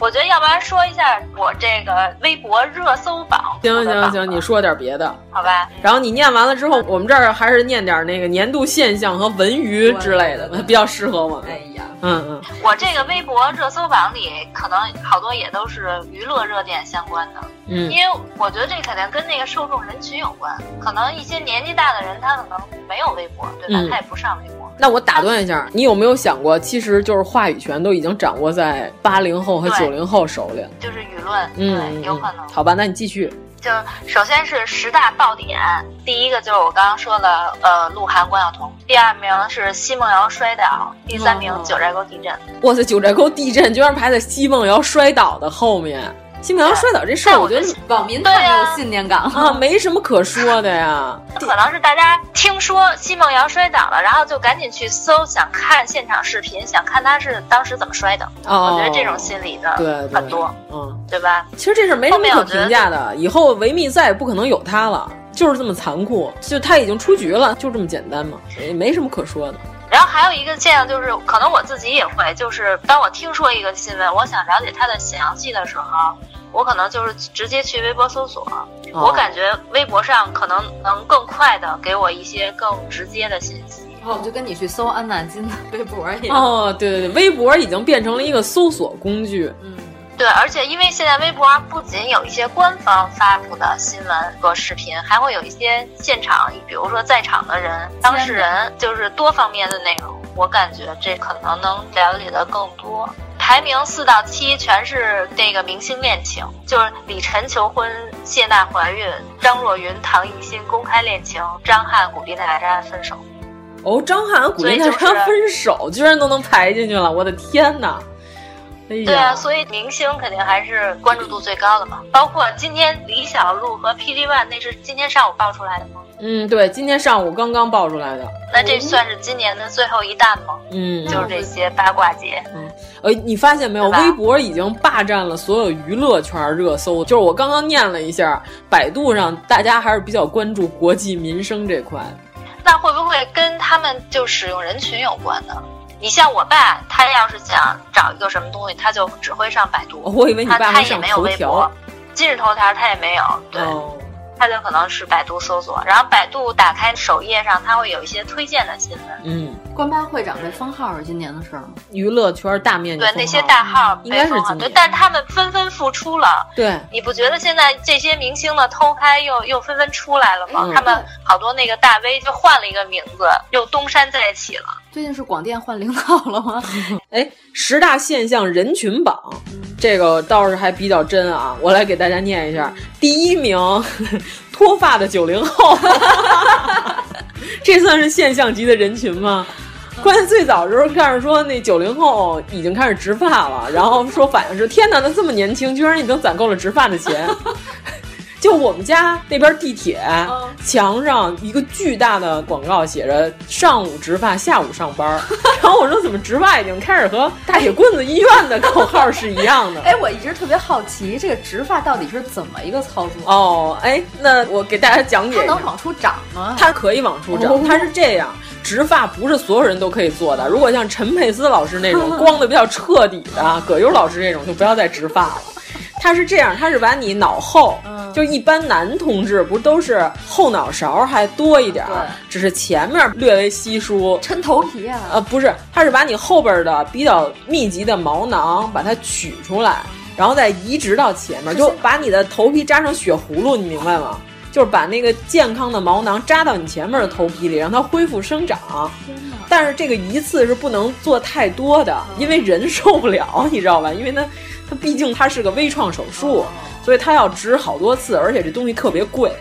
Speaker 7: 我觉得，要不然说一下我这个微博热搜榜。
Speaker 9: 行行行，你说点别的，
Speaker 7: 好吧？
Speaker 9: 然后你念完了之后，我们这儿还是念点那个年度现象和文娱之类的，比较适合我们。
Speaker 8: 哎呀，
Speaker 9: 嗯嗯。
Speaker 7: 我这个微博热搜榜里，可能好多也都是娱乐热点相关的，
Speaker 9: 嗯，
Speaker 7: 因为我觉得这肯定跟那个受众人群有关。可能一些年纪大的人，他可能没有微博，对吧？
Speaker 9: 嗯、
Speaker 7: 他也不上微博。
Speaker 9: 那我打断一下，你有没有想过，其实就是话语权都已经掌握在八零后和九零后手里，
Speaker 7: 就是舆论，嗯，有可能。
Speaker 9: 好吧，那你继续。
Speaker 7: 就首先是十大爆点，第一个就是我刚刚说的，呃，鹿晗、关晓彤；第二名是奚梦瑶摔倒；第三名九寨沟地震。
Speaker 9: 哇塞，九寨沟地震居然排在奚梦瑶摔倒的后面。奚梦瑶摔倒这事儿，
Speaker 7: 我
Speaker 9: 觉得
Speaker 8: 网民太没有信念感 了、
Speaker 9: 啊，没什么可说的呀。
Speaker 7: 可能是大家听说奚梦瑶摔倒了，然后就赶紧去搜，想看现场视频，想看她是当时怎么摔的。
Speaker 9: 哦，
Speaker 7: 我觉得这种心理的很多，
Speaker 9: 对对嗯，
Speaker 7: 对吧？
Speaker 9: 其实这事没什么可评价的，以后维密再也不可能有她了，就是这么残酷，就她已经出局了，就这么简单嘛，也没什么可说的。
Speaker 7: 然后还有一个现象就是，可能我自己也会，就是当我听说一个新闻，我想了解它的详细的时候，我可能就是直接去微博搜索。
Speaker 9: 哦、
Speaker 7: 我感觉微博上可能能更快的给我一些更直接的信息。
Speaker 8: 哦，就跟你去搜安娜金的微博一
Speaker 9: 样。哦，对对对，微博已经变成了一个搜索工具。
Speaker 8: 嗯。
Speaker 7: 对，而且因为现在微博啊不仅有一些官方发布的新闻和视频，还会有一些现场，比如说在场的人、当事人，就是多方面的内容。我感觉这可能能了解的更多。排名四到七全是那个明星恋情，就是李晨求婚、谢娜怀孕、张若昀、唐艺昕公开恋情、张翰鼓励娜扎分手。
Speaker 9: 哦，张翰鼓励娜扎分手，居然都能排进去了，我的天哪！哎呀
Speaker 7: 对啊，所以明星肯定还是关注度最高的嘛。包括今天李小璐和 PG One 那是今天上午爆出来的吗？
Speaker 9: 嗯，对，今天上午刚刚爆出来的。
Speaker 7: 那这算是今年的最后一弹吗？
Speaker 9: 哦嗯，
Speaker 7: 就是这些八卦节。
Speaker 9: 呃，你发现没有，
Speaker 7: 对吧
Speaker 9: 微博已经霸占了所有娱乐圈热搜。就是我刚刚念了一下，百度上大家还是比较关注国计民生这块。
Speaker 7: 那会不会跟他们就使用人群有关呢？你像我爸，他要是想找一个什么东西，他就只会上百度。
Speaker 9: 哦我以为你爸
Speaker 7: 他
Speaker 9: 会
Speaker 7: 他也
Speaker 9: 上
Speaker 7: 没有
Speaker 9: 头
Speaker 7: 微博
Speaker 9: 条，
Speaker 7: 今日头条他也没有，对，
Speaker 9: 哦
Speaker 7: 他就可能是百度搜索，然后百度打开首页上，它会有一些推荐的新闻。
Speaker 9: 嗯，
Speaker 8: 官八会长被封号是今年的事儿吗？
Speaker 9: 娱乐圈大面积
Speaker 7: 对
Speaker 9: 封
Speaker 7: 那些
Speaker 9: 号
Speaker 7: 大号被
Speaker 9: 应该是
Speaker 7: 封号
Speaker 9: 今
Speaker 7: 对，
Speaker 9: 年
Speaker 7: 但他们纷纷复出了。
Speaker 9: 对，
Speaker 7: 你不觉得现在这些明星的偷拍又又纷纷出来了吗？
Speaker 9: 嗯
Speaker 7: 他们好多那个大 V 就换了一个名字，又东山再起了。
Speaker 8: 最近是广电换领导了吗？
Speaker 9: 哎，十大现象人群榜，这个倒是还比较真啊。我来给大家念一下，第一名， 脱发的九零后，这算是现象级的人群吗？关键最早的时候开始说那九零后已经开始植发了，然后说反应是天哪，他这么年轻，居然已经攒够了植发的钱。就我们家那边地铁、墙上一个巨大的广告，写着“上午植发，下午上班儿” 。然后我说怎么植发已经开始和大铁棍子医院的口号是一 样的？
Speaker 8: 哎，我一直特别好奇，这个植发到底是怎么一个操作？
Speaker 9: 哦，哎，那我给大家讲解
Speaker 8: 它
Speaker 9: 一
Speaker 8: 能
Speaker 9: 下。
Speaker 8: 往出长吗？
Speaker 9: 它可以往出
Speaker 8: 哦
Speaker 9: 长，它是这样，植发不是所有人都可以做的。如果像陈佩斯老师那种光的比较彻底的，葛优老师这种就不要再植发了。它是这样，它是把你脑后，就一般男同志不都是后脑勺还多一点儿，只是前面略微稀疏，
Speaker 8: 抻头皮啊！
Speaker 9: 呃，不是，它是把你后边的比较密集的毛囊把它取出来，然后再移植到前面，就把你的头皮扎成血葫芦，你明白吗？就是把那个健康的毛囊扎到你前面的头皮里，让它恢复生长。但是这个一次是不能做太多的，因为人受不了，你知道吧？因为它它毕竟它是个微创手术，所以它要植好多次，而且这东西特别贵。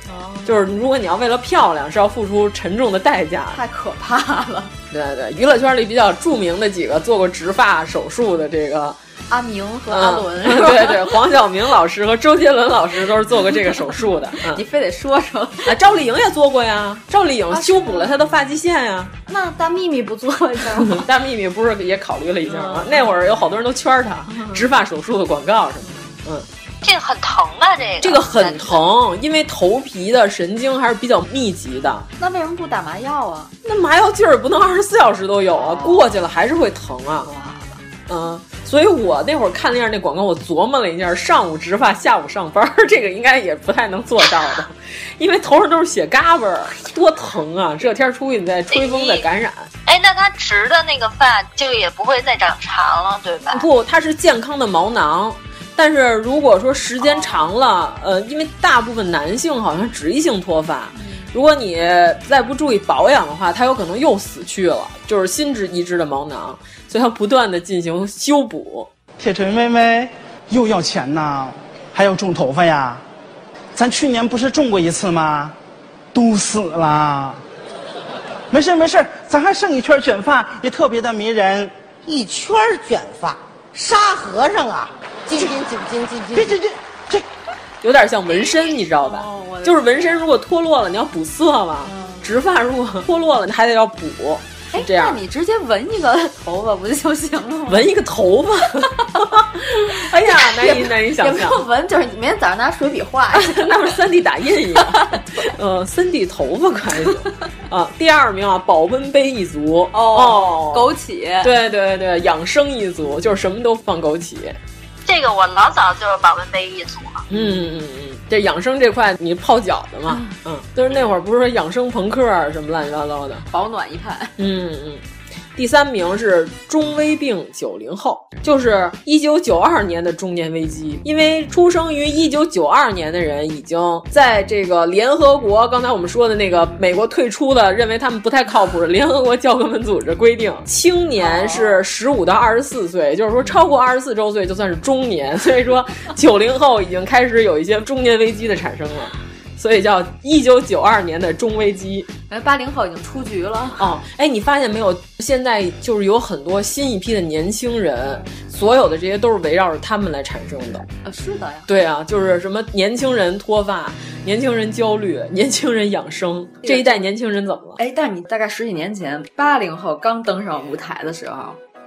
Speaker 9: 就是如果你要为了漂亮，是要付出沉重的代价的。
Speaker 8: 太可怕了！
Speaker 9: 对对，娱乐圈里比较著名的几个做过植发手术的这个，
Speaker 8: 阿明和阿 伦，
Speaker 9: 嗯、 对对，黄晓明老师和周杰伦老师都是做过这个手术 的。嗯
Speaker 8: 你非得说说。
Speaker 9: 啊，赵丽颖也做过呀，赵丽颖
Speaker 8: 啊
Speaker 9: 修补了她的发际线 呀。
Speaker 8: 那大秘密不做一下吗？
Speaker 9: 大幂幂不是也考虑了一下吗？那会儿有好多人都圈她植发手术的广告什么的。嗯，
Speaker 7: 这个很疼吧？这个
Speaker 9: 这个很疼，因为头皮的神经还是比较密集的。
Speaker 8: 那为什么不打麻药啊？
Speaker 9: 那麻药劲儿不能二十四小时都有啊，过去了还是会疼啊。嗯，所以我那会儿看了一下那广告，我琢磨了一下，上午植发，下午上班儿，这个应该也不太能做到的，因为头上都是血嘎巴儿，多疼啊！这天儿出去你再吹风再感染。
Speaker 7: 哎，那它植的那个发就也不会再长长了，对吧？
Speaker 9: 不，它是健康的毛囊。但是如果说时
Speaker 8: 哦
Speaker 9: 间长了，呃，因为大部分男性好像脂溢性脱发，
Speaker 8: 嗯
Speaker 9: 如果你再不注意保养的话，它有可能又死去了，就是新植移植的毛囊，所以它不断的进行修补。
Speaker 11: 铁锤妹妹又要钱呐，还要种头发呀？咱去年不是种过一次吗？都死了。没事没事，咱还剩一圈卷发，也特别的迷人。一圈卷发，沙和尚啊！
Speaker 12: 金金金金金金，
Speaker 11: 这这这
Speaker 9: 有点像纹身，你知道吧？
Speaker 8: 哦
Speaker 9: 就是纹身如果脱落了，你要补色嘛；
Speaker 8: 嗯
Speaker 9: 植发如果 脱落了，你还得要补，是这样
Speaker 8: 哎那。你直接纹一个头发不就行了吗？
Speaker 9: 纹一个头 发，哎呀，难以难以
Speaker 8: 也
Speaker 9: 想
Speaker 8: 没
Speaker 9: 象，
Speaker 8: 有纹，就是你明天早上拿水笔 画。
Speaker 9: 那不是三 D 打印一样。 呃，三 D 头发可还行啊。第二名啊，保温杯一族
Speaker 8: 哦枸杞
Speaker 9: 对对对，养生一族就是什么都放枸杞。
Speaker 7: 这个我老早就是保温杯一族了。
Speaker 9: 嗯嗯嗯，这养生这块你泡脚的嘛，嗯，就是那会儿不是说养生朋克儿什么乱七八糟的，
Speaker 8: 保暖一派。
Speaker 9: 嗯嗯。第三名是中危病九零后，就是一九九二年的中年危机，因为出生于一九九二年的人已经在这个联合国刚才我们说的那个美国退出的，认为他们不太靠谱的联合国教科文组织规定，青年是十五到二十四岁，就是说超过二十四周 岁就算是中年，所以说九零后已经开始有一些中年危机的产生了。所以叫一九九二年的中危机。
Speaker 8: 哎，八零后已经出局了。
Speaker 9: 哦，哎，你发现没有？现在就是有很多新一批的年轻人，所有的这些都是围绕着他们来产生的。
Speaker 8: 呃，是的呀。
Speaker 9: 对啊，就是什么年轻人脱发、年轻人焦虑、年轻人养生，这一代年轻人怎么了？
Speaker 8: 哎，但是你大概十几年前，八零后刚登上舞台的时候。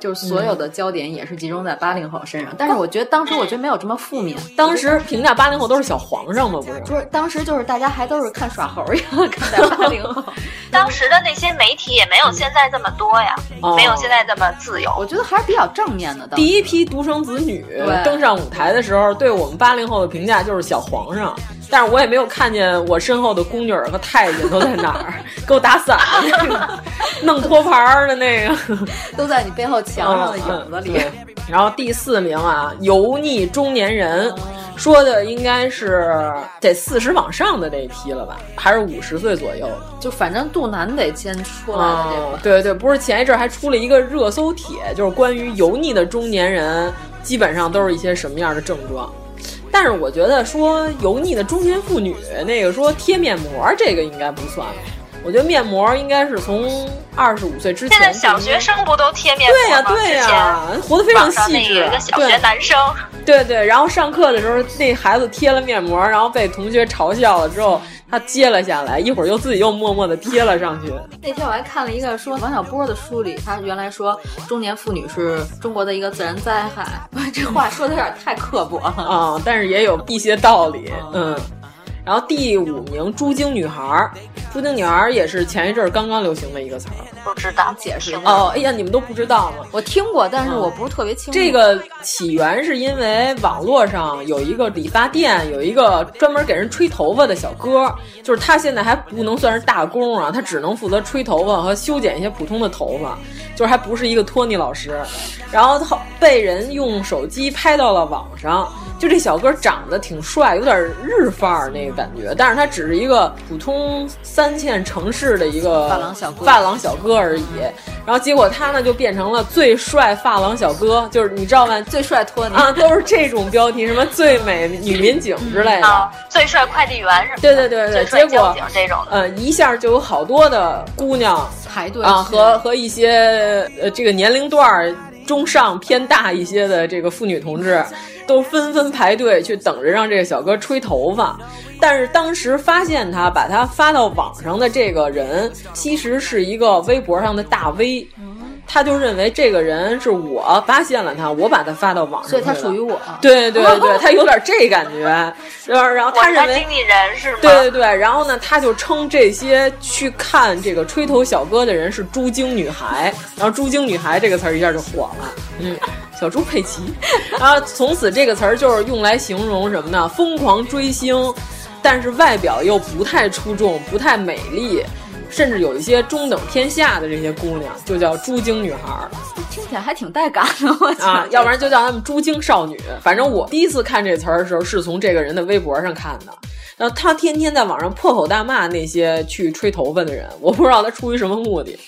Speaker 8: 就是所有的焦点也是集中在八零后身上，但是我觉得当时我觉得没有这么负 面。
Speaker 9: 当时评价八零后都是小皇上嘛，不是？
Speaker 8: 不是，当时 就是大家还都是看耍猴一样看待八零 后。
Speaker 9: 嗯
Speaker 7: 当时的那些媒体也没有现在这么多呀，
Speaker 9: 哦
Speaker 7: 嗯、没有现在这么自由。
Speaker 8: 我觉得还是比较正面的。
Speaker 9: 第一批独生子女登上舞台的时候，对我们八零后的评价就是小皇上。但是我也没有看见我身后的宫女和太监都在哪儿 给我打伞的那个，弄托盘儿的那个，
Speaker 8: 都在你背后墙上的影子里、嗯
Speaker 9: 嗯。然后第四名啊，油腻中年人，
Speaker 8: 嗯
Speaker 9: 说的应该是得四十往上的那一批了吧，还是五十岁左右的？
Speaker 8: 就反正肚腩得先出来的这个、嗯。
Speaker 9: 对对，不是前一阵还出了一个热搜帖，就是关于油腻的中年人，基本上都是一些什么样的症状？但是我觉得说油腻的中年妇女，那个说贴面膜这个应该不算。我觉得面膜应该是从二十五岁之前。
Speaker 7: 现在小学生不都贴面膜
Speaker 9: 对呀、
Speaker 7: 啊、
Speaker 9: 对呀、啊，活得非常细致。啊
Speaker 7: 一个小学男生。
Speaker 9: 对对，然后上课的时候那孩子贴了面膜，然后被同学嘲笑了之后，他揭了下来，一会儿又自己又默默的贴了上去。
Speaker 8: 那天我还看了一个说王小波的书里，他原来说中年妇女是中国的一个自然灾害， 这话说的有点太刻薄了
Speaker 9: 啊、嗯，但是也有一些道理，嗯。然后第五名，猪精女孩儿，猪精女孩儿也是前一阵儿刚刚流行的一个词儿，
Speaker 7: 不知道
Speaker 8: 解释
Speaker 9: 哦。哎呀，你们都不知道吗？
Speaker 8: 我听过，但是我不是特别清楚。
Speaker 9: 这个起源是因为网络上有一个理发店，有一个专门给人吹头发的小哥，就是他现在还不能算是大工啊，他只能负责吹头发和修剪一些普通的头发，就是还不是一个托尼老师。然后他被人用手机拍到了网上，就这小哥长得挺帅，有点日范儿那个。感觉，但是他只是一个普通三线城市的一个
Speaker 8: 发廊小哥，
Speaker 9: 发廊小哥而已。然后结果他呢就变成了最帅发廊小哥，就是你知道吗？
Speaker 8: 最帅托尼
Speaker 9: 啊，都是这种标题，什么最美女民警之 类的，嗯
Speaker 7: 啊、最帅快递员什么的，
Speaker 9: 对对对对。结果
Speaker 7: 这种，
Speaker 9: 呃，一下就有好多的姑娘
Speaker 8: 排队
Speaker 9: 啊，和和一些呃这个年龄段中上偏大一些的这个妇女同志，都纷纷排队去等着让这个小哥吹头发。但是当时发现他把他发到网上的这个人，其实是一个微博上的大 V，他
Speaker 8: 嗯
Speaker 9: 就认为这个人是我发现了他，我把他发到网上，
Speaker 8: 所以他属于我。
Speaker 9: 对对对，他有点这感觉。然后，然后他认为
Speaker 7: 经理人是吗？
Speaker 9: 对对对，然后呢，他就称这些去看这个吹头小哥的人是“猪精女孩”，然后“猪精女孩”这个词儿一下就火了。嗯。小猪佩奇，然后从此这个词儿就是用来形容什么呢？疯狂追星，但是外表又不太出众、不太美丽，甚至有一些中等偏下的这些姑娘，就叫猪精女孩。
Speaker 8: 听起来还挺带感的， 我
Speaker 9: 啊，要不然就叫她们猪精少女。反正我第一次看这词儿的时候，是从这个人的微博上看的。然后他天天在网上破口大骂那些去吹头发的人，我不知道他出于什么目的。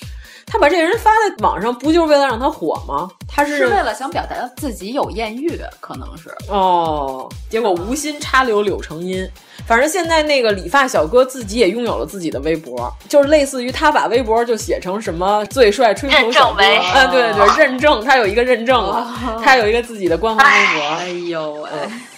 Speaker 9: 他把这人发在网上，不就是为了让他火吗？他
Speaker 8: 是为了想表达自己有艳遇，可能是
Speaker 9: 哦。结果无心插柳柳成荫。反正现在那个理发小哥自己也拥有了自己的微博，就是类似于他把微博就写成什么最帅吹
Speaker 8: 哎
Speaker 9: 头小哥，啊，对对对，认证，他有一个认证了，他有一个自己的官方微博。
Speaker 8: 哦
Speaker 9: 嗯
Speaker 8: 哎呦喂！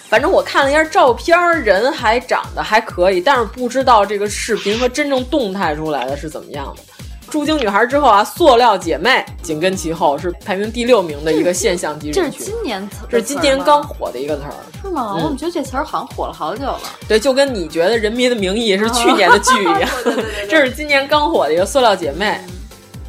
Speaker 9: 反正我看了一下照片，人还长得还可以，但是不知道这个视频和真正动态出来的是怎么样的。驻京女孩之后啊，塑料姐妹紧跟其后，是排名第六名的一个现象级
Speaker 8: 这是今年词，
Speaker 9: 这是今年刚嗯火的一个词儿，
Speaker 8: 是吗？我怎么觉得这词儿好像火了好久了？
Speaker 9: 对，就跟你觉得《人民的名义》是去年的剧一
Speaker 8: 哦
Speaker 9: 样， 这是今年刚火的一个塑料姐妹。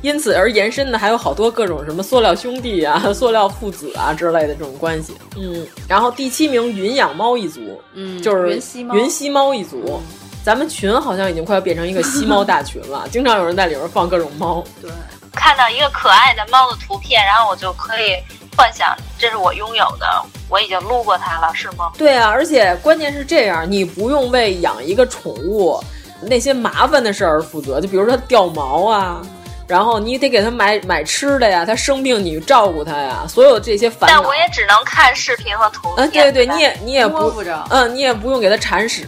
Speaker 9: 因此而延伸的还有好多各种什么塑料兄弟啊、 塑料父子啊之类的这种关系。嗯，然后第七名云养猫一族，
Speaker 8: 嗯，
Speaker 9: 就是
Speaker 8: 云吸
Speaker 9: 云吸猫一族。咱们群好像已经快要变成一个吸猫大群 了，经常有人在里边放各种猫。
Speaker 8: 对，
Speaker 7: 看到一个可爱的猫的图片，然后我就可以幻想这是我拥有的，我已经撸过它了，是吗？
Speaker 9: 对啊，而且关键是这样，你不用为养一个宠物那些麻烦的事儿负责，就比如说掉毛啊，然后你得给它买买吃的呀，它生病你照顾它呀，所有这些烦
Speaker 7: 恼。但我也只能看视频和图片。嗯、
Speaker 9: 啊，对对，你也你也
Speaker 8: 不，嗯、
Speaker 9: 呃，你也不用给它铲屎。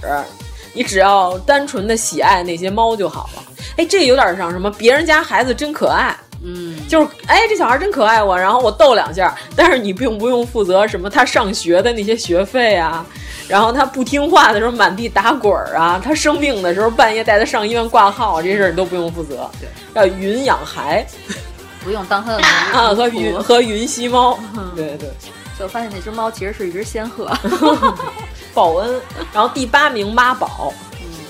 Speaker 9: 你只要单纯的喜爱那些猫就好了。哎，这有点像什么？别人家孩子真可爱，
Speaker 8: 嗯，
Speaker 9: 就是哎，这小孩真可爱我，然后我逗两下，但是你并不用负责什么他上学的那些学费啊，然后他不听话的时候满地打滚儿啊，他生病的时候半夜带他上医院挂号，这事儿你都不用负责。
Speaker 8: 对，
Speaker 9: 要云养孩
Speaker 8: 不用当他的
Speaker 9: 啊，
Speaker 8: 嗯
Speaker 9: 和云和云吸猫，对对。
Speaker 8: 就发现那只猫其实是一只仙鹤，
Speaker 9: 报恩。然后第八名妈宝，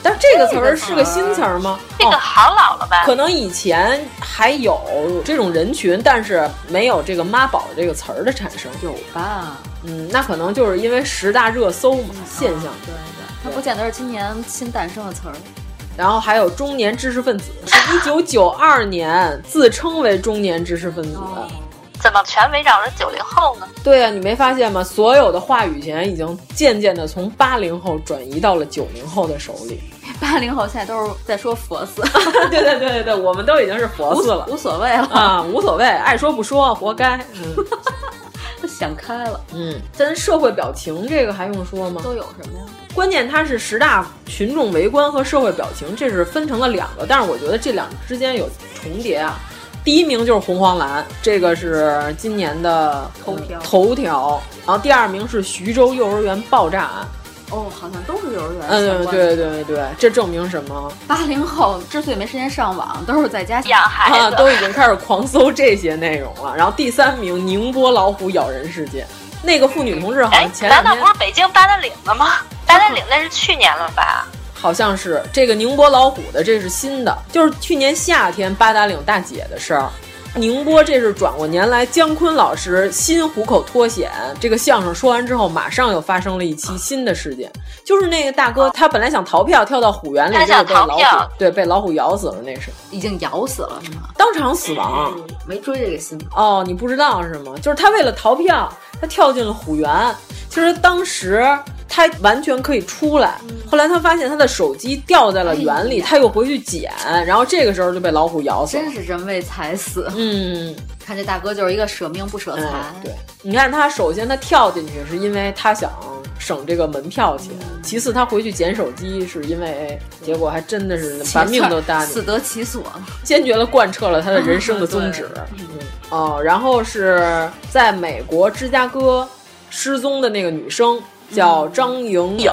Speaker 9: 但是这个词儿是嗯个新词儿吗？哦
Speaker 7: 这个好老了吧？
Speaker 9: 可能以前还有这种人群，但是没有这个妈宝这个词儿的产生。
Speaker 8: 有吧？
Speaker 9: 嗯，那可能就是因为十大热搜嘛现象。
Speaker 8: 对对， 它不见得是今年新诞生的词儿。
Speaker 9: 然后还有中年知识 分子，是一九九二年自称为中年知识分子。
Speaker 7: 哦怎么全围绕着九零后呢？
Speaker 9: 对呀、啊，你没发现吗？所有的话语权已经渐渐的从八零后转移到了九零后的手里。
Speaker 8: 八零后现在都是在说佛寺，
Speaker 9: 对对对对对，我们都已经是佛寺了，
Speaker 8: 无所谓了
Speaker 9: 啊，无所谓，爱说不说，活该。
Speaker 8: 嗯，想开了。
Speaker 9: 嗯， 咱社会表情这个还用说吗？
Speaker 8: 都有什么呀？
Speaker 9: 关键它是十大群众围观和社会表情，这是分成了两个，但是我觉得这两之间有重叠啊。第一名就是红黄蓝，这个是今年的
Speaker 8: 头条、嗯、
Speaker 9: 头条。然后第二名是徐州幼儿园爆炸案。
Speaker 8: 哦，好像都是幼儿园。
Speaker 9: 嗯，对对对对，这证明什么？
Speaker 8: 八零后之所以没时间上网，都是在家
Speaker 7: 养孩子、
Speaker 9: 啊，都已经开始狂搜这些内容了。然后第三名，宁波老虎咬人事件，那个妇女同志好像啊前两
Speaker 7: 哎天。难道不是北京八达岭的 吗？八达岭那是去年了吧？
Speaker 9: 好像是这个宁波老虎的，这是新的，就是去年夏天八达岭大姐的事儿。宁波这是转过年来，姜昆老师新虎口脱险这个相声说完之后，马上又发生了一期新的事件，就是那个大哥他本来想逃票，跳到虎园里，结果被老虎对被老虎咬死了，那是
Speaker 8: 已经咬死了是吗？
Speaker 9: 当场死亡，
Speaker 8: 没追这个新闻
Speaker 9: 哦，你不知道是吗？就是他为了逃票，他跳进了虎园，其实当时。他完全可以出来。
Speaker 8: 嗯
Speaker 9: 后来他发现他的手机掉在了园里，哎、他又回去捡，然后这个时候就被老虎咬死
Speaker 8: 了。真是人为财死。
Speaker 9: 嗯，
Speaker 8: 看这大哥就是一个舍命不舍财、
Speaker 9: 嗯。对，你看他首先他跳进去是因为他想省这个门票钱，嗯、其次他回去捡手机是因为，结果还真的是把命都搭
Speaker 8: 嗯
Speaker 9: 进去，
Speaker 8: 死得其所。
Speaker 9: 坚决的贯彻了他的人生的宗旨。 嗯、哦，然后是在美国芝加哥失踪的那个女生。叫张莹颖，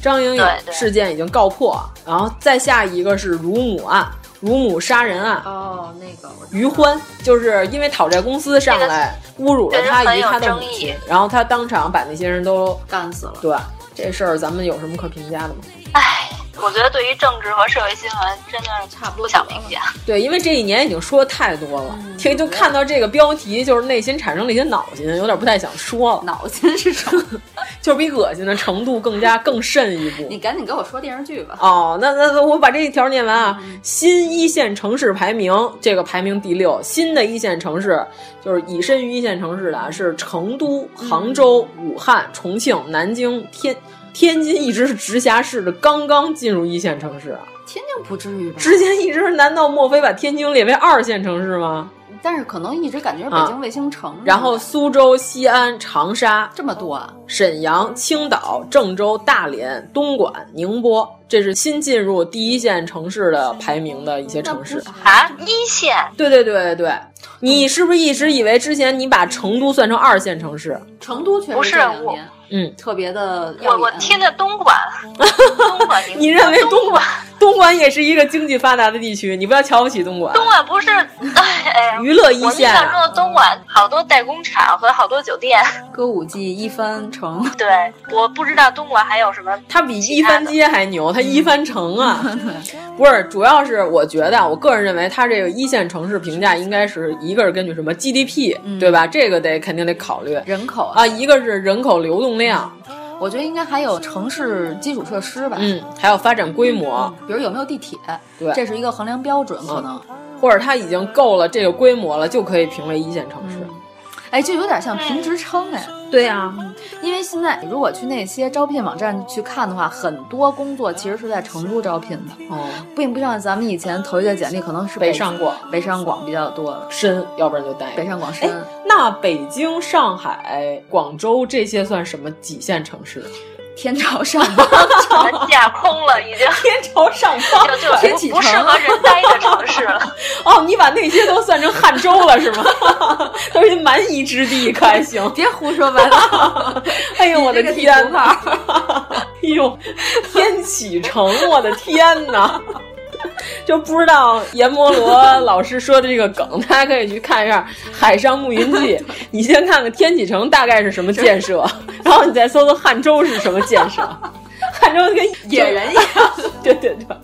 Speaker 9: 张莹颖事件已经告破，然后再下一个是乳母案、乳母杀人案。
Speaker 8: 哦，那个
Speaker 9: 于欢就是因为讨债公司上来侮辱了他以及他的母亲，然后他当场把那些人都
Speaker 8: 干死了。
Speaker 9: 对，这事儿咱们有什么可评价的吗？
Speaker 7: 唉，我觉得对于政治和社会新闻真的是
Speaker 8: 差不多
Speaker 7: 想评价。
Speaker 9: 对，因为这一年已经说的太多了，听、嗯、就看到这个标题，就是内心产生了一些恼心，有点不太想说了。
Speaker 8: 脑筋是什么？
Speaker 9: 就是比恶心的程度更加更甚一步。
Speaker 8: 你赶紧给我说电视剧吧。
Speaker 9: 哦，那那我把这一条念完啊。嗯、新一线城市排名，这个排名第六。新的一线城市就是以身于一线城市的啊，是成都、杭州、武汉、重庆、南京、天。天津一直是直辖市的，刚刚进入一线城市啊。
Speaker 8: 天津不至于吧？
Speaker 9: 之前一直难道莫非把天津列为二线城市吗？
Speaker 8: 但是可能一直感觉北京卫星城、啊。
Speaker 9: 然后苏州、西安、长沙
Speaker 8: 这么多、啊，
Speaker 9: 沈阳、青岛、郑州、大连、东莞、宁波，这是新进入第一线城市的排名的一些城市
Speaker 7: 啊。一线？
Speaker 9: 对对对对对，你是不是一直以为之前你把成都算成二线城市？
Speaker 8: 成都确实
Speaker 7: 不是我。
Speaker 9: 嗯，
Speaker 8: 特别的。
Speaker 7: 我我听的东 莞，东莞，
Speaker 9: 你认为
Speaker 7: 东
Speaker 9: 莞东莞也是一个经济发达的地区？你不要瞧不起东莞。
Speaker 7: 东莞不是，哎，
Speaker 9: 娱乐一线。啊
Speaker 7: 我印象中的东莞好多代工厂和好多酒店，
Speaker 8: 歌舞伎一番城。
Speaker 7: 对，我不知道东莞还有什么。
Speaker 9: 它比一番街还牛，它一番城啊！ 不是，主要是我觉得，啊我个人认为，它这个一线城市评价应该是一个是根据什么 GDP，对吧？这个得肯定得考虑
Speaker 8: 人口
Speaker 9: 啊，一个是人口流动。量，
Speaker 8: 我觉得应该还有城市基础设施吧，
Speaker 9: 啊嗯，还有发展规模，
Speaker 8: 比如有没有地铁，
Speaker 9: 对，嗯
Speaker 8: 这是一个衡量标准，可能，
Speaker 9: 或者它已经够了这个规模了，就可以评为一线城市。
Speaker 8: 哎，就有点像评职称哎，
Speaker 9: 嗯对啊呀，
Speaker 8: 因为现在如果去那些招聘网站去看的话，很多工作其实是在成都招聘的，
Speaker 9: 哦，
Speaker 8: 并不像咱们以前投一个简历可能是
Speaker 9: 北上广，哎
Speaker 8: 北上广比较多
Speaker 9: 深，要不然就待
Speaker 8: 北上广深。
Speaker 9: 那北京、上海、广州这些算什么几线城市？啊
Speaker 8: 天朝上方，
Speaker 7: 架空了已经。
Speaker 9: 天朝上方，
Speaker 7: 就就
Speaker 9: 天启
Speaker 7: 不适合人待的城市了。
Speaker 9: 哦，你把那些都算成汉州了是吗？ 都是蛮夷之地，可还行？
Speaker 8: 别胡说八道！
Speaker 9: 哎呦，我的天
Speaker 8: 哪！
Speaker 9: 哎呦，天启城，我的天哪！就不知道阎摩罗老师说的这个梗，大家可以去看一下《海上牧云记》。你先看看天启城大概是什么建设， 然后你再搜搜汉州是什么建设。汉州跟
Speaker 8: 野人一样，
Speaker 9: 对对对，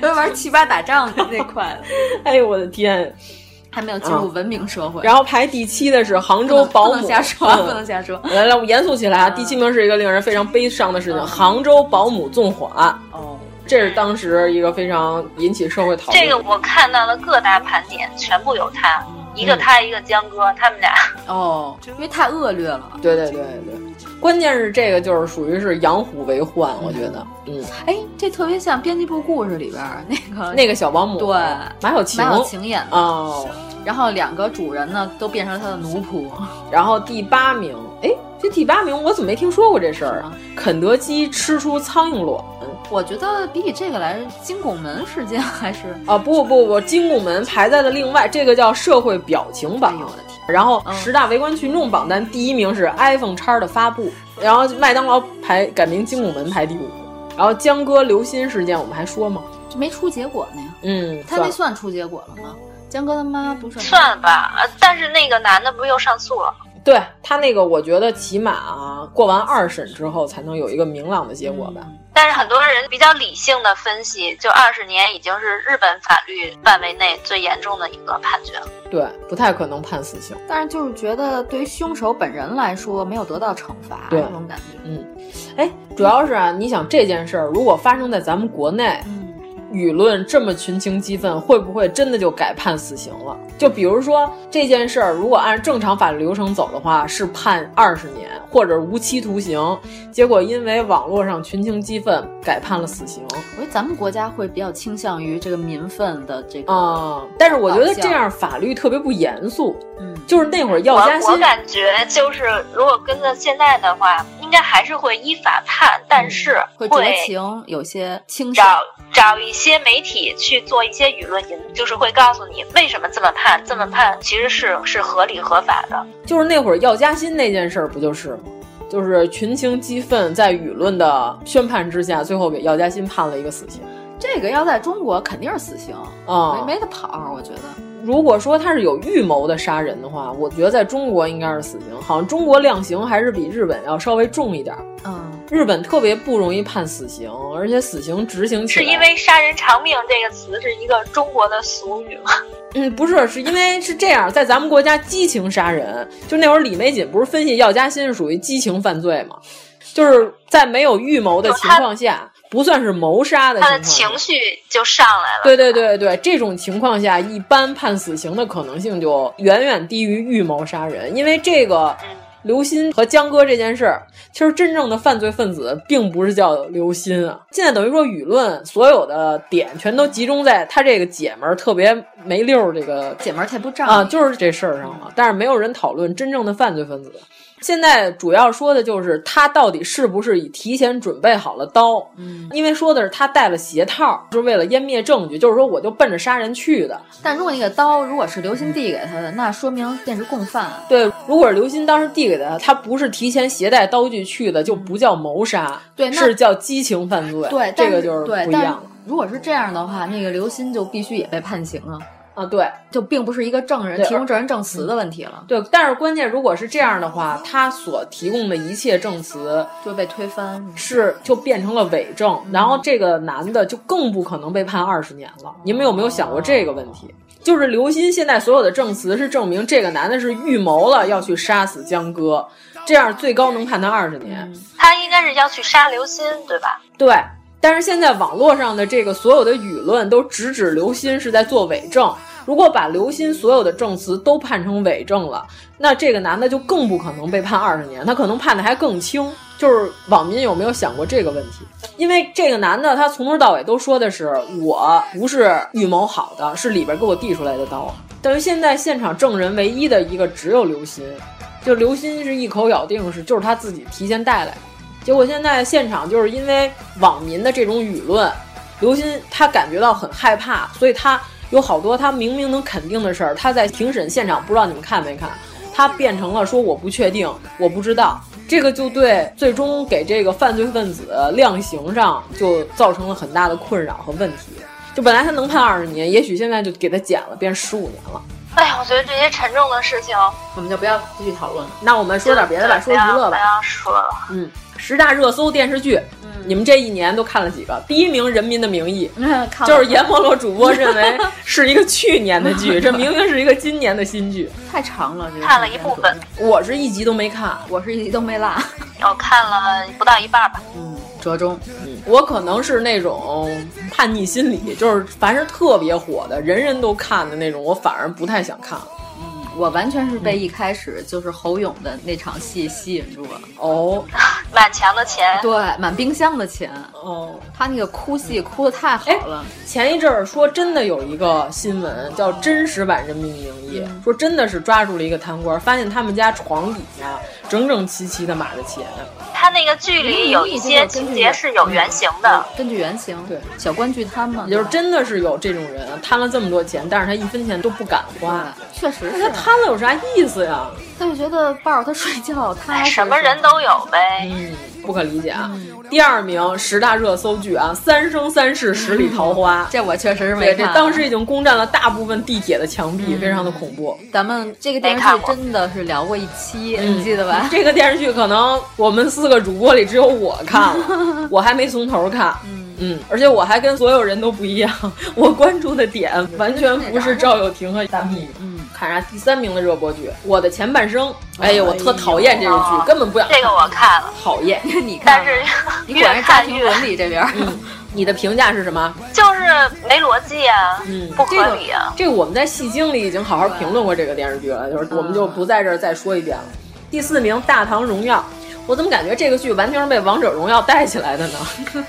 Speaker 8: 都玩七八打仗的那块。
Speaker 9: 哎呦我的天，
Speaker 8: 还没有进入文明社会。
Speaker 9: 然后排第七的是杭州保姆，嗯
Speaker 8: 不能瞎说，不能瞎说。
Speaker 9: 来来，我们严肃起来啊！
Speaker 8: 嗯
Speaker 9: 第七名是一个令人非常悲伤的事情——杭州保姆纵火案。
Speaker 8: 哦。
Speaker 9: 这是当时一个非常引起社会讨论。
Speaker 7: 这个我看到了各大盘点，全部有他，
Speaker 9: 嗯
Speaker 7: 一个他，一个江哥，他们俩。
Speaker 8: 哦，因为太恶劣了。
Speaker 9: 对对对对，关键是这个就是属于是养虎为患，我觉得。嗯，
Speaker 8: 哎，这特别像编辑部故事里边 那个
Speaker 9: 那个小保姆，
Speaker 8: 对，
Speaker 9: 马小晴，
Speaker 8: 马小晴演的。
Speaker 9: 哦，
Speaker 8: 然后两个主人呢都变成他的奴仆。
Speaker 9: 然后第八名，哎。这第八名我怎么没听说过这事儿啊？肯德基吃出苍蝇卵，
Speaker 8: 我觉得比起这个来，金拱门事件还是
Speaker 9: 啊不不不，金拱门排在了另外，这个叫社会表情榜。
Speaker 8: 哎呦我的天！
Speaker 9: 然后十大围观群众榜单第一名是 iPhone 叉的发布，然后麦当劳排改名金拱门排第五，然后江歌刘鑫事件我们还说吗？
Speaker 8: 这没出结果呢呀。
Speaker 9: 嗯，
Speaker 8: 他那算出结果了吗？江歌他妈不是
Speaker 7: 算吧，呃但是那个男的不是又上诉了吗？
Speaker 9: 对他那个，我觉得起码啊，过完二审之后才能有一个明朗的结果吧。
Speaker 7: 嗯、但是很多人比较理性的分析，就二十年已经是日本法律范围内最严重的一个判决了。
Speaker 9: 对，不太可能判死刑。
Speaker 8: 但是就是觉得对于凶手本人来说，没有得到惩罚，
Speaker 9: 这
Speaker 8: 种感觉。
Speaker 9: 嗯，哎，主要是啊，你想这件事儿如果发生在咱们国内。
Speaker 8: 嗯
Speaker 9: 舆论这么群情激愤，会不会真的就改判死刑了？就比如说这件事儿，如果按正常法律流程走的话，是判二十年或者无期徒刑，结果因为网络上群情激愤，改判了死刑。
Speaker 8: 我觉得咱们国家会比较倾向于这个民愤的这个
Speaker 9: 啊、嗯，但是我觉得这样法律特别不严肃。
Speaker 8: 嗯，
Speaker 9: 就是那会儿药家鑫，
Speaker 7: 我感觉就是如果跟着现在的话，应该还是会依法判，但是
Speaker 8: 嗯会酌
Speaker 7: 哦
Speaker 8: 情有些轻
Speaker 7: 找找一些。些媒体去做一些舆论引，就是会告诉你为什么这么判，这么判其实是是合理合法的。
Speaker 9: 就是那会儿药家鑫那件事儿不就是吗？就是群情激愤，在舆论的宣判之下，最后给药家鑫判了一个死刑。
Speaker 8: 这个要在中国肯定是死刑
Speaker 9: 啊，
Speaker 8: 嗯、没没得跑，我觉得。
Speaker 9: 如果说他是有预谋的杀人的话，我觉得在中国应该是死刑。好像中国量刑还是比日本要稍微重一点。
Speaker 8: 嗯，
Speaker 9: 日本特别不容易判死刑，而且死刑执行起
Speaker 7: 来是因为“杀人偿命”这个词是一个中国的俗语吗？
Speaker 9: 嗯，不是，是因为是这样，在咱们国家激情杀人，就那会儿李玫瑾不是分析药家鑫属于激情犯罪吗？就是在没有预谋的情况下。不算是谋杀的
Speaker 7: 情况，他的情绪就上来了。
Speaker 9: 对对对对，这种情况下，一般判死刑的可能性就远远低于预谋杀人，因为这个
Speaker 7: 嗯
Speaker 9: 刘鑫和江歌这件事儿，其实真正的犯罪分子并不是叫刘鑫啊。现在等于说舆论所有的点全都集中在他这个姐们儿特别没溜儿，这个
Speaker 8: 姐们儿太不仗
Speaker 9: 啊，就是这事儿上了，但是没有人讨论真正的犯罪分子。现在主要说的就是他到底是不是已提前准备好了刀，
Speaker 8: 嗯，
Speaker 9: 因为说的是他带了鞋套，就是为了湮灭证据，就是说我就奔着杀人去的。
Speaker 8: 但如果那个刀如果是刘鑫递给他的，那说明那是共犯。
Speaker 9: 对，如果是刘鑫当时递给他，他不是提前携带刀具去的，就不叫谋杀，
Speaker 8: 对，
Speaker 9: 是叫激情犯罪。
Speaker 8: 对，
Speaker 9: 这个就是不一样了。
Speaker 8: 如果是这样的话，那个刘鑫就必须也被判刑啊。
Speaker 9: 啊，对，
Speaker 8: 就并不是一个证人提供证人证
Speaker 9: 嗯
Speaker 8: 词的问题了。
Speaker 9: 对，但是关键，如果是这样的话，他所提供的一切证词
Speaker 8: 就被推翻，嗯
Speaker 9: 是就变成了伪证，嗯、然后这个男的就更不可能被判二十年了。你们有没有想过这个问题？就是刘鑫现在所有的证词是证明这个男的是预谋了要去杀死江歌，这样最高能判他二十年、
Speaker 8: 嗯。
Speaker 7: 他应该是要去杀刘鑫，对吧？
Speaker 9: 对。但是现在网络上的这个所有的舆论都直指刘鑫是在做伪证。如果把刘鑫所有的证词都判成伪证了，那这个男的就更不可能被判二十年，他可能判的还更轻。就是网民有没有想过这个问题？因为这个男的他从头到尾都说的是我不是预谋好的，是里边给我递出来的刀。啊等于现在现场证人唯一的一个只有刘鑫，就刘鑫是一口咬定是就是他自己提前带来的。结果现在现场就是因为网民的这种舆论，刘鑫他感觉到很害怕，所以他有好多他明明能肯定的事儿，他在庭审现场不知道你们看没看，他变成了说我不确定，我不知道，这个就对最终给这个犯罪分子量刑上就造成了很大的困扰和问题。就本来他能判二十年，也许现在就给他减了，变十五年了。
Speaker 7: 哎呀，我觉得这些沉重的事情，
Speaker 9: 我们就不要继续讨论了。那我们说点别的吧，说娱乐吧。
Speaker 7: 不要 说了。
Speaker 9: 嗯，十大热搜电视剧，你们这一年都看了几个？第一名《人民的名义》，就是阎摩罗主播认为是一个去年的 剧，这明明是一个今年的新剧。
Speaker 8: 太长了，
Speaker 7: 看了一部分。
Speaker 9: 我是一集都没看，
Speaker 8: 我是一集都没落。
Speaker 7: 我看了不到一半吧。
Speaker 9: 嗯，折中。嗯，我可能是那种叛逆心理，就是凡是特别火的，人人都看的那种，我反而不太想看了。
Speaker 8: 我完全是被一开始就是侯勇的那场戏吸引住了
Speaker 9: 哦，
Speaker 7: 满墙的钱，
Speaker 8: 对，满冰箱的钱
Speaker 9: 哦，
Speaker 8: 他那个哭戏哭的太好了。
Speaker 9: 前一阵儿说真的有一个新闻叫《真实版人民名义》嗯，说真的是抓住了一个贪官，发现他们家床底下整整齐齐的码着钱。
Speaker 7: 他那个剧
Speaker 9: 嗯
Speaker 7: 里有一些情节是有原型的，
Speaker 8: 根据原型，
Speaker 9: 对，
Speaker 8: 小官巨贪嘛，
Speaker 9: 也就是真的是有这种人贪了这么多钱，但是他一分钱都不敢花，
Speaker 8: 确实是。
Speaker 9: 他贪了有啥意思呀？
Speaker 8: 他就觉得抱着他睡觉，他
Speaker 7: 什么人都有呗。
Speaker 9: 嗯，不可理解啊。嗯、第二名十大热搜剧啊，《三生三世十里桃花》嗯，
Speaker 8: 这我确实是没啊
Speaker 9: 看。这当时已经攻占了大部分地铁的墙壁，嗯、非常的恐怖。
Speaker 8: 咱们这个电视剧真的是聊过一期，你记得吧？
Speaker 9: 这个电视剧可能我们四个主播里只有我看了，我还没从头看。嗯，而且我还跟所有人都不一样， 我关注的点完全不是赵又廷和大幂。嗯，看啥？第三名的热播剧《我的前半生》。哎呀，我特讨厌这个剧，根本不想。
Speaker 7: 这个我看了，
Speaker 9: 讨厌。嗯
Speaker 8: 你
Speaker 7: 看，但是
Speaker 8: 你管是家庭伦理这边，
Speaker 9: 你的评价是什么？
Speaker 7: 就是没逻辑啊，嗯，不合理啊。
Speaker 9: 这个我们在戏精里已经好好评论过这个电视剧了，
Speaker 7: 嗯
Speaker 9: 就是我们就不在这儿再说一遍了。第四名《大唐荣耀》，我怎么感觉这个剧完全是被《王者荣耀》带起来的呢？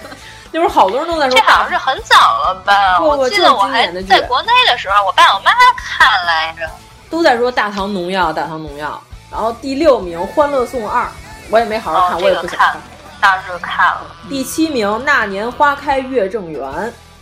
Speaker 9: 就是好多人都在说，
Speaker 7: 这好像是很早了吧？
Speaker 9: 不不
Speaker 7: 我记得我还在
Speaker 9: 啊
Speaker 7: 国内的时候，我爸我妈看来着，
Speaker 9: 都在说《大唐农药》《大唐农药》。然后第六名《欢乐颂二》，我也没好好看，
Speaker 7: 哦、
Speaker 9: 我也不想
Speaker 7: 看。当时看了。
Speaker 9: 第七名《那年花开月正圆》，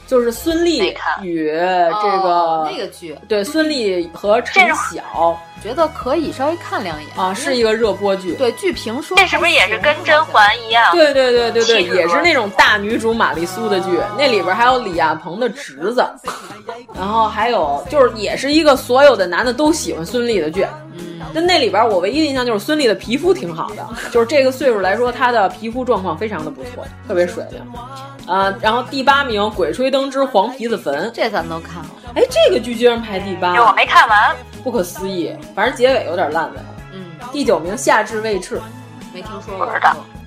Speaker 9: 就是孙俪与这个、
Speaker 8: 哦、那个剧，
Speaker 9: 对孙俪和陈晓。
Speaker 8: 觉得可以稍微看两眼
Speaker 9: 啊，是一个热播剧。
Speaker 8: 对，剧评说
Speaker 7: 这是不是也是跟《甄嬛》一样？
Speaker 9: 对对对对对，也是那种大女主玛丽苏的剧。那里边还有李亚鹏的侄子， 然后还有就是也是一个所有的男的都喜欢孙俪的剧。但那里边我唯一的印象就是孙俪的皮肤挺好的，就是这个岁数来说，她的皮肤状况非常的不错，特别水灵。啊、呃，然后第八名《鬼吹灯之黄皮子坟》，
Speaker 8: 这咱们都看了。
Speaker 9: 哎，这个剧居然排第八，
Speaker 7: 我没看完，
Speaker 9: 不可思议。反正结尾有点烂尾。
Speaker 8: 嗯，
Speaker 9: 第九名《夏至未至》，
Speaker 8: 没听说过。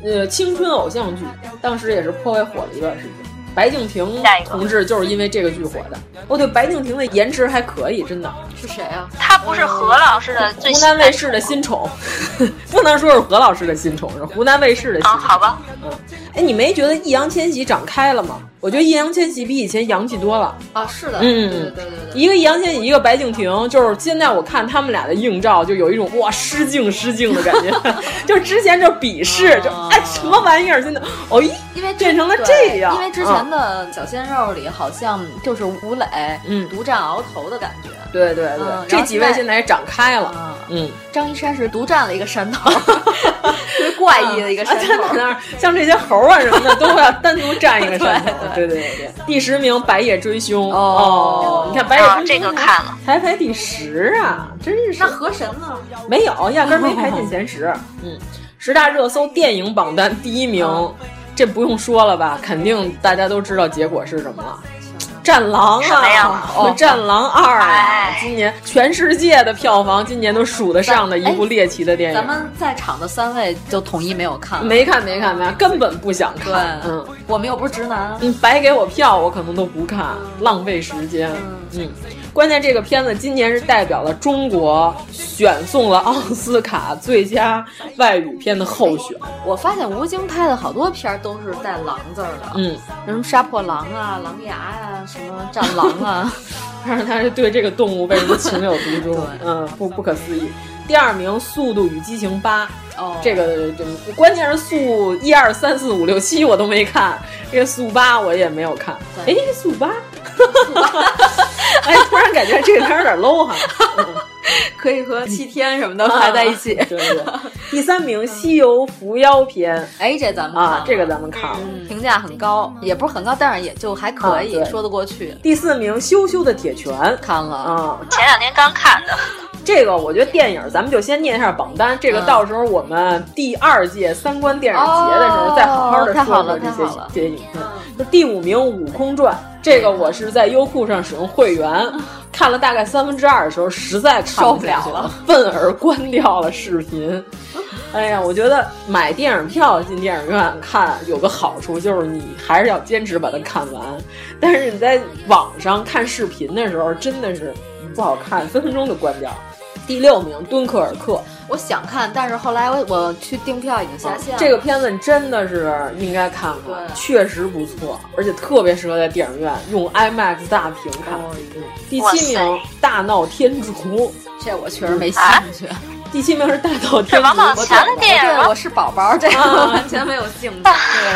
Speaker 9: 呃，青春偶像剧，当时也是颇为火了一段时间。白敬亭同志就是因为这个剧火的。哦，对，白敬亭的颜值还可以，真的。
Speaker 8: 是谁啊？
Speaker 7: 他不是何老师的最
Speaker 9: 湖南卫视的新宠， 不能说是何老师的新宠，是湖南卫视的新宠。
Speaker 7: 啊好吧。
Speaker 9: 嗯，哎，你没觉得易烊千玺长开了吗？我觉得易烊千玺比以前洋气多了。
Speaker 8: 啊，是的。
Speaker 9: 嗯，
Speaker 8: 对对对对。
Speaker 9: 一个易烊千玺，一个白敬亭，就是现在我看他们俩的硬照，就有一种哇失敬失敬的感觉。 就之前就鄙视，就哎什么玩意儿，真的哦咦，
Speaker 8: 因为
Speaker 9: 变成了这样。
Speaker 8: 因为之前。的小鲜肉里好像就是吴磊，
Speaker 9: 嗯，
Speaker 8: 独占鳌头的感觉。
Speaker 9: 对对对，
Speaker 8: 嗯、
Speaker 9: 这几位现在也长开了。嗯，
Speaker 8: 张一山是独占了一个山头， 特别怪异的一个山头。
Speaker 9: 啊、那像这些猴啊什么的，都要单独占一个山头。对对对对。第十名《白夜追凶》
Speaker 8: 哦，
Speaker 9: 哦你看《白夜追
Speaker 7: 凶》这个看了，
Speaker 9: 才排第十啊，真是。
Speaker 8: 那河神呢？
Speaker 9: 没有，压根没排进前十。嗯，十大热搜电影榜单第一名。哦这不用说了吧，肯定大家都知道结果是什么了，《战狼》啊，哦，《战狼二》啊，今年全世界的票房今年都数得上的一部猎奇的电影。
Speaker 8: 咱们在场的三位就统一没有看，
Speaker 9: 没看，没看，没看，根本不想看。嗯，
Speaker 8: 我们又不是直男，嗯
Speaker 9: 嗯，白给我票，我可能都不看，浪费时间。嗯，关键这个片子今年是代表了中国选送了奥斯卡最佳外语片的候选。
Speaker 8: 我发现吴京拍的好多片儿都是带“狼”字儿的，
Speaker 9: 嗯，
Speaker 8: 什么杀破狼啊、狼牙呀、啊、什么战狼啊，
Speaker 9: 但是他是对这个动物为什么情有独钟？嗯，不不可思议。第二名《速度与激情八》。
Speaker 8: 哦，
Speaker 9: 这个这关键是速一二三四五六七我都没看，这个速八我也没有看。哎，速 八，哎，突然感觉这个片儿有点 low 哈。
Speaker 8: 可以
Speaker 9: 嗯
Speaker 8: 和七天什么的排在一起。
Speaker 9: 对对对。第三名《西游伏妖篇》，
Speaker 8: 哎，这咱们嗯
Speaker 9: 啊，这个咱们看了，
Speaker 8: 评价很高，也不是很高，但是也就还
Speaker 9: 啊
Speaker 8: 可以，说得过去。
Speaker 9: 第四名《羞羞的铁拳》
Speaker 8: 看了
Speaker 9: 啊，
Speaker 7: 前两天刚看的。
Speaker 9: 这个我觉得电影咱们就先念一下榜单，这个到时候我们第二届三观电影节的时候再哦好好的说说这些这些影片。那第五名《悟空传》，这个我是在优酷上使用会员看了大概三分之二的时候，实在
Speaker 8: 受不了了，
Speaker 9: 愤而关掉了视频。哎呀，我觉得买电影票进电影院看有个好处就是你还是要坚持把它看完，但是你在网上看视频的时候真的是不好看，分分钟就关掉。第六名《敦刻尔克》，
Speaker 8: 我想看，但是后来我我去订票已经下线了。
Speaker 9: 这个片子真的是应该看看，确实不错，而且特别适合在电影院用 IMAX 大屏看。哦、第七名《大闹天竺》，
Speaker 8: 这我确实没兴趣。 啊、
Speaker 9: 第七名是《大闹天竺》，
Speaker 7: 王宝强的电影
Speaker 8: 我是宝宝，这个啊完全没有兴 趣，
Speaker 9: 对，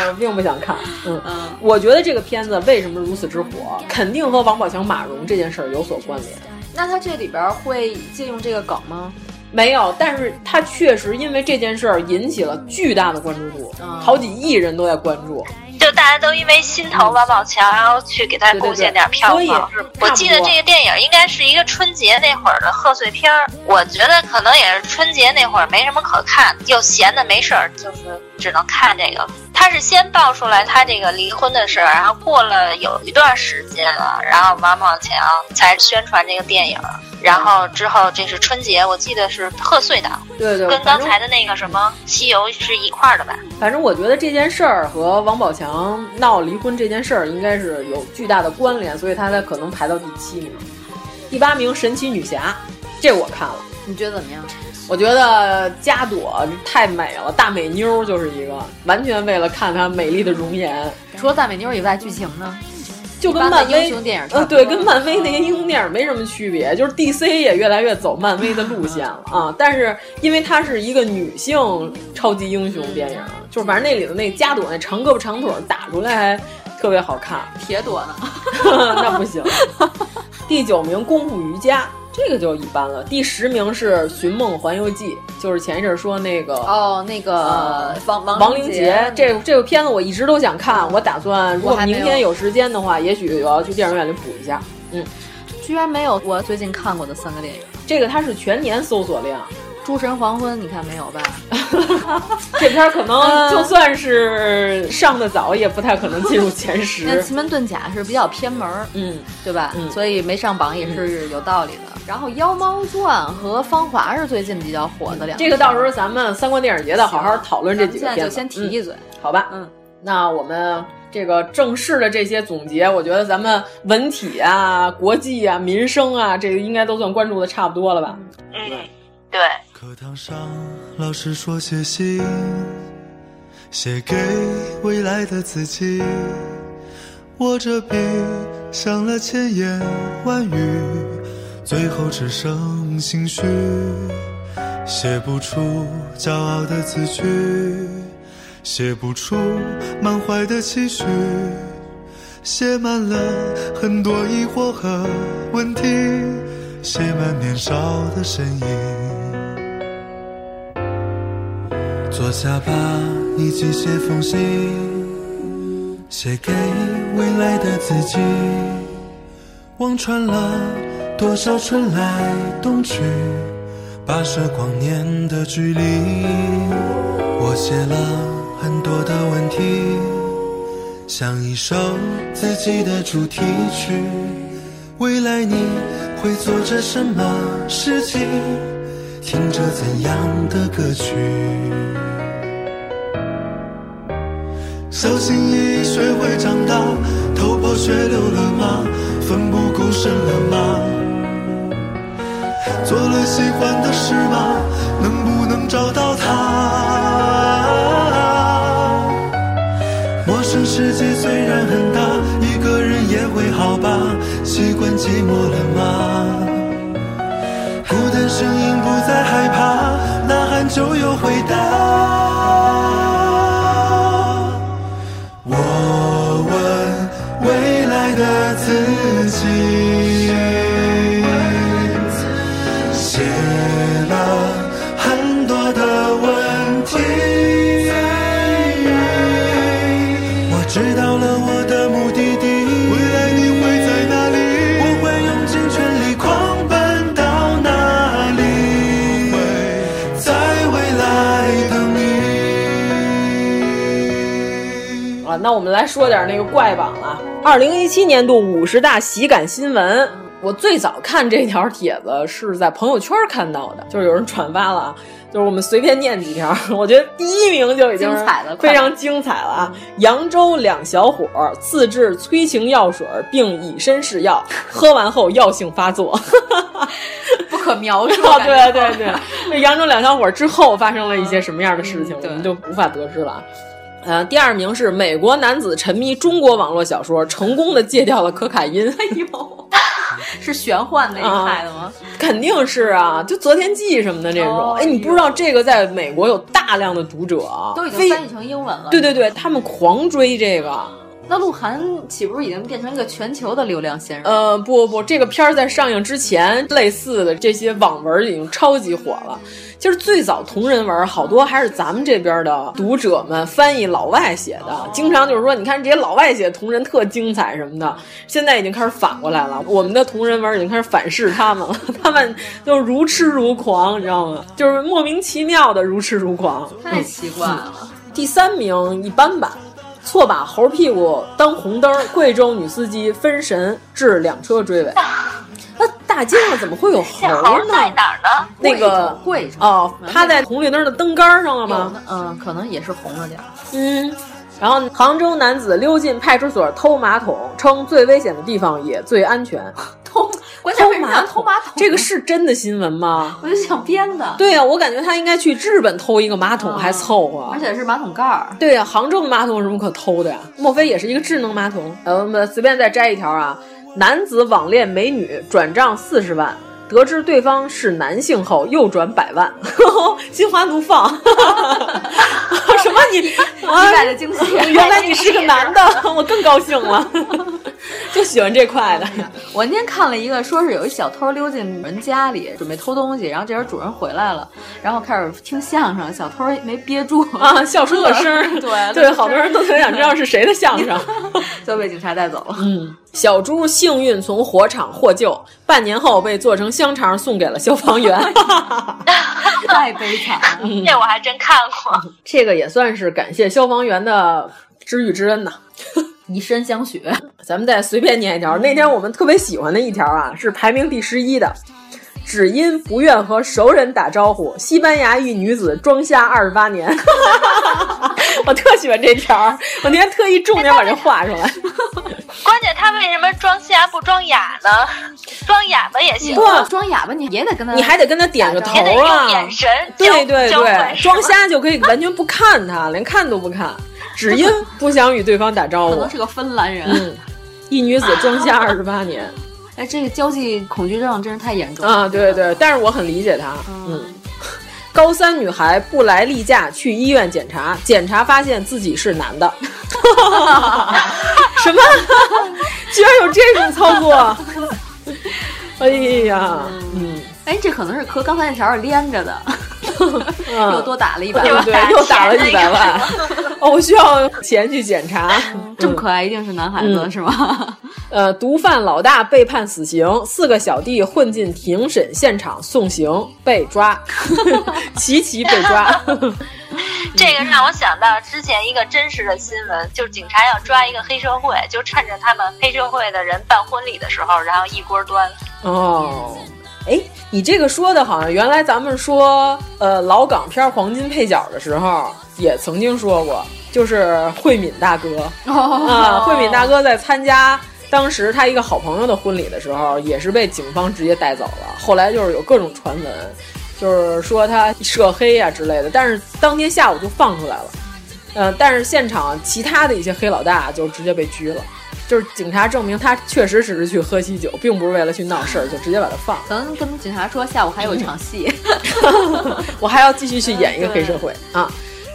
Speaker 9: 我并不想看。嗯嗯，我觉得这个片子为什么如此之火，肯定和王宝强马蓉这件事儿有所关联。
Speaker 8: 那他这里边会借用这个梗吗？
Speaker 9: 没有，但是他确实因为这件事儿引起了巨大的关注度，嗯、好几亿人都在关注，
Speaker 7: 就大家都因为心疼王宝强，然后去给他贡献点票房。我记得这个电影应该是一个春节那会儿的贺岁片儿，我觉得可能也是春节那会儿没什么可看，又闲的没事儿，就是只能看这个。他是先爆出来他这个离婚的事儿，然后过了有一段时间了，然后王宝强才宣传这个电影，然后之后这是春节，我记得是贺岁档，
Speaker 9: 对对，
Speaker 7: 跟刚才的那个什么西游是一块儿的吧？
Speaker 9: 反正我觉得这件事儿和王宝强闹离婚这件事儿应该是有巨大的关联，所以他才可能排到第七名。第八名神奇女侠，这我看了，
Speaker 8: 你觉得怎么样？
Speaker 9: 我觉得加朵太美了，大美妞就是一个完全为了看她美丽的容颜。
Speaker 8: 除了大美妞以外，剧情呢，
Speaker 9: 就跟漫
Speaker 8: 威英雄电影，
Speaker 9: 呃，对，跟漫
Speaker 8: 嗯
Speaker 9: 威那些英雄电影没什么区别。就是 DC 也越来越走漫威的路线了啊。但是因为它是一个女性超级英雄电影，
Speaker 8: 嗯
Speaker 9: 就是反正那里头那加朵那长胳膊长腿打出来还特别好看。
Speaker 8: 铁朵呢？
Speaker 9: 那不行。第九名功夫瑜伽。这个就一般了。第十名是《寻梦环游记》，就是前一阵说那个
Speaker 8: 哦，那个王
Speaker 9: 王
Speaker 8: 凌
Speaker 9: 杰这这个片子，我一直都想看。我打算如果明天
Speaker 8: 有
Speaker 9: 时间的话，也许我要去电影院里补一下。嗯，
Speaker 8: 居然没有我最近看过的三个电影。
Speaker 9: 这个它是全年搜索量，
Speaker 8: 《诸神黄昏》你看没有吧？
Speaker 9: 这片可能
Speaker 8: 嗯
Speaker 9: 就算是上的早，也不太可能进入前十。
Speaker 8: 那《奇门遁甲》是比较偏门儿，
Speaker 9: 嗯，
Speaker 8: 对吧？
Speaker 9: 嗯、
Speaker 8: 所以没上榜也是有道理的。然后《妖猫传》和《芳华》是最近比较火的两
Speaker 9: 嗯个。这个到时候咱们三观电影节的好好讨论这几个片
Speaker 8: 子。现在就先提一嘴，
Speaker 9: 嗯、好吧？
Speaker 8: 嗯，
Speaker 9: 那我们这个正式的这些总结，我觉得咱们文体啊、国际啊、民生啊，这个应该都算关注的差不多了吧？
Speaker 7: 嗯，对。
Speaker 12: 课堂上老师说写信，写给未来的自己。握着笔想了千言万语。最后只剩心虚，写不出骄傲的字句，写不出满怀的期许，写满了很多疑惑和问题，写满年少的身影。坐下吧，一起写封信，写给未来的自己，望穿了。多少春来冬去，跋涉光年的距离。我写了很多的问题，像一首自己的主题曲。未来你会做着什么事情？听着怎样的歌曲？小心翼翼学会长大，头破血流了吗？奋不顾身了吗？做了喜欢的事吗？能不能找到他？陌生世界虽然很大，一个人也会好吧？习惯寂寞了吗？孤单声音不再
Speaker 6: 害
Speaker 12: 害
Speaker 6: 怕，呐喊就有回答。我问未来的自己，写了很多的问题。我知道了我的目的地，未来你会在哪里？我会用尽全力狂奔到哪里？我会在未来等你。
Speaker 9: 啊，那我们来说点那个怪榜了。二零一七年度五十大喜感新闻，我最早看这条帖子是在朋友圈看到的，就是有人转发了啊。就是我们随便念几条，我觉得第一名就已经
Speaker 8: 精彩了快
Speaker 9: 非常精彩了啊！扬州两小伙儿自制催情药水，并以身试药，喝完后药性发作。
Speaker 8: 不可描 述
Speaker 9: 哦，
Speaker 8: 感觉嗯
Speaker 9: 对对对，那扬州两小伙儿之后发生了一些什么样的事情，我们就无法得知了啊。呃，第二名是美国男子沉迷中国网络小说，成功的戒掉了可卡因。哎呦，
Speaker 8: 是玄幻那一派的吗？
Speaker 9: 肯定是啊，就《择天记》什么的这
Speaker 8: 哦
Speaker 9: 种。哎、你不知道这个在美国有大量的读者啊，
Speaker 8: 都已经
Speaker 9: 非
Speaker 8: 翻译成英文了。
Speaker 9: 对对对，他们狂追这个。
Speaker 8: 那鹿晗岂不是已经变成一个全球的流量先生？
Speaker 9: 呃，不不不，这个片儿在上映之前，类似的这些网文已经超级火了。其实最早同人文好多还是咱们这边的读者们翻译老外写的，经常就是说，你看这些老外写同人特精彩什么的，现在已经开始反过来了，我们的同人文已经开始反噬他们了， 他们就如痴如狂，你知道吗？就是莫名其妙的如痴如狂，
Speaker 8: 太奇怪了。
Speaker 9: 第三名一般吧，错把猴屁股当红灯儿，贵州女司机分神致两车追尾。那大街上怎么会有猴
Speaker 7: 这猴
Speaker 9: 儿呢？
Speaker 7: 在哪儿呢？
Speaker 9: 那个
Speaker 8: 贵州
Speaker 9: 哦，趴在红绿灯的灯杆上了吗？
Speaker 8: 嗯，可能也是红了点儿。
Speaker 9: 嗯。然后，杭州男子溜进派出所偷马桶，称最危险的地方也最安全。
Speaker 8: 偷，关键为什么要
Speaker 9: 偷
Speaker 8: 偷马桶？
Speaker 9: 这个是真的新闻吗？
Speaker 8: 我就想编的。
Speaker 9: 对啊呀、我感觉他应该去日本偷一个马桶还凑合，
Speaker 8: 而且是马桶盖儿。
Speaker 9: 对呀、杭州的马桶有什么可偷的呀？莫非也是一个智能马桶？呃，我们随便再摘一条啊，男子网恋美女转账四十万。得知对方是男性后，又转百万， 心花怒放。 什么你？意
Speaker 8: 意外的惊喜
Speaker 9: 原来你是个男的，我更高兴了。就喜欢这块的。
Speaker 8: 我那天看了一个，说是有一小偷溜进人家里，准备偷东西，然后这时候主人回来了，然后开始听相声，小偷没憋住
Speaker 9: 啊，笑出了声儿
Speaker 8: 对
Speaker 9: 对，好多人都很想知道是谁的相声。
Speaker 8: 就被警察带走了。
Speaker 9: 嗯，小猪幸运从火场获救，半年后被做成香肠送给了消防员。
Speaker 8: 太悲惨了。
Speaker 7: 这我还真看过。
Speaker 9: 这个也算是感谢消防员的知遇之恩呐。
Speaker 8: 以身相许，
Speaker 9: 咱们再随便念一条，那天我们特别喜欢的一条啊，是排名第十一的。只因不愿和熟人打招呼，西班牙一女子装瞎二十八年。 我特喜欢这条，我那天特意重点把这画出来。
Speaker 7: 关键他为什么装瞎不装哑呢？装哑巴也行，
Speaker 9: 不
Speaker 8: 装哑巴你也得跟他，
Speaker 9: 你还得跟他点个头
Speaker 7: 嗯也得
Speaker 9: 啊
Speaker 7: 用，眼神交
Speaker 9: 对对
Speaker 7: 交换
Speaker 9: 对，
Speaker 7: 是吗
Speaker 9: 装瞎就可以完全不看他，连看都不看，只因不想与对方打招
Speaker 8: 可能
Speaker 9: 呼
Speaker 8: 是。个芬兰人。
Speaker 9: 嗯，一女子装瞎二十八年
Speaker 8: 哎，这个交际恐惧症真是太严重了
Speaker 9: 啊，对对，但是我很理解她。嗯， 高三女孩不来例假去医院检查，检查发现自己是男的。 什么？ 居然有这种操作？ 哎呀，嗯，
Speaker 8: 哎，这可能是和刚才那条是连着的，
Speaker 9: 嗯
Speaker 8: 又多打了一百
Speaker 9: 对
Speaker 8: 万，
Speaker 9: 对，又打了一百万。嗯哦，我需要钱去检查。
Speaker 8: 这么可爱一定是男孩子、
Speaker 9: 嗯
Speaker 8: 是 吗？
Speaker 9: 呃，毒贩老大被判死刑，四个小弟混进庭审现场送行，被抓， 齐齐被抓。
Speaker 7: 这个让我想到之前一个真实的新闻，就是警察要抓一个黑社会，就趁着他们黑社会的人办婚礼的时候，然后一锅 端。
Speaker 9: 哦，哎，你这个说的好像原来咱们说呃老港片黄金配角的时候，也曾经说过，就是慧敏大哥啊，慧敏大哥在参加。当时他一个好朋友的婚礼的时候，也是被警方直接带走了。后来就是有各种传闻，就是说他涉黑啊之类的，但是当天下午就放出来了。呃，但是现场其他的一些黑老大就直接被拘了，就是警察证明他确实只是去喝喜酒，并不是为了去闹事儿，就直接把他放了。
Speaker 8: 可能跟警察说下午还有一场戏，
Speaker 9: 我还要继续去演一个黑社会啊。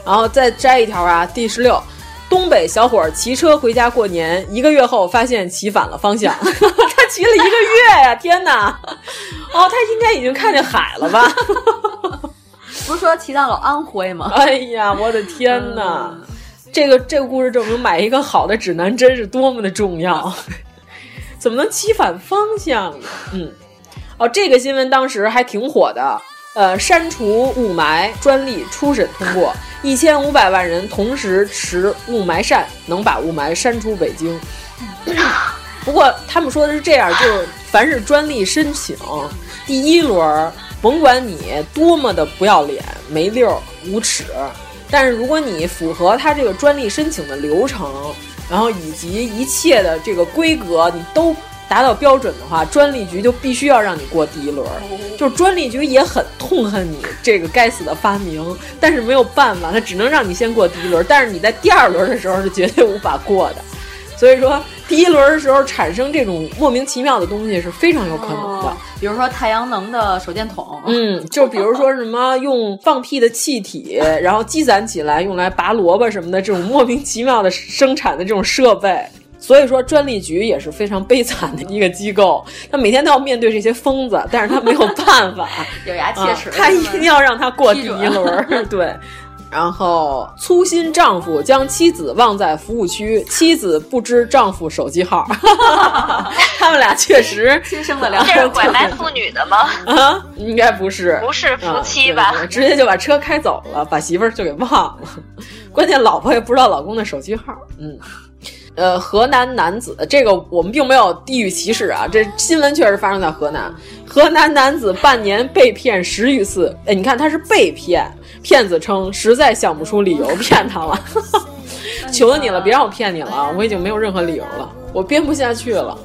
Speaker 9: 然后再摘一条啊，第十六，东北小伙骑车回家过年，一个月后发现骑反了方向，他骑了一个月呀、天哪！哦，他应该已经看见海了吧？
Speaker 8: 不是说骑到了安徽吗？
Speaker 9: 哎呀，我的天哪！这个这个故事证明，买一个好的指南针是多么的重要。 怎么能骑反方向呢？嗯，哦，这个新闻当时还挺火的。呃，删除雾霾专利初审通过，一千五百万人同时持雾霾扇，能把雾霾删出北京。不过他们说的是这样，就是凡是专利申请，第一轮儿甭管你多么的不要脸、没溜儿、无耻，但是如果你符合他这个专利申请的流程，然后以及一切的这个规格，你都达到标准的话，专利局就必须要让你过第一轮儿。就是专利局也很痛恨你这个该死的发明，但是没有办法，他只能让你先过第一轮儿，但是你在第二轮儿的时候是绝对无法过的。所以说，第一轮儿的时候产生这种莫名其妙的东西是非常有可能的。
Speaker 8: 比如说太阳能的手电筒，
Speaker 9: 嗯，就比如说什么用放屁的 气体，然后积攒起来用来拔萝卜什么的，这种莫名其妙的生产的这种设备。所以说，专利局也是非常悲惨的一个机构，他每天都要面对这些疯子，但是他没有办 法，
Speaker 8: 有牙切齿
Speaker 9: 啊，他一 定要让他过第一轮儿，对。然后，粗心丈夫将妻子忘在服务区，妻子不知丈夫手 机号， 他们俩确实
Speaker 8: 亲生的
Speaker 7: 这是拐卖妇女的吗？
Speaker 9: 啊，应该不是，
Speaker 7: 不是夫妻吧
Speaker 9: 啊 对对直接就把车开走了，把媳妇儿就给忘了。关键老婆也不知道老公的手机号。嗯，呃，河南男子，这个我们并没有地域歧视啊，这新闻确实发生在河南。河南男子半年被骗十余次，哎，你看他是被骗，骗子称实在想不出理由骗他了， 求你了，别让我骗你了，啊我已经没有任何理由了，我编不下去了。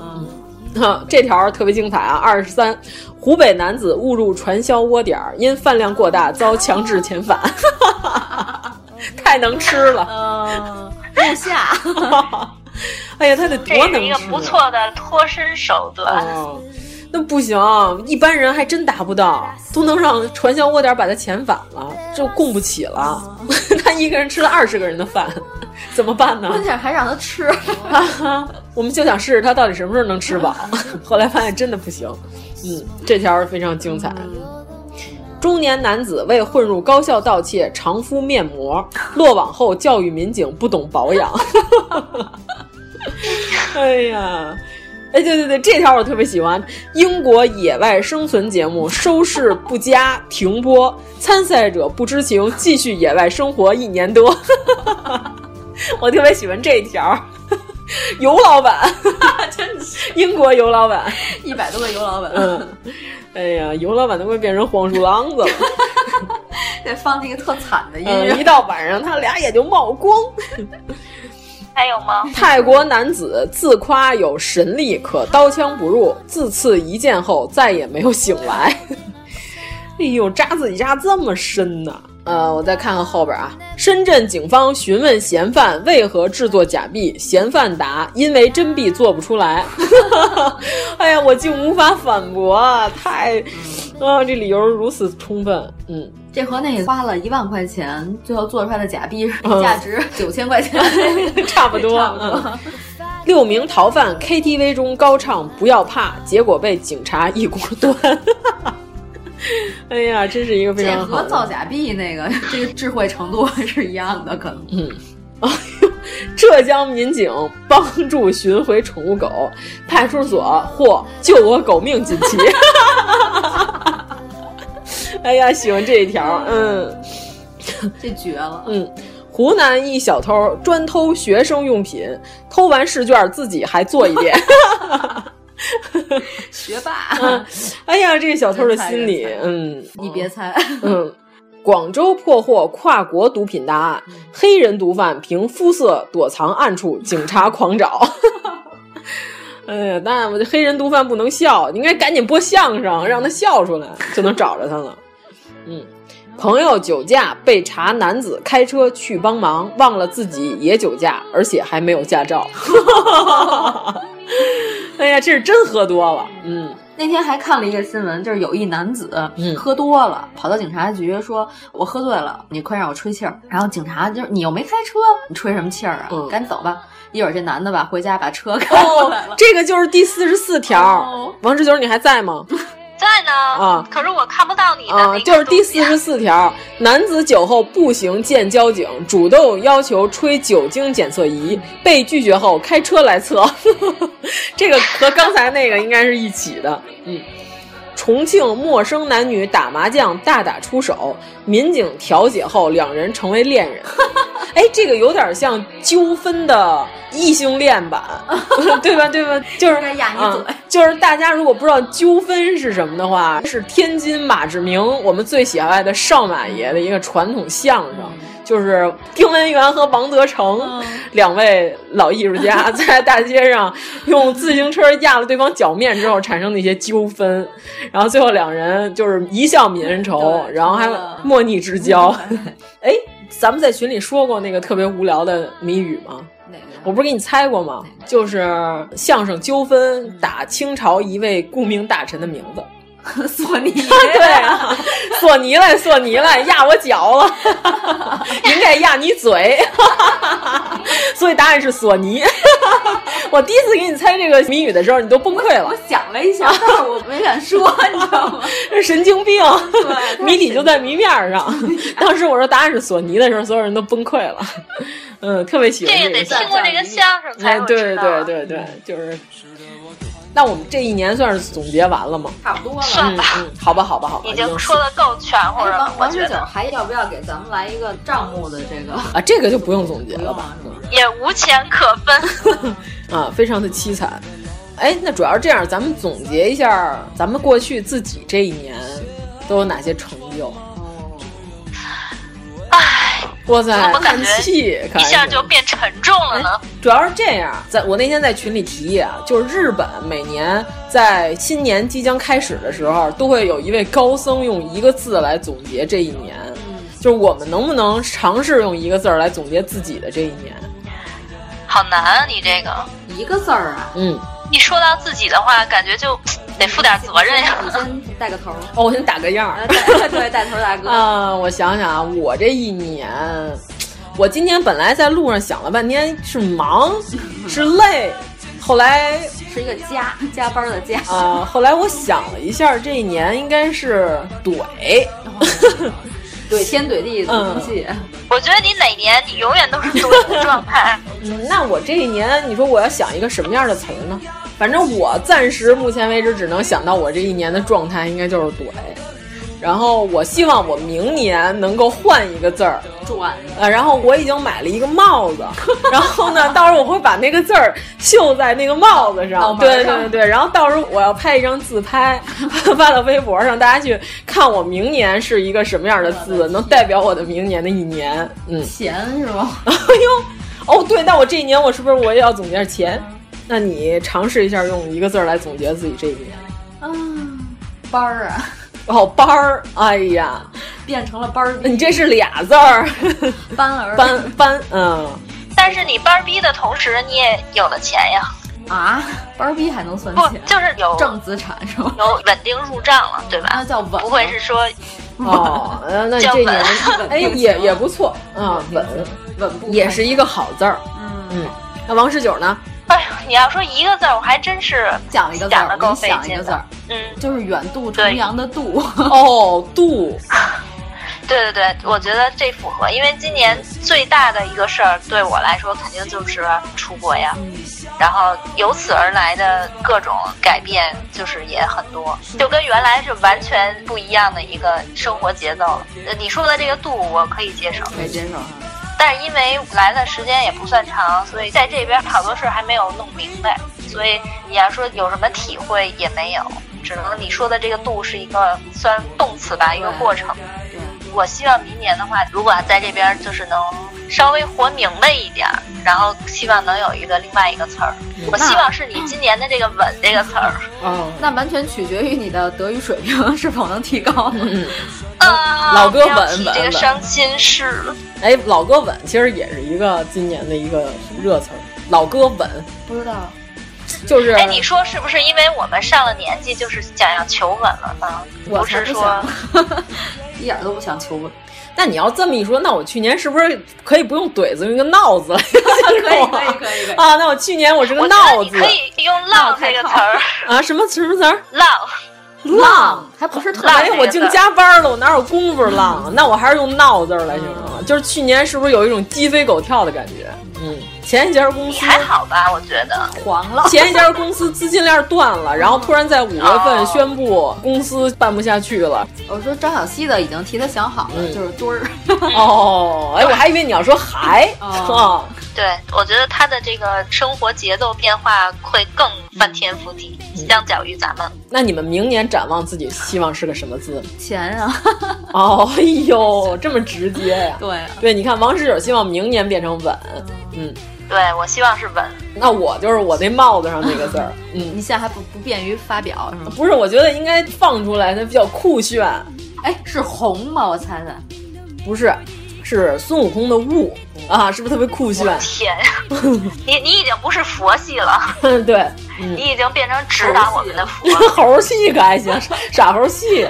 Speaker 9: 啊， 这条特别精彩啊！二十三，湖北男子误入传销窝点儿，因饭量过大遭强制遣返， 太能吃了。
Speaker 8: 嗯，木下，
Speaker 9: 哎呀，他得
Speaker 7: 这
Speaker 9: 多能
Speaker 7: 是
Speaker 9: 吃、啊！
Speaker 7: 一个不错的脱身手段。
Speaker 9: 哦，那不行，一般人还真达不到，都能让传销窝点把他遣返了，就供不起 了。他一个人吃了二十个人的饭，怎么办呢？
Speaker 8: 关键还让他吃，
Speaker 9: 啊， 我们就想试试他到底什么时候能吃饱，后来发现真的不行。嗯，这条儿非常精彩。中年男子为混入高校盗窃，常敷面膜，落网后教育民警不懂保养。 哎呀，哎，对对对，这条我特别喜欢。英国野外生存节目收视不佳停播，参赛者不知情，继续野外生活一年多。 我特别喜欢这一条。尤老板， 真是英国尤老板，
Speaker 8: 一百多个油老板，
Speaker 9: 嗯，哎呀，尤老板都快变成黄鼠狼子 了。
Speaker 8: 得放那个特惨的音
Speaker 9: 嗯，一
Speaker 8: 乐。
Speaker 9: 到晚上他俩也就冒光。
Speaker 7: 还有吗？
Speaker 9: 泰国男子自夸有神力，可刀枪不入，自刺一剑后再也没有醒来。 哎呦，扎自己扎这么深呢、呃，我再看看后边啊。深圳警方询问嫌犯为何制作假币，嫌犯答：因为真币做不出来。 哎呀，我竟无法反驳啊！太，啊，这理由如此充分。嗯，
Speaker 8: 这和那个花了一万块钱，最后做出来的假币
Speaker 9: 嗯
Speaker 8: 价 值九千块钱，
Speaker 9: 差不多，
Speaker 8: 差不多
Speaker 9: 嗯。六名逃犯 KTV 中高唱“不要怕”，结果被警察一锅端。 哎呀，真是一个非
Speaker 8: 这
Speaker 9: 常
Speaker 8: 和
Speaker 9: 好
Speaker 8: 造
Speaker 9: 的。
Speaker 8: 假币那个 这个智慧程度 是一样的，可能。
Speaker 9: 嗯，哎呦，浙江民警帮助寻回宠物狗，派出所获“救我狗命”锦旗。 哎呀，喜欢这一条，嗯。
Speaker 8: 这绝了！
Speaker 9: 嗯，湖南一小偷专偷学生用品，偷完试卷自己还做一 遍。
Speaker 8: 学霸，
Speaker 9: 哎呀，这个小偷的心理
Speaker 8: 人才人，才
Speaker 9: 嗯
Speaker 8: 你别猜，
Speaker 9: 嗯。广州破获跨国毒品大案，
Speaker 8: 嗯
Speaker 9: 黑人毒贩凭肤色躲藏暗处，警察狂找。 哎呀，当然我这黑人毒贩不能笑，你应该赶紧播相声，让他笑出来，就能找着他了。嗯，朋友酒驾被查，男子开车去帮忙，忘了自己也酒驾，而且还 没有驾照。哎呀，这是真喝多了。嗯，
Speaker 8: 那天还看了一个新闻，就是有一男子喝多了，跑到警察局说：“我喝醉了，你快让我吹气儿。”然后警察就是你又没开车，你吹什么气儿啊？赶紧走吧。一会儿这男的吧回家把车开过哦来了。哦
Speaker 9: 这个就是第四十四条。王志九，你还在吗？
Speaker 7: 在呢
Speaker 9: 啊
Speaker 7: 可是我看不到你的
Speaker 9: 啊
Speaker 7: 那，个
Speaker 9: 就是第四十四条，男子酒后步行见交警，主动要求吹酒精检测仪，被拒绝后开车来测。 这个和刚才那个应该是一起的。嗯，重庆陌生男女打麻将大打出手，民警调解后两人成为恋人。 哎，这个有点像纠纷的异性恋版，对吧？ 对吧？就是
Speaker 8: 压你嘴
Speaker 9: 嗯就是大家如果不知道纠纷是什么的话，是天津马志明我们最喜爱的少马爷的一个传统相声，就是丁文元和王德成、两位老艺术家在大街上用自行车压了对方脚面之后产生的一些纠纷，然后最后两人就是一笑泯恩仇，然后还莫逆之交。 哎，咱们在群里说过那个特别无聊的谜语吗？我不是给你猜过吗？就是相声纠纷打清朝一位顾命大臣的名字。
Speaker 8: 索尼
Speaker 9: 对啊，索尼来，索尼来，压我脚 了，应该压你嘴， 所以答案是索尼。 我第一次给你猜这个谜语的时候，你都崩溃了。我
Speaker 8: 想了一下，但是我没敢说，你知道吗？
Speaker 9: 神经病，谜底就在谜面上。 当时我说答案是索尼的时候，所有人都崩溃了。嗯，特别喜欢
Speaker 7: 这也
Speaker 9: 个
Speaker 7: 得
Speaker 9: 相
Speaker 7: 听
Speaker 9: 声。
Speaker 7: 过这个相声才
Speaker 9: 哎，
Speaker 7: 会
Speaker 9: 对
Speaker 7: 知道。啊嗯
Speaker 9: 对对对，就是。那我们这一年算是总结完了吗？
Speaker 8: 差不多了
Speaker 9: 嗯嗯，好吧，好吧，好吧，
Speaker 7: 已经说的够全乎
Speaker 8: 哎
Speaker 7: 了
Speaker 8: 王，
Speaker 7: 我
Speaker 8: 王
Speaker 7: 觉
Speaker 8: 十九
Speaker 7: 得
Speaker 8: 还要不要给咱们来一个账目的这个？
Speaker 9: 啊，这个就不用总结了吧？
Speaker 7: 也无钱可分。
Speaker 9: 啊，非常的凄惨。哎，那主要是这样，咱们总结一下咱们过去自己这一年都有哪些成就。
Speaker 7: 唉，
Speaker 9: 哇塞
Speaker 7: 怎么，感
Speaker 9: 叹
Speaker 7: 觉
Speaker 9: 气，哎可哎
Speaker 7: 一
Speaker 9: 还
Speaker 7: 下
Speaker 9: 行
Speaker 7: 就变沉重了呢？
Speaker 9: 主要是这样，在我那天在群里提议啊，就是日本每年在新年即将开始的时候，都会有一位高僧用一个字来总结这一年。就是我们能不能尝试用一个字儿来总结自己的这一年？
Speaker 7: 好难啊，你这个
Speaker 8: 一个字儿啊，
Speaker 9: 嗯，
Speaker 7: 一说到自己的话，感觉就得负点责任呀。
Speaker 9: 嗯
Speaker 8: 你先带个头儿。
Speaker 9: 哦，我先打个样儿。
Speaker 8: 呃对对，带头儿大哥。
Speaker 9: 啊，我想想啊，我这一年，我今天本来在路上想了半天，是忙，是累，后来
Speaker 8: 是一个加加班的加。
Speaker 9: 啊，后来我想了一下，这一年应该是怼。
Speaker 8: 怼天怼地的东西，
Speaker 7: 我觉得你哪年你永远都是独的状 态。
Speaker 9: 嗯，那我这一年，你说我要想一个什么样的词儿呢？反正我暂时目前为止只能想到我这一年的状态应该就是怼，然后我希望我明年能够换一个字儿，
Speaker 8: 转
Speaker 9: 呃，然后我已经买了一个帽 子，然后呢，到时候我会把那个字儿绣在那个帽子上，
Speaker 8: 脑门
Speaker 9: 对
Speaker 8: 儿
Speaker 9: 对
Speaker 8: 上
Speaker 9: 对对，然后到时候我要拍一张 自拍，发到微博上，大家去看我明年是一个什么样的字，能代表我的明年的一年，嗯。哎
Speaker 8: 钱是 吗？
Speaker 9: 哦，对，那我这一年我是不是我也要总结下钱？那你尝试一下用一个字儿来总结自己这一年。
Speaker 8: 啊，班儿啊，
Speaker 9: 哦，班儿，哎呀，
Speaker 8: 变成了班儿
Speaker 9: 你这是俩字儿，
Speaker 8: 班儿
Speaker 9: 班班，嗯，
Speaker 7: 但是你班逼的同时，你也有了钱呀，
Speaker 8: 啊，班儿逼还能算
Speaker 7: 不
Speaker 8: 钱？
Speaker 7: 哦就是有
Speaker 8: 正资产是吗？
Speaker 7: 有稳定入账了，对吧？
Speaker 9: 啊
Speaker 8: 那叫稳，
Speaker 7: 不会是说
Speaker 9: 哦，呃那你这一年
Speaker 7: 叫稳
Speaker 9: 哎也也不错啊，稳
Speaker 8: 稳步
Speaker 9: 也是一个好字儿。嗯，那王十九呢？
Speaker 7: 哎呦，你要说一个字儿，我还真是
Speaker 8: 讲一个字
Speaker 7: 讲
Speaker 8: 儿，
Speaker 7: 的
Speaker 8: 我给
Speaker 7: 够费
Speaker 8: 你想一
Speaker 7: 劲
Speaker 8: 个字
Speaker 7: 的
Speaker 8: 儿。，
Speaker 7: 嗯，
Speaker 8: 就是远渡重洋的渡。
Speaker 9: 哦， 度，
Speaker 7: 对对对，我觉得这符合，因为今年最大的一个事儿对我来说，肯定就是出国呀。然后由此而来的各种改变，就是也很多，就跟原来是完全不一样的一个生活节奏了。呃你说的这个度，我可以接受，
Speaker 8: 可以接受啊。
Speaker 7: 但是因为来的时间也不算长，所以在这边好多事还没有弄明白，所以你要说有什么体会也没有，只能你说的这个度是一个虽然动词吧，一个过程。我希望明年的话，如果在这边就是能稍微活明白一点儿，然后希望能有一个另外一个词儿。我希望是你今年的这个“稳”这个词儿。
Speaker 9: 哦，
Speaker 8: 那完全取决于你的德语水平是否能提高。
Speaker 9: 嗯
Speaker 7: 啊
Speaker 9: 老哥
Speaker 7: 不要
Speaker 9: 稳
Speaker 7: 提
Speaker 9: 稳
Speaker 7: 这个
Speaker 9: 稳
Speaker 7: 伤心事。
Speaker 9: 哎，老哥稳其实也是一个今年的一个热词儿，老哥稳。
Speaker 8: 不知道，
Speaker 9: 就是
Speaker 7: 哎，你说是不是因为我们上了年纪，就是想要求稳了呢？
Speaker 9: 我
Speaker 7: 不
Speaker 9: 才
Speaker 7: 是
Speaker 9: 不
Speaker 7: 说
Speaker 9: 想， 一点都不想求稳。那你要这么一说，那我去年是不是可以不用怼子，用一个闹 字来形容啊？可以 可以可以可以啊！那我去年我是个
Speaker 7: 我觉得
Speaker 9: 闹
Speaker 7: 你
Speaker 9: 字
Speaker 7: 可以用“浪”这个词儿，
Speaker 9: 啊，什么词什么词儿？
Speaker 7: 浪
Speaker 9: 浪，还不是特
Speaker 7: 浪
Speaker 9: 哎呀，我净加班了，我哪有功夫浪？那我还是用闹字儿来形容。啊就是去年是不是有一种鸡飞狗跳的感觉？嗯，前一家公司
Speaker 7: 还好吧？我觉得
Speaker 9: 黄了，前一家公司资金链断 了，然后突然在五月份宣布公司办不下去了。
Speaker 8: 我说张小希的已经替他想好了，
Speaker 9: 嗯
Speaker 8: 就是墩儿。
Speaker 9: 哦，哎，我还以为你要说还 啊，
Speaker 7: 哦对，我觉得他的这个生活节奏变化会更翻天覆地，相较于咱们。
Speaker 9: 那你们明年展望自己希望是个什么字？
Speaker 8: 钱啊，
Speaker 9: 哦，哎呦，这么直接呀、
Speaker 8: 对啊
Speaker 9: 对，你看王十九希望明年变成稳，嗯，
Speaker 7: 对我希望是稳。
Speaker 9: 那我就是我那帽子上那个字 儿，嗯，
Speaker 8: 你现在还不不便于发表是吗？
Speaker 9: 不是，我觉得应该放出来，它比较酷炫。
Speaker 8: 哎，是红吗？我猜猜，
Speaker 9: 不是，是孙悟空的悟啊，是不是特别酷炫？
Speaker 7: 天呀，你你已经不是佛系了，
Speaker 9: 对，
Speaker 7: 你已经变成指导我们的佛。
Speaker 9: 猴戏可还 行，傻猴 戏。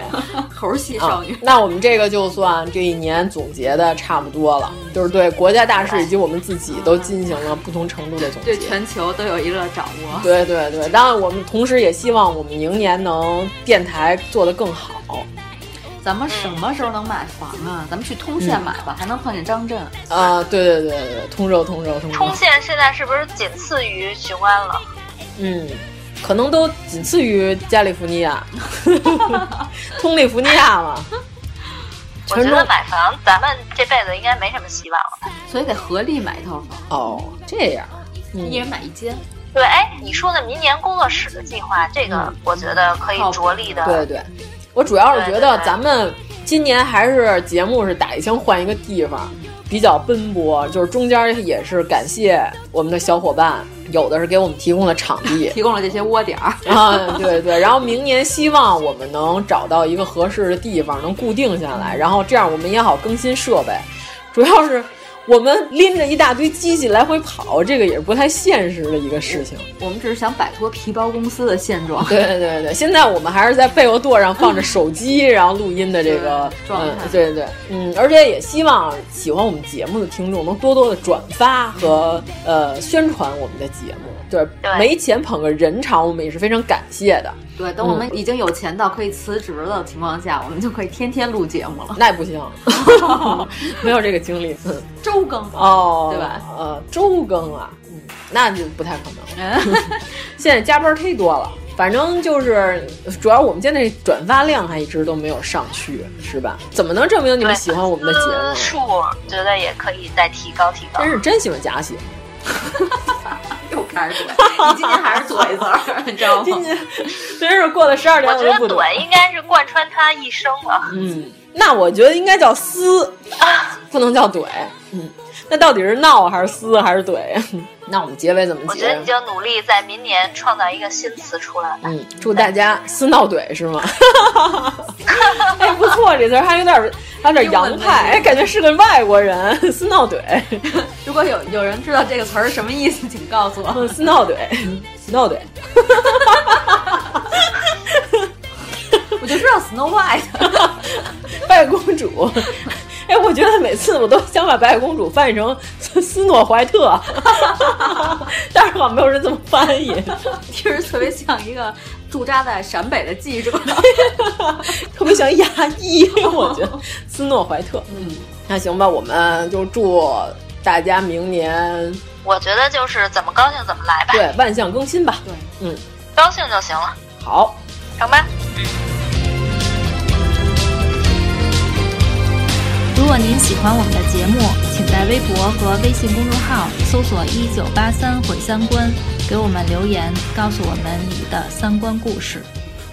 Speaker 8: 猴系少女。
Speaker 9: 啊那我们这个就算这一年总结的差不多了，就是对国家大事以及我们自己都进行了不同程度的总结
Speaker 8: 对。全球都有一个掌握。
Speaker 9: 对对对，当然我们同时也希望我们明年能电台做得更好。
Speaker 8: 咱们什么时候能买房啊？咱们去通县买吧，还能碰见张震。
Speaker 9: 啊，对对对对对，通州通州通州。
Speaker 7: 冲线现在是不是仅次于雄安了？
Speaker 9: 嗯，可能都仅次于加利福尼 亚，通利福尼亚嘛。
Speaker 7: 我觉
Speaker 9: 全
Speaker 7: 得
Speaker 9: 中
Speaker 7: 买房咱们这辈子应该没什么希望了。
Speaker 8: 所以得合力买一套房，
Speaker 9: 哦，这样，嗯
Speaker 8: 一人买一间。。
Speaker 7: 对，哎，你说的明年工作室的计划，这个我觉得可以着力的。
Speaker 9: 嗯对对，我主要是觉
Speaker 7: 对对
Speaker 9: 得
Speaker 7: 对
Speaker 9: 咱们今年还是节目是打一枪换一个地方，比较奔波，就是中间也是感谢我们的小伙伴，有的是给我们提供了场地
Speaker 8: 提供了这些窝点儿，
Speaker 9: 啊，对对，然后明年希望我们能找到一个合适的地方，能固定下来，然后这样我们也好更新设备。主要是我们拎着一大堆机器来回跑，这个也是不太现实的一个事情。
Speaker 8: 我们只是想摆脱皮包公司的现状。
Speaker 9: 对对对对，现在我们还是在被窝垛上放着手机，然后录音的这个
Speaker 8: 状态
Speaker 9: 嗯，对对，嗯，而且也希望喜欢我们节目的听众能多多的转发和呃宣传我们的节目。对，
Speaker 8: 对
Speaker 9: 没钱捧个人场，我们也是非常感谢的。
Speaker 8: 对，等我们已经有钱到可以辞职的情况下，我们就可以天天录节目了。
Speaker 9: 那也不行， 没有这个精力。嗯
Speaker 8: 周更
Speaker 9: 哦，
Speaker 8: 对吧？
Speaker 9: 呃，周更啊，嗯，那就不太可 能。现在加班忒多了，反正就是，主要我们现在转发量还一直都没有上去，是吧？怎么能证明你们喜欢我们的节目
Speaker 7: 字
Speaker 9: 呢？
Speaker 7: 数觉得也可以再提高提高
Speaker 9: 真。是真喜欢假喜欢。
Speaker 8: 又开始怼，你今天还是怼字儿，你知道吗？
Speaker 9: 今年真是过了十二点
Speaker 7: 我
Speaker 9: 我
Speaker 7: 觉
Speaker 9: 就不
Speaker 7: 得
Speaker 9: 懂
Speaker 7: 短应该是贯穿他一生了。
Speaker 9: 嗯，那我觉得应该叫撕，
Speaker 7: 啊
Speaker 9: 不能叫怼。嗯，那到底是闹还是撕还是怼？ 那我们结尾怎么
Speaker 7: 我
Speaker 9: 结？啊
Speaker 7: 觉得你就努力在明年创造一个新词出来吧。
Speaker 9: 嗯，祝大家撕闹怼是 吗？哎，不错，这词儿还有点儿还有点儿洋派，哎，感觉是个外国人，撕闹怼，
Speaker 8: 如果有有人知道这个词儿什么意思，请告诉我。
Speaker 9: 撕嗯闹怼，撕闹怼。
Speaker 8: 我就知道 Snow White，
Speaker 9: 白雪公主。哎，我觉得每次我都想把白雪公主翻译成斯斯诺怀特， 但是好像没有人这么翻译，
Speaker 8: 听着特别像一个驻扎在陕北的记者。
Speaker 9: 特别像牙医，我觉得斯诺怀特。嗯，那行吧，我们就祝大家明年
Speaker 7: 我觉得就是怎么高兴怎么来吧，
Speaker 9: 对万象更新吧。对，嗯，
Speaker 7: 高兴就行了，
Speaker 9: 好。
Speaker 7: 成吧。
Speaker 10: 如果您喜欢我们的节目，请在微博和微信公众号搜索“一九八三毁三观”，给我们留言，告诉我们你的三观故事。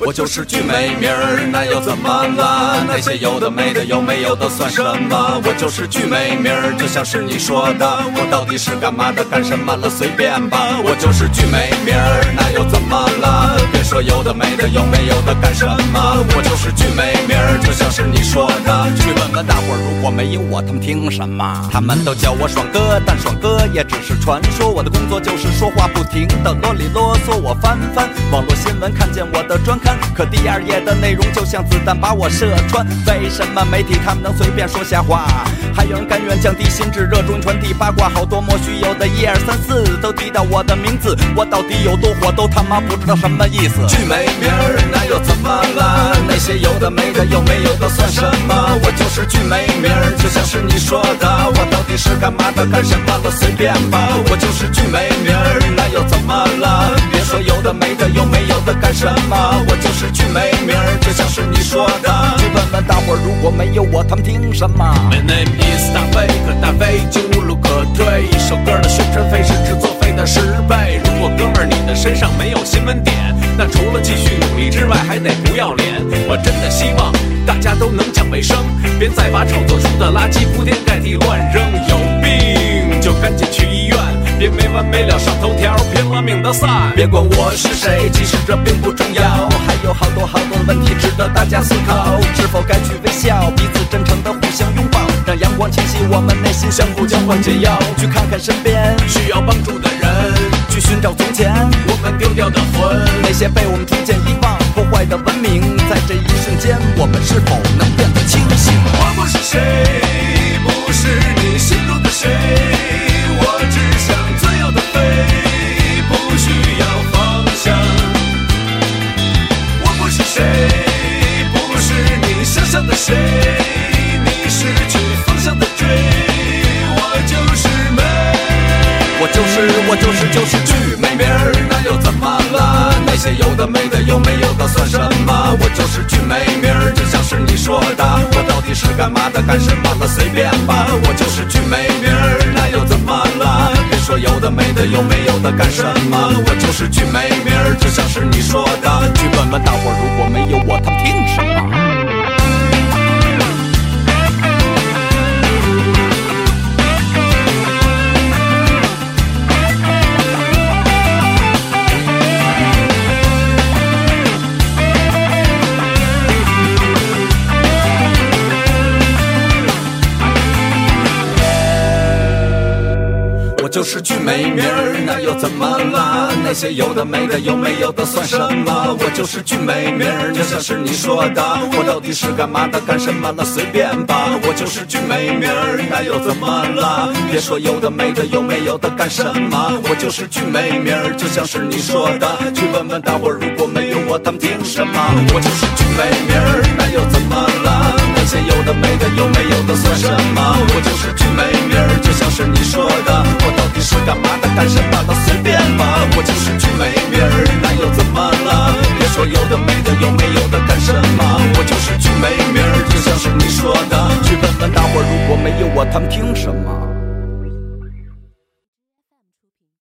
Speaker 12: 我就是句没名儿，那又怎么了？那些有的没的，有没有的算什么？我就是句没名儿，就像是你说的，我到底是干嘛的，干什么了？随便吧。我就是句没名儿，那又怎么了？别说有的没的，有没有的干什么？我就是句没名儿，就像是你说的，去问问大伙儿，如果没有我，他们听什么？他们都叫我爽哥，但爽哥也只是传说。我的工作就是说话不停的啰里啰嗦，我翻翻网络新闻，看见我的专刊，可第二页的内容就像子弹把我射穿。为什么媒体他们能随便说瞎话？还有人甘愿降低心智，热衷于传递八卦，好多莫须有的一二三四都提到我的名字，我到底有多火，都他妈不知道什么意思。句没名儿，那又怎么了？那些有的没的，有没有的算什么？我就是句没名儿，就像是你说的，我到底是干嘛的，干什么的，随便吧。我就是句没名儿，那又怎么了？别说有的没的，有没有的干什么？我就是句没名儿，就像是你说的。去问问大伙儿，如果没有我，他们听什么？My name is 大飞，可大飞就无路可退，一首歌的宣传费是制作费的十倍。如果哥们儿你的身上没有新闻点，那除了继续努力之外，还得不要脸。我真的希望大家都能讲卫生，别再把炒作出的垃圾铺天盖地乱扔。有病就赶紧去医院，别没完没了上头条，拼了命的散。别管我是谁，其实这并不重要。还有好多好多问题值得大家思考，是否该去微笑，彼此真诚的互相拥抱，让阳光侵袭我们内心，相互交换解药，去看看身边需要帮助的人，去寻找从前我们丢掉的魂，那些被我们逐渐遗忘、破坏的文明，在这一瞬间，我们是否能变得清醒？我不是谁，不是你心中的谁，我只想自由的飞，不需要方向。我不是谁，不是你想象的谁，你失去方向的追，我就是没。我就是我就是就是句没名儿，那又怎么了？那些有的没的，有没有的算什么？我就是句没名儿，就像是你说的，我到底是干嘛的，干什么的，随便吧。我就是句没名儿，那又怎么了？别说有的没的，有没有的干什么？我就是句没名儿，就像是你说的，去问问大伙儿，如果没有我，他们听什么？我就是句没名儿，那又怎么了？那些有的没的，有没有的算什么？我就是句没名儿，就像是你说的，我到底是干嘛的，干什么了？随便吧。我就是句没名儿，那又怎么了？别说有的没的，有没有的干什么？我就是句没名儿，就像是你说的，去问问大伙儿，如果没有我，他们听什么？我就是句没名儿，那又怎么了？那些有的没的，有没有的算什么？我就是句没名儿，就像是你说的。我到底是干嘛的，干什么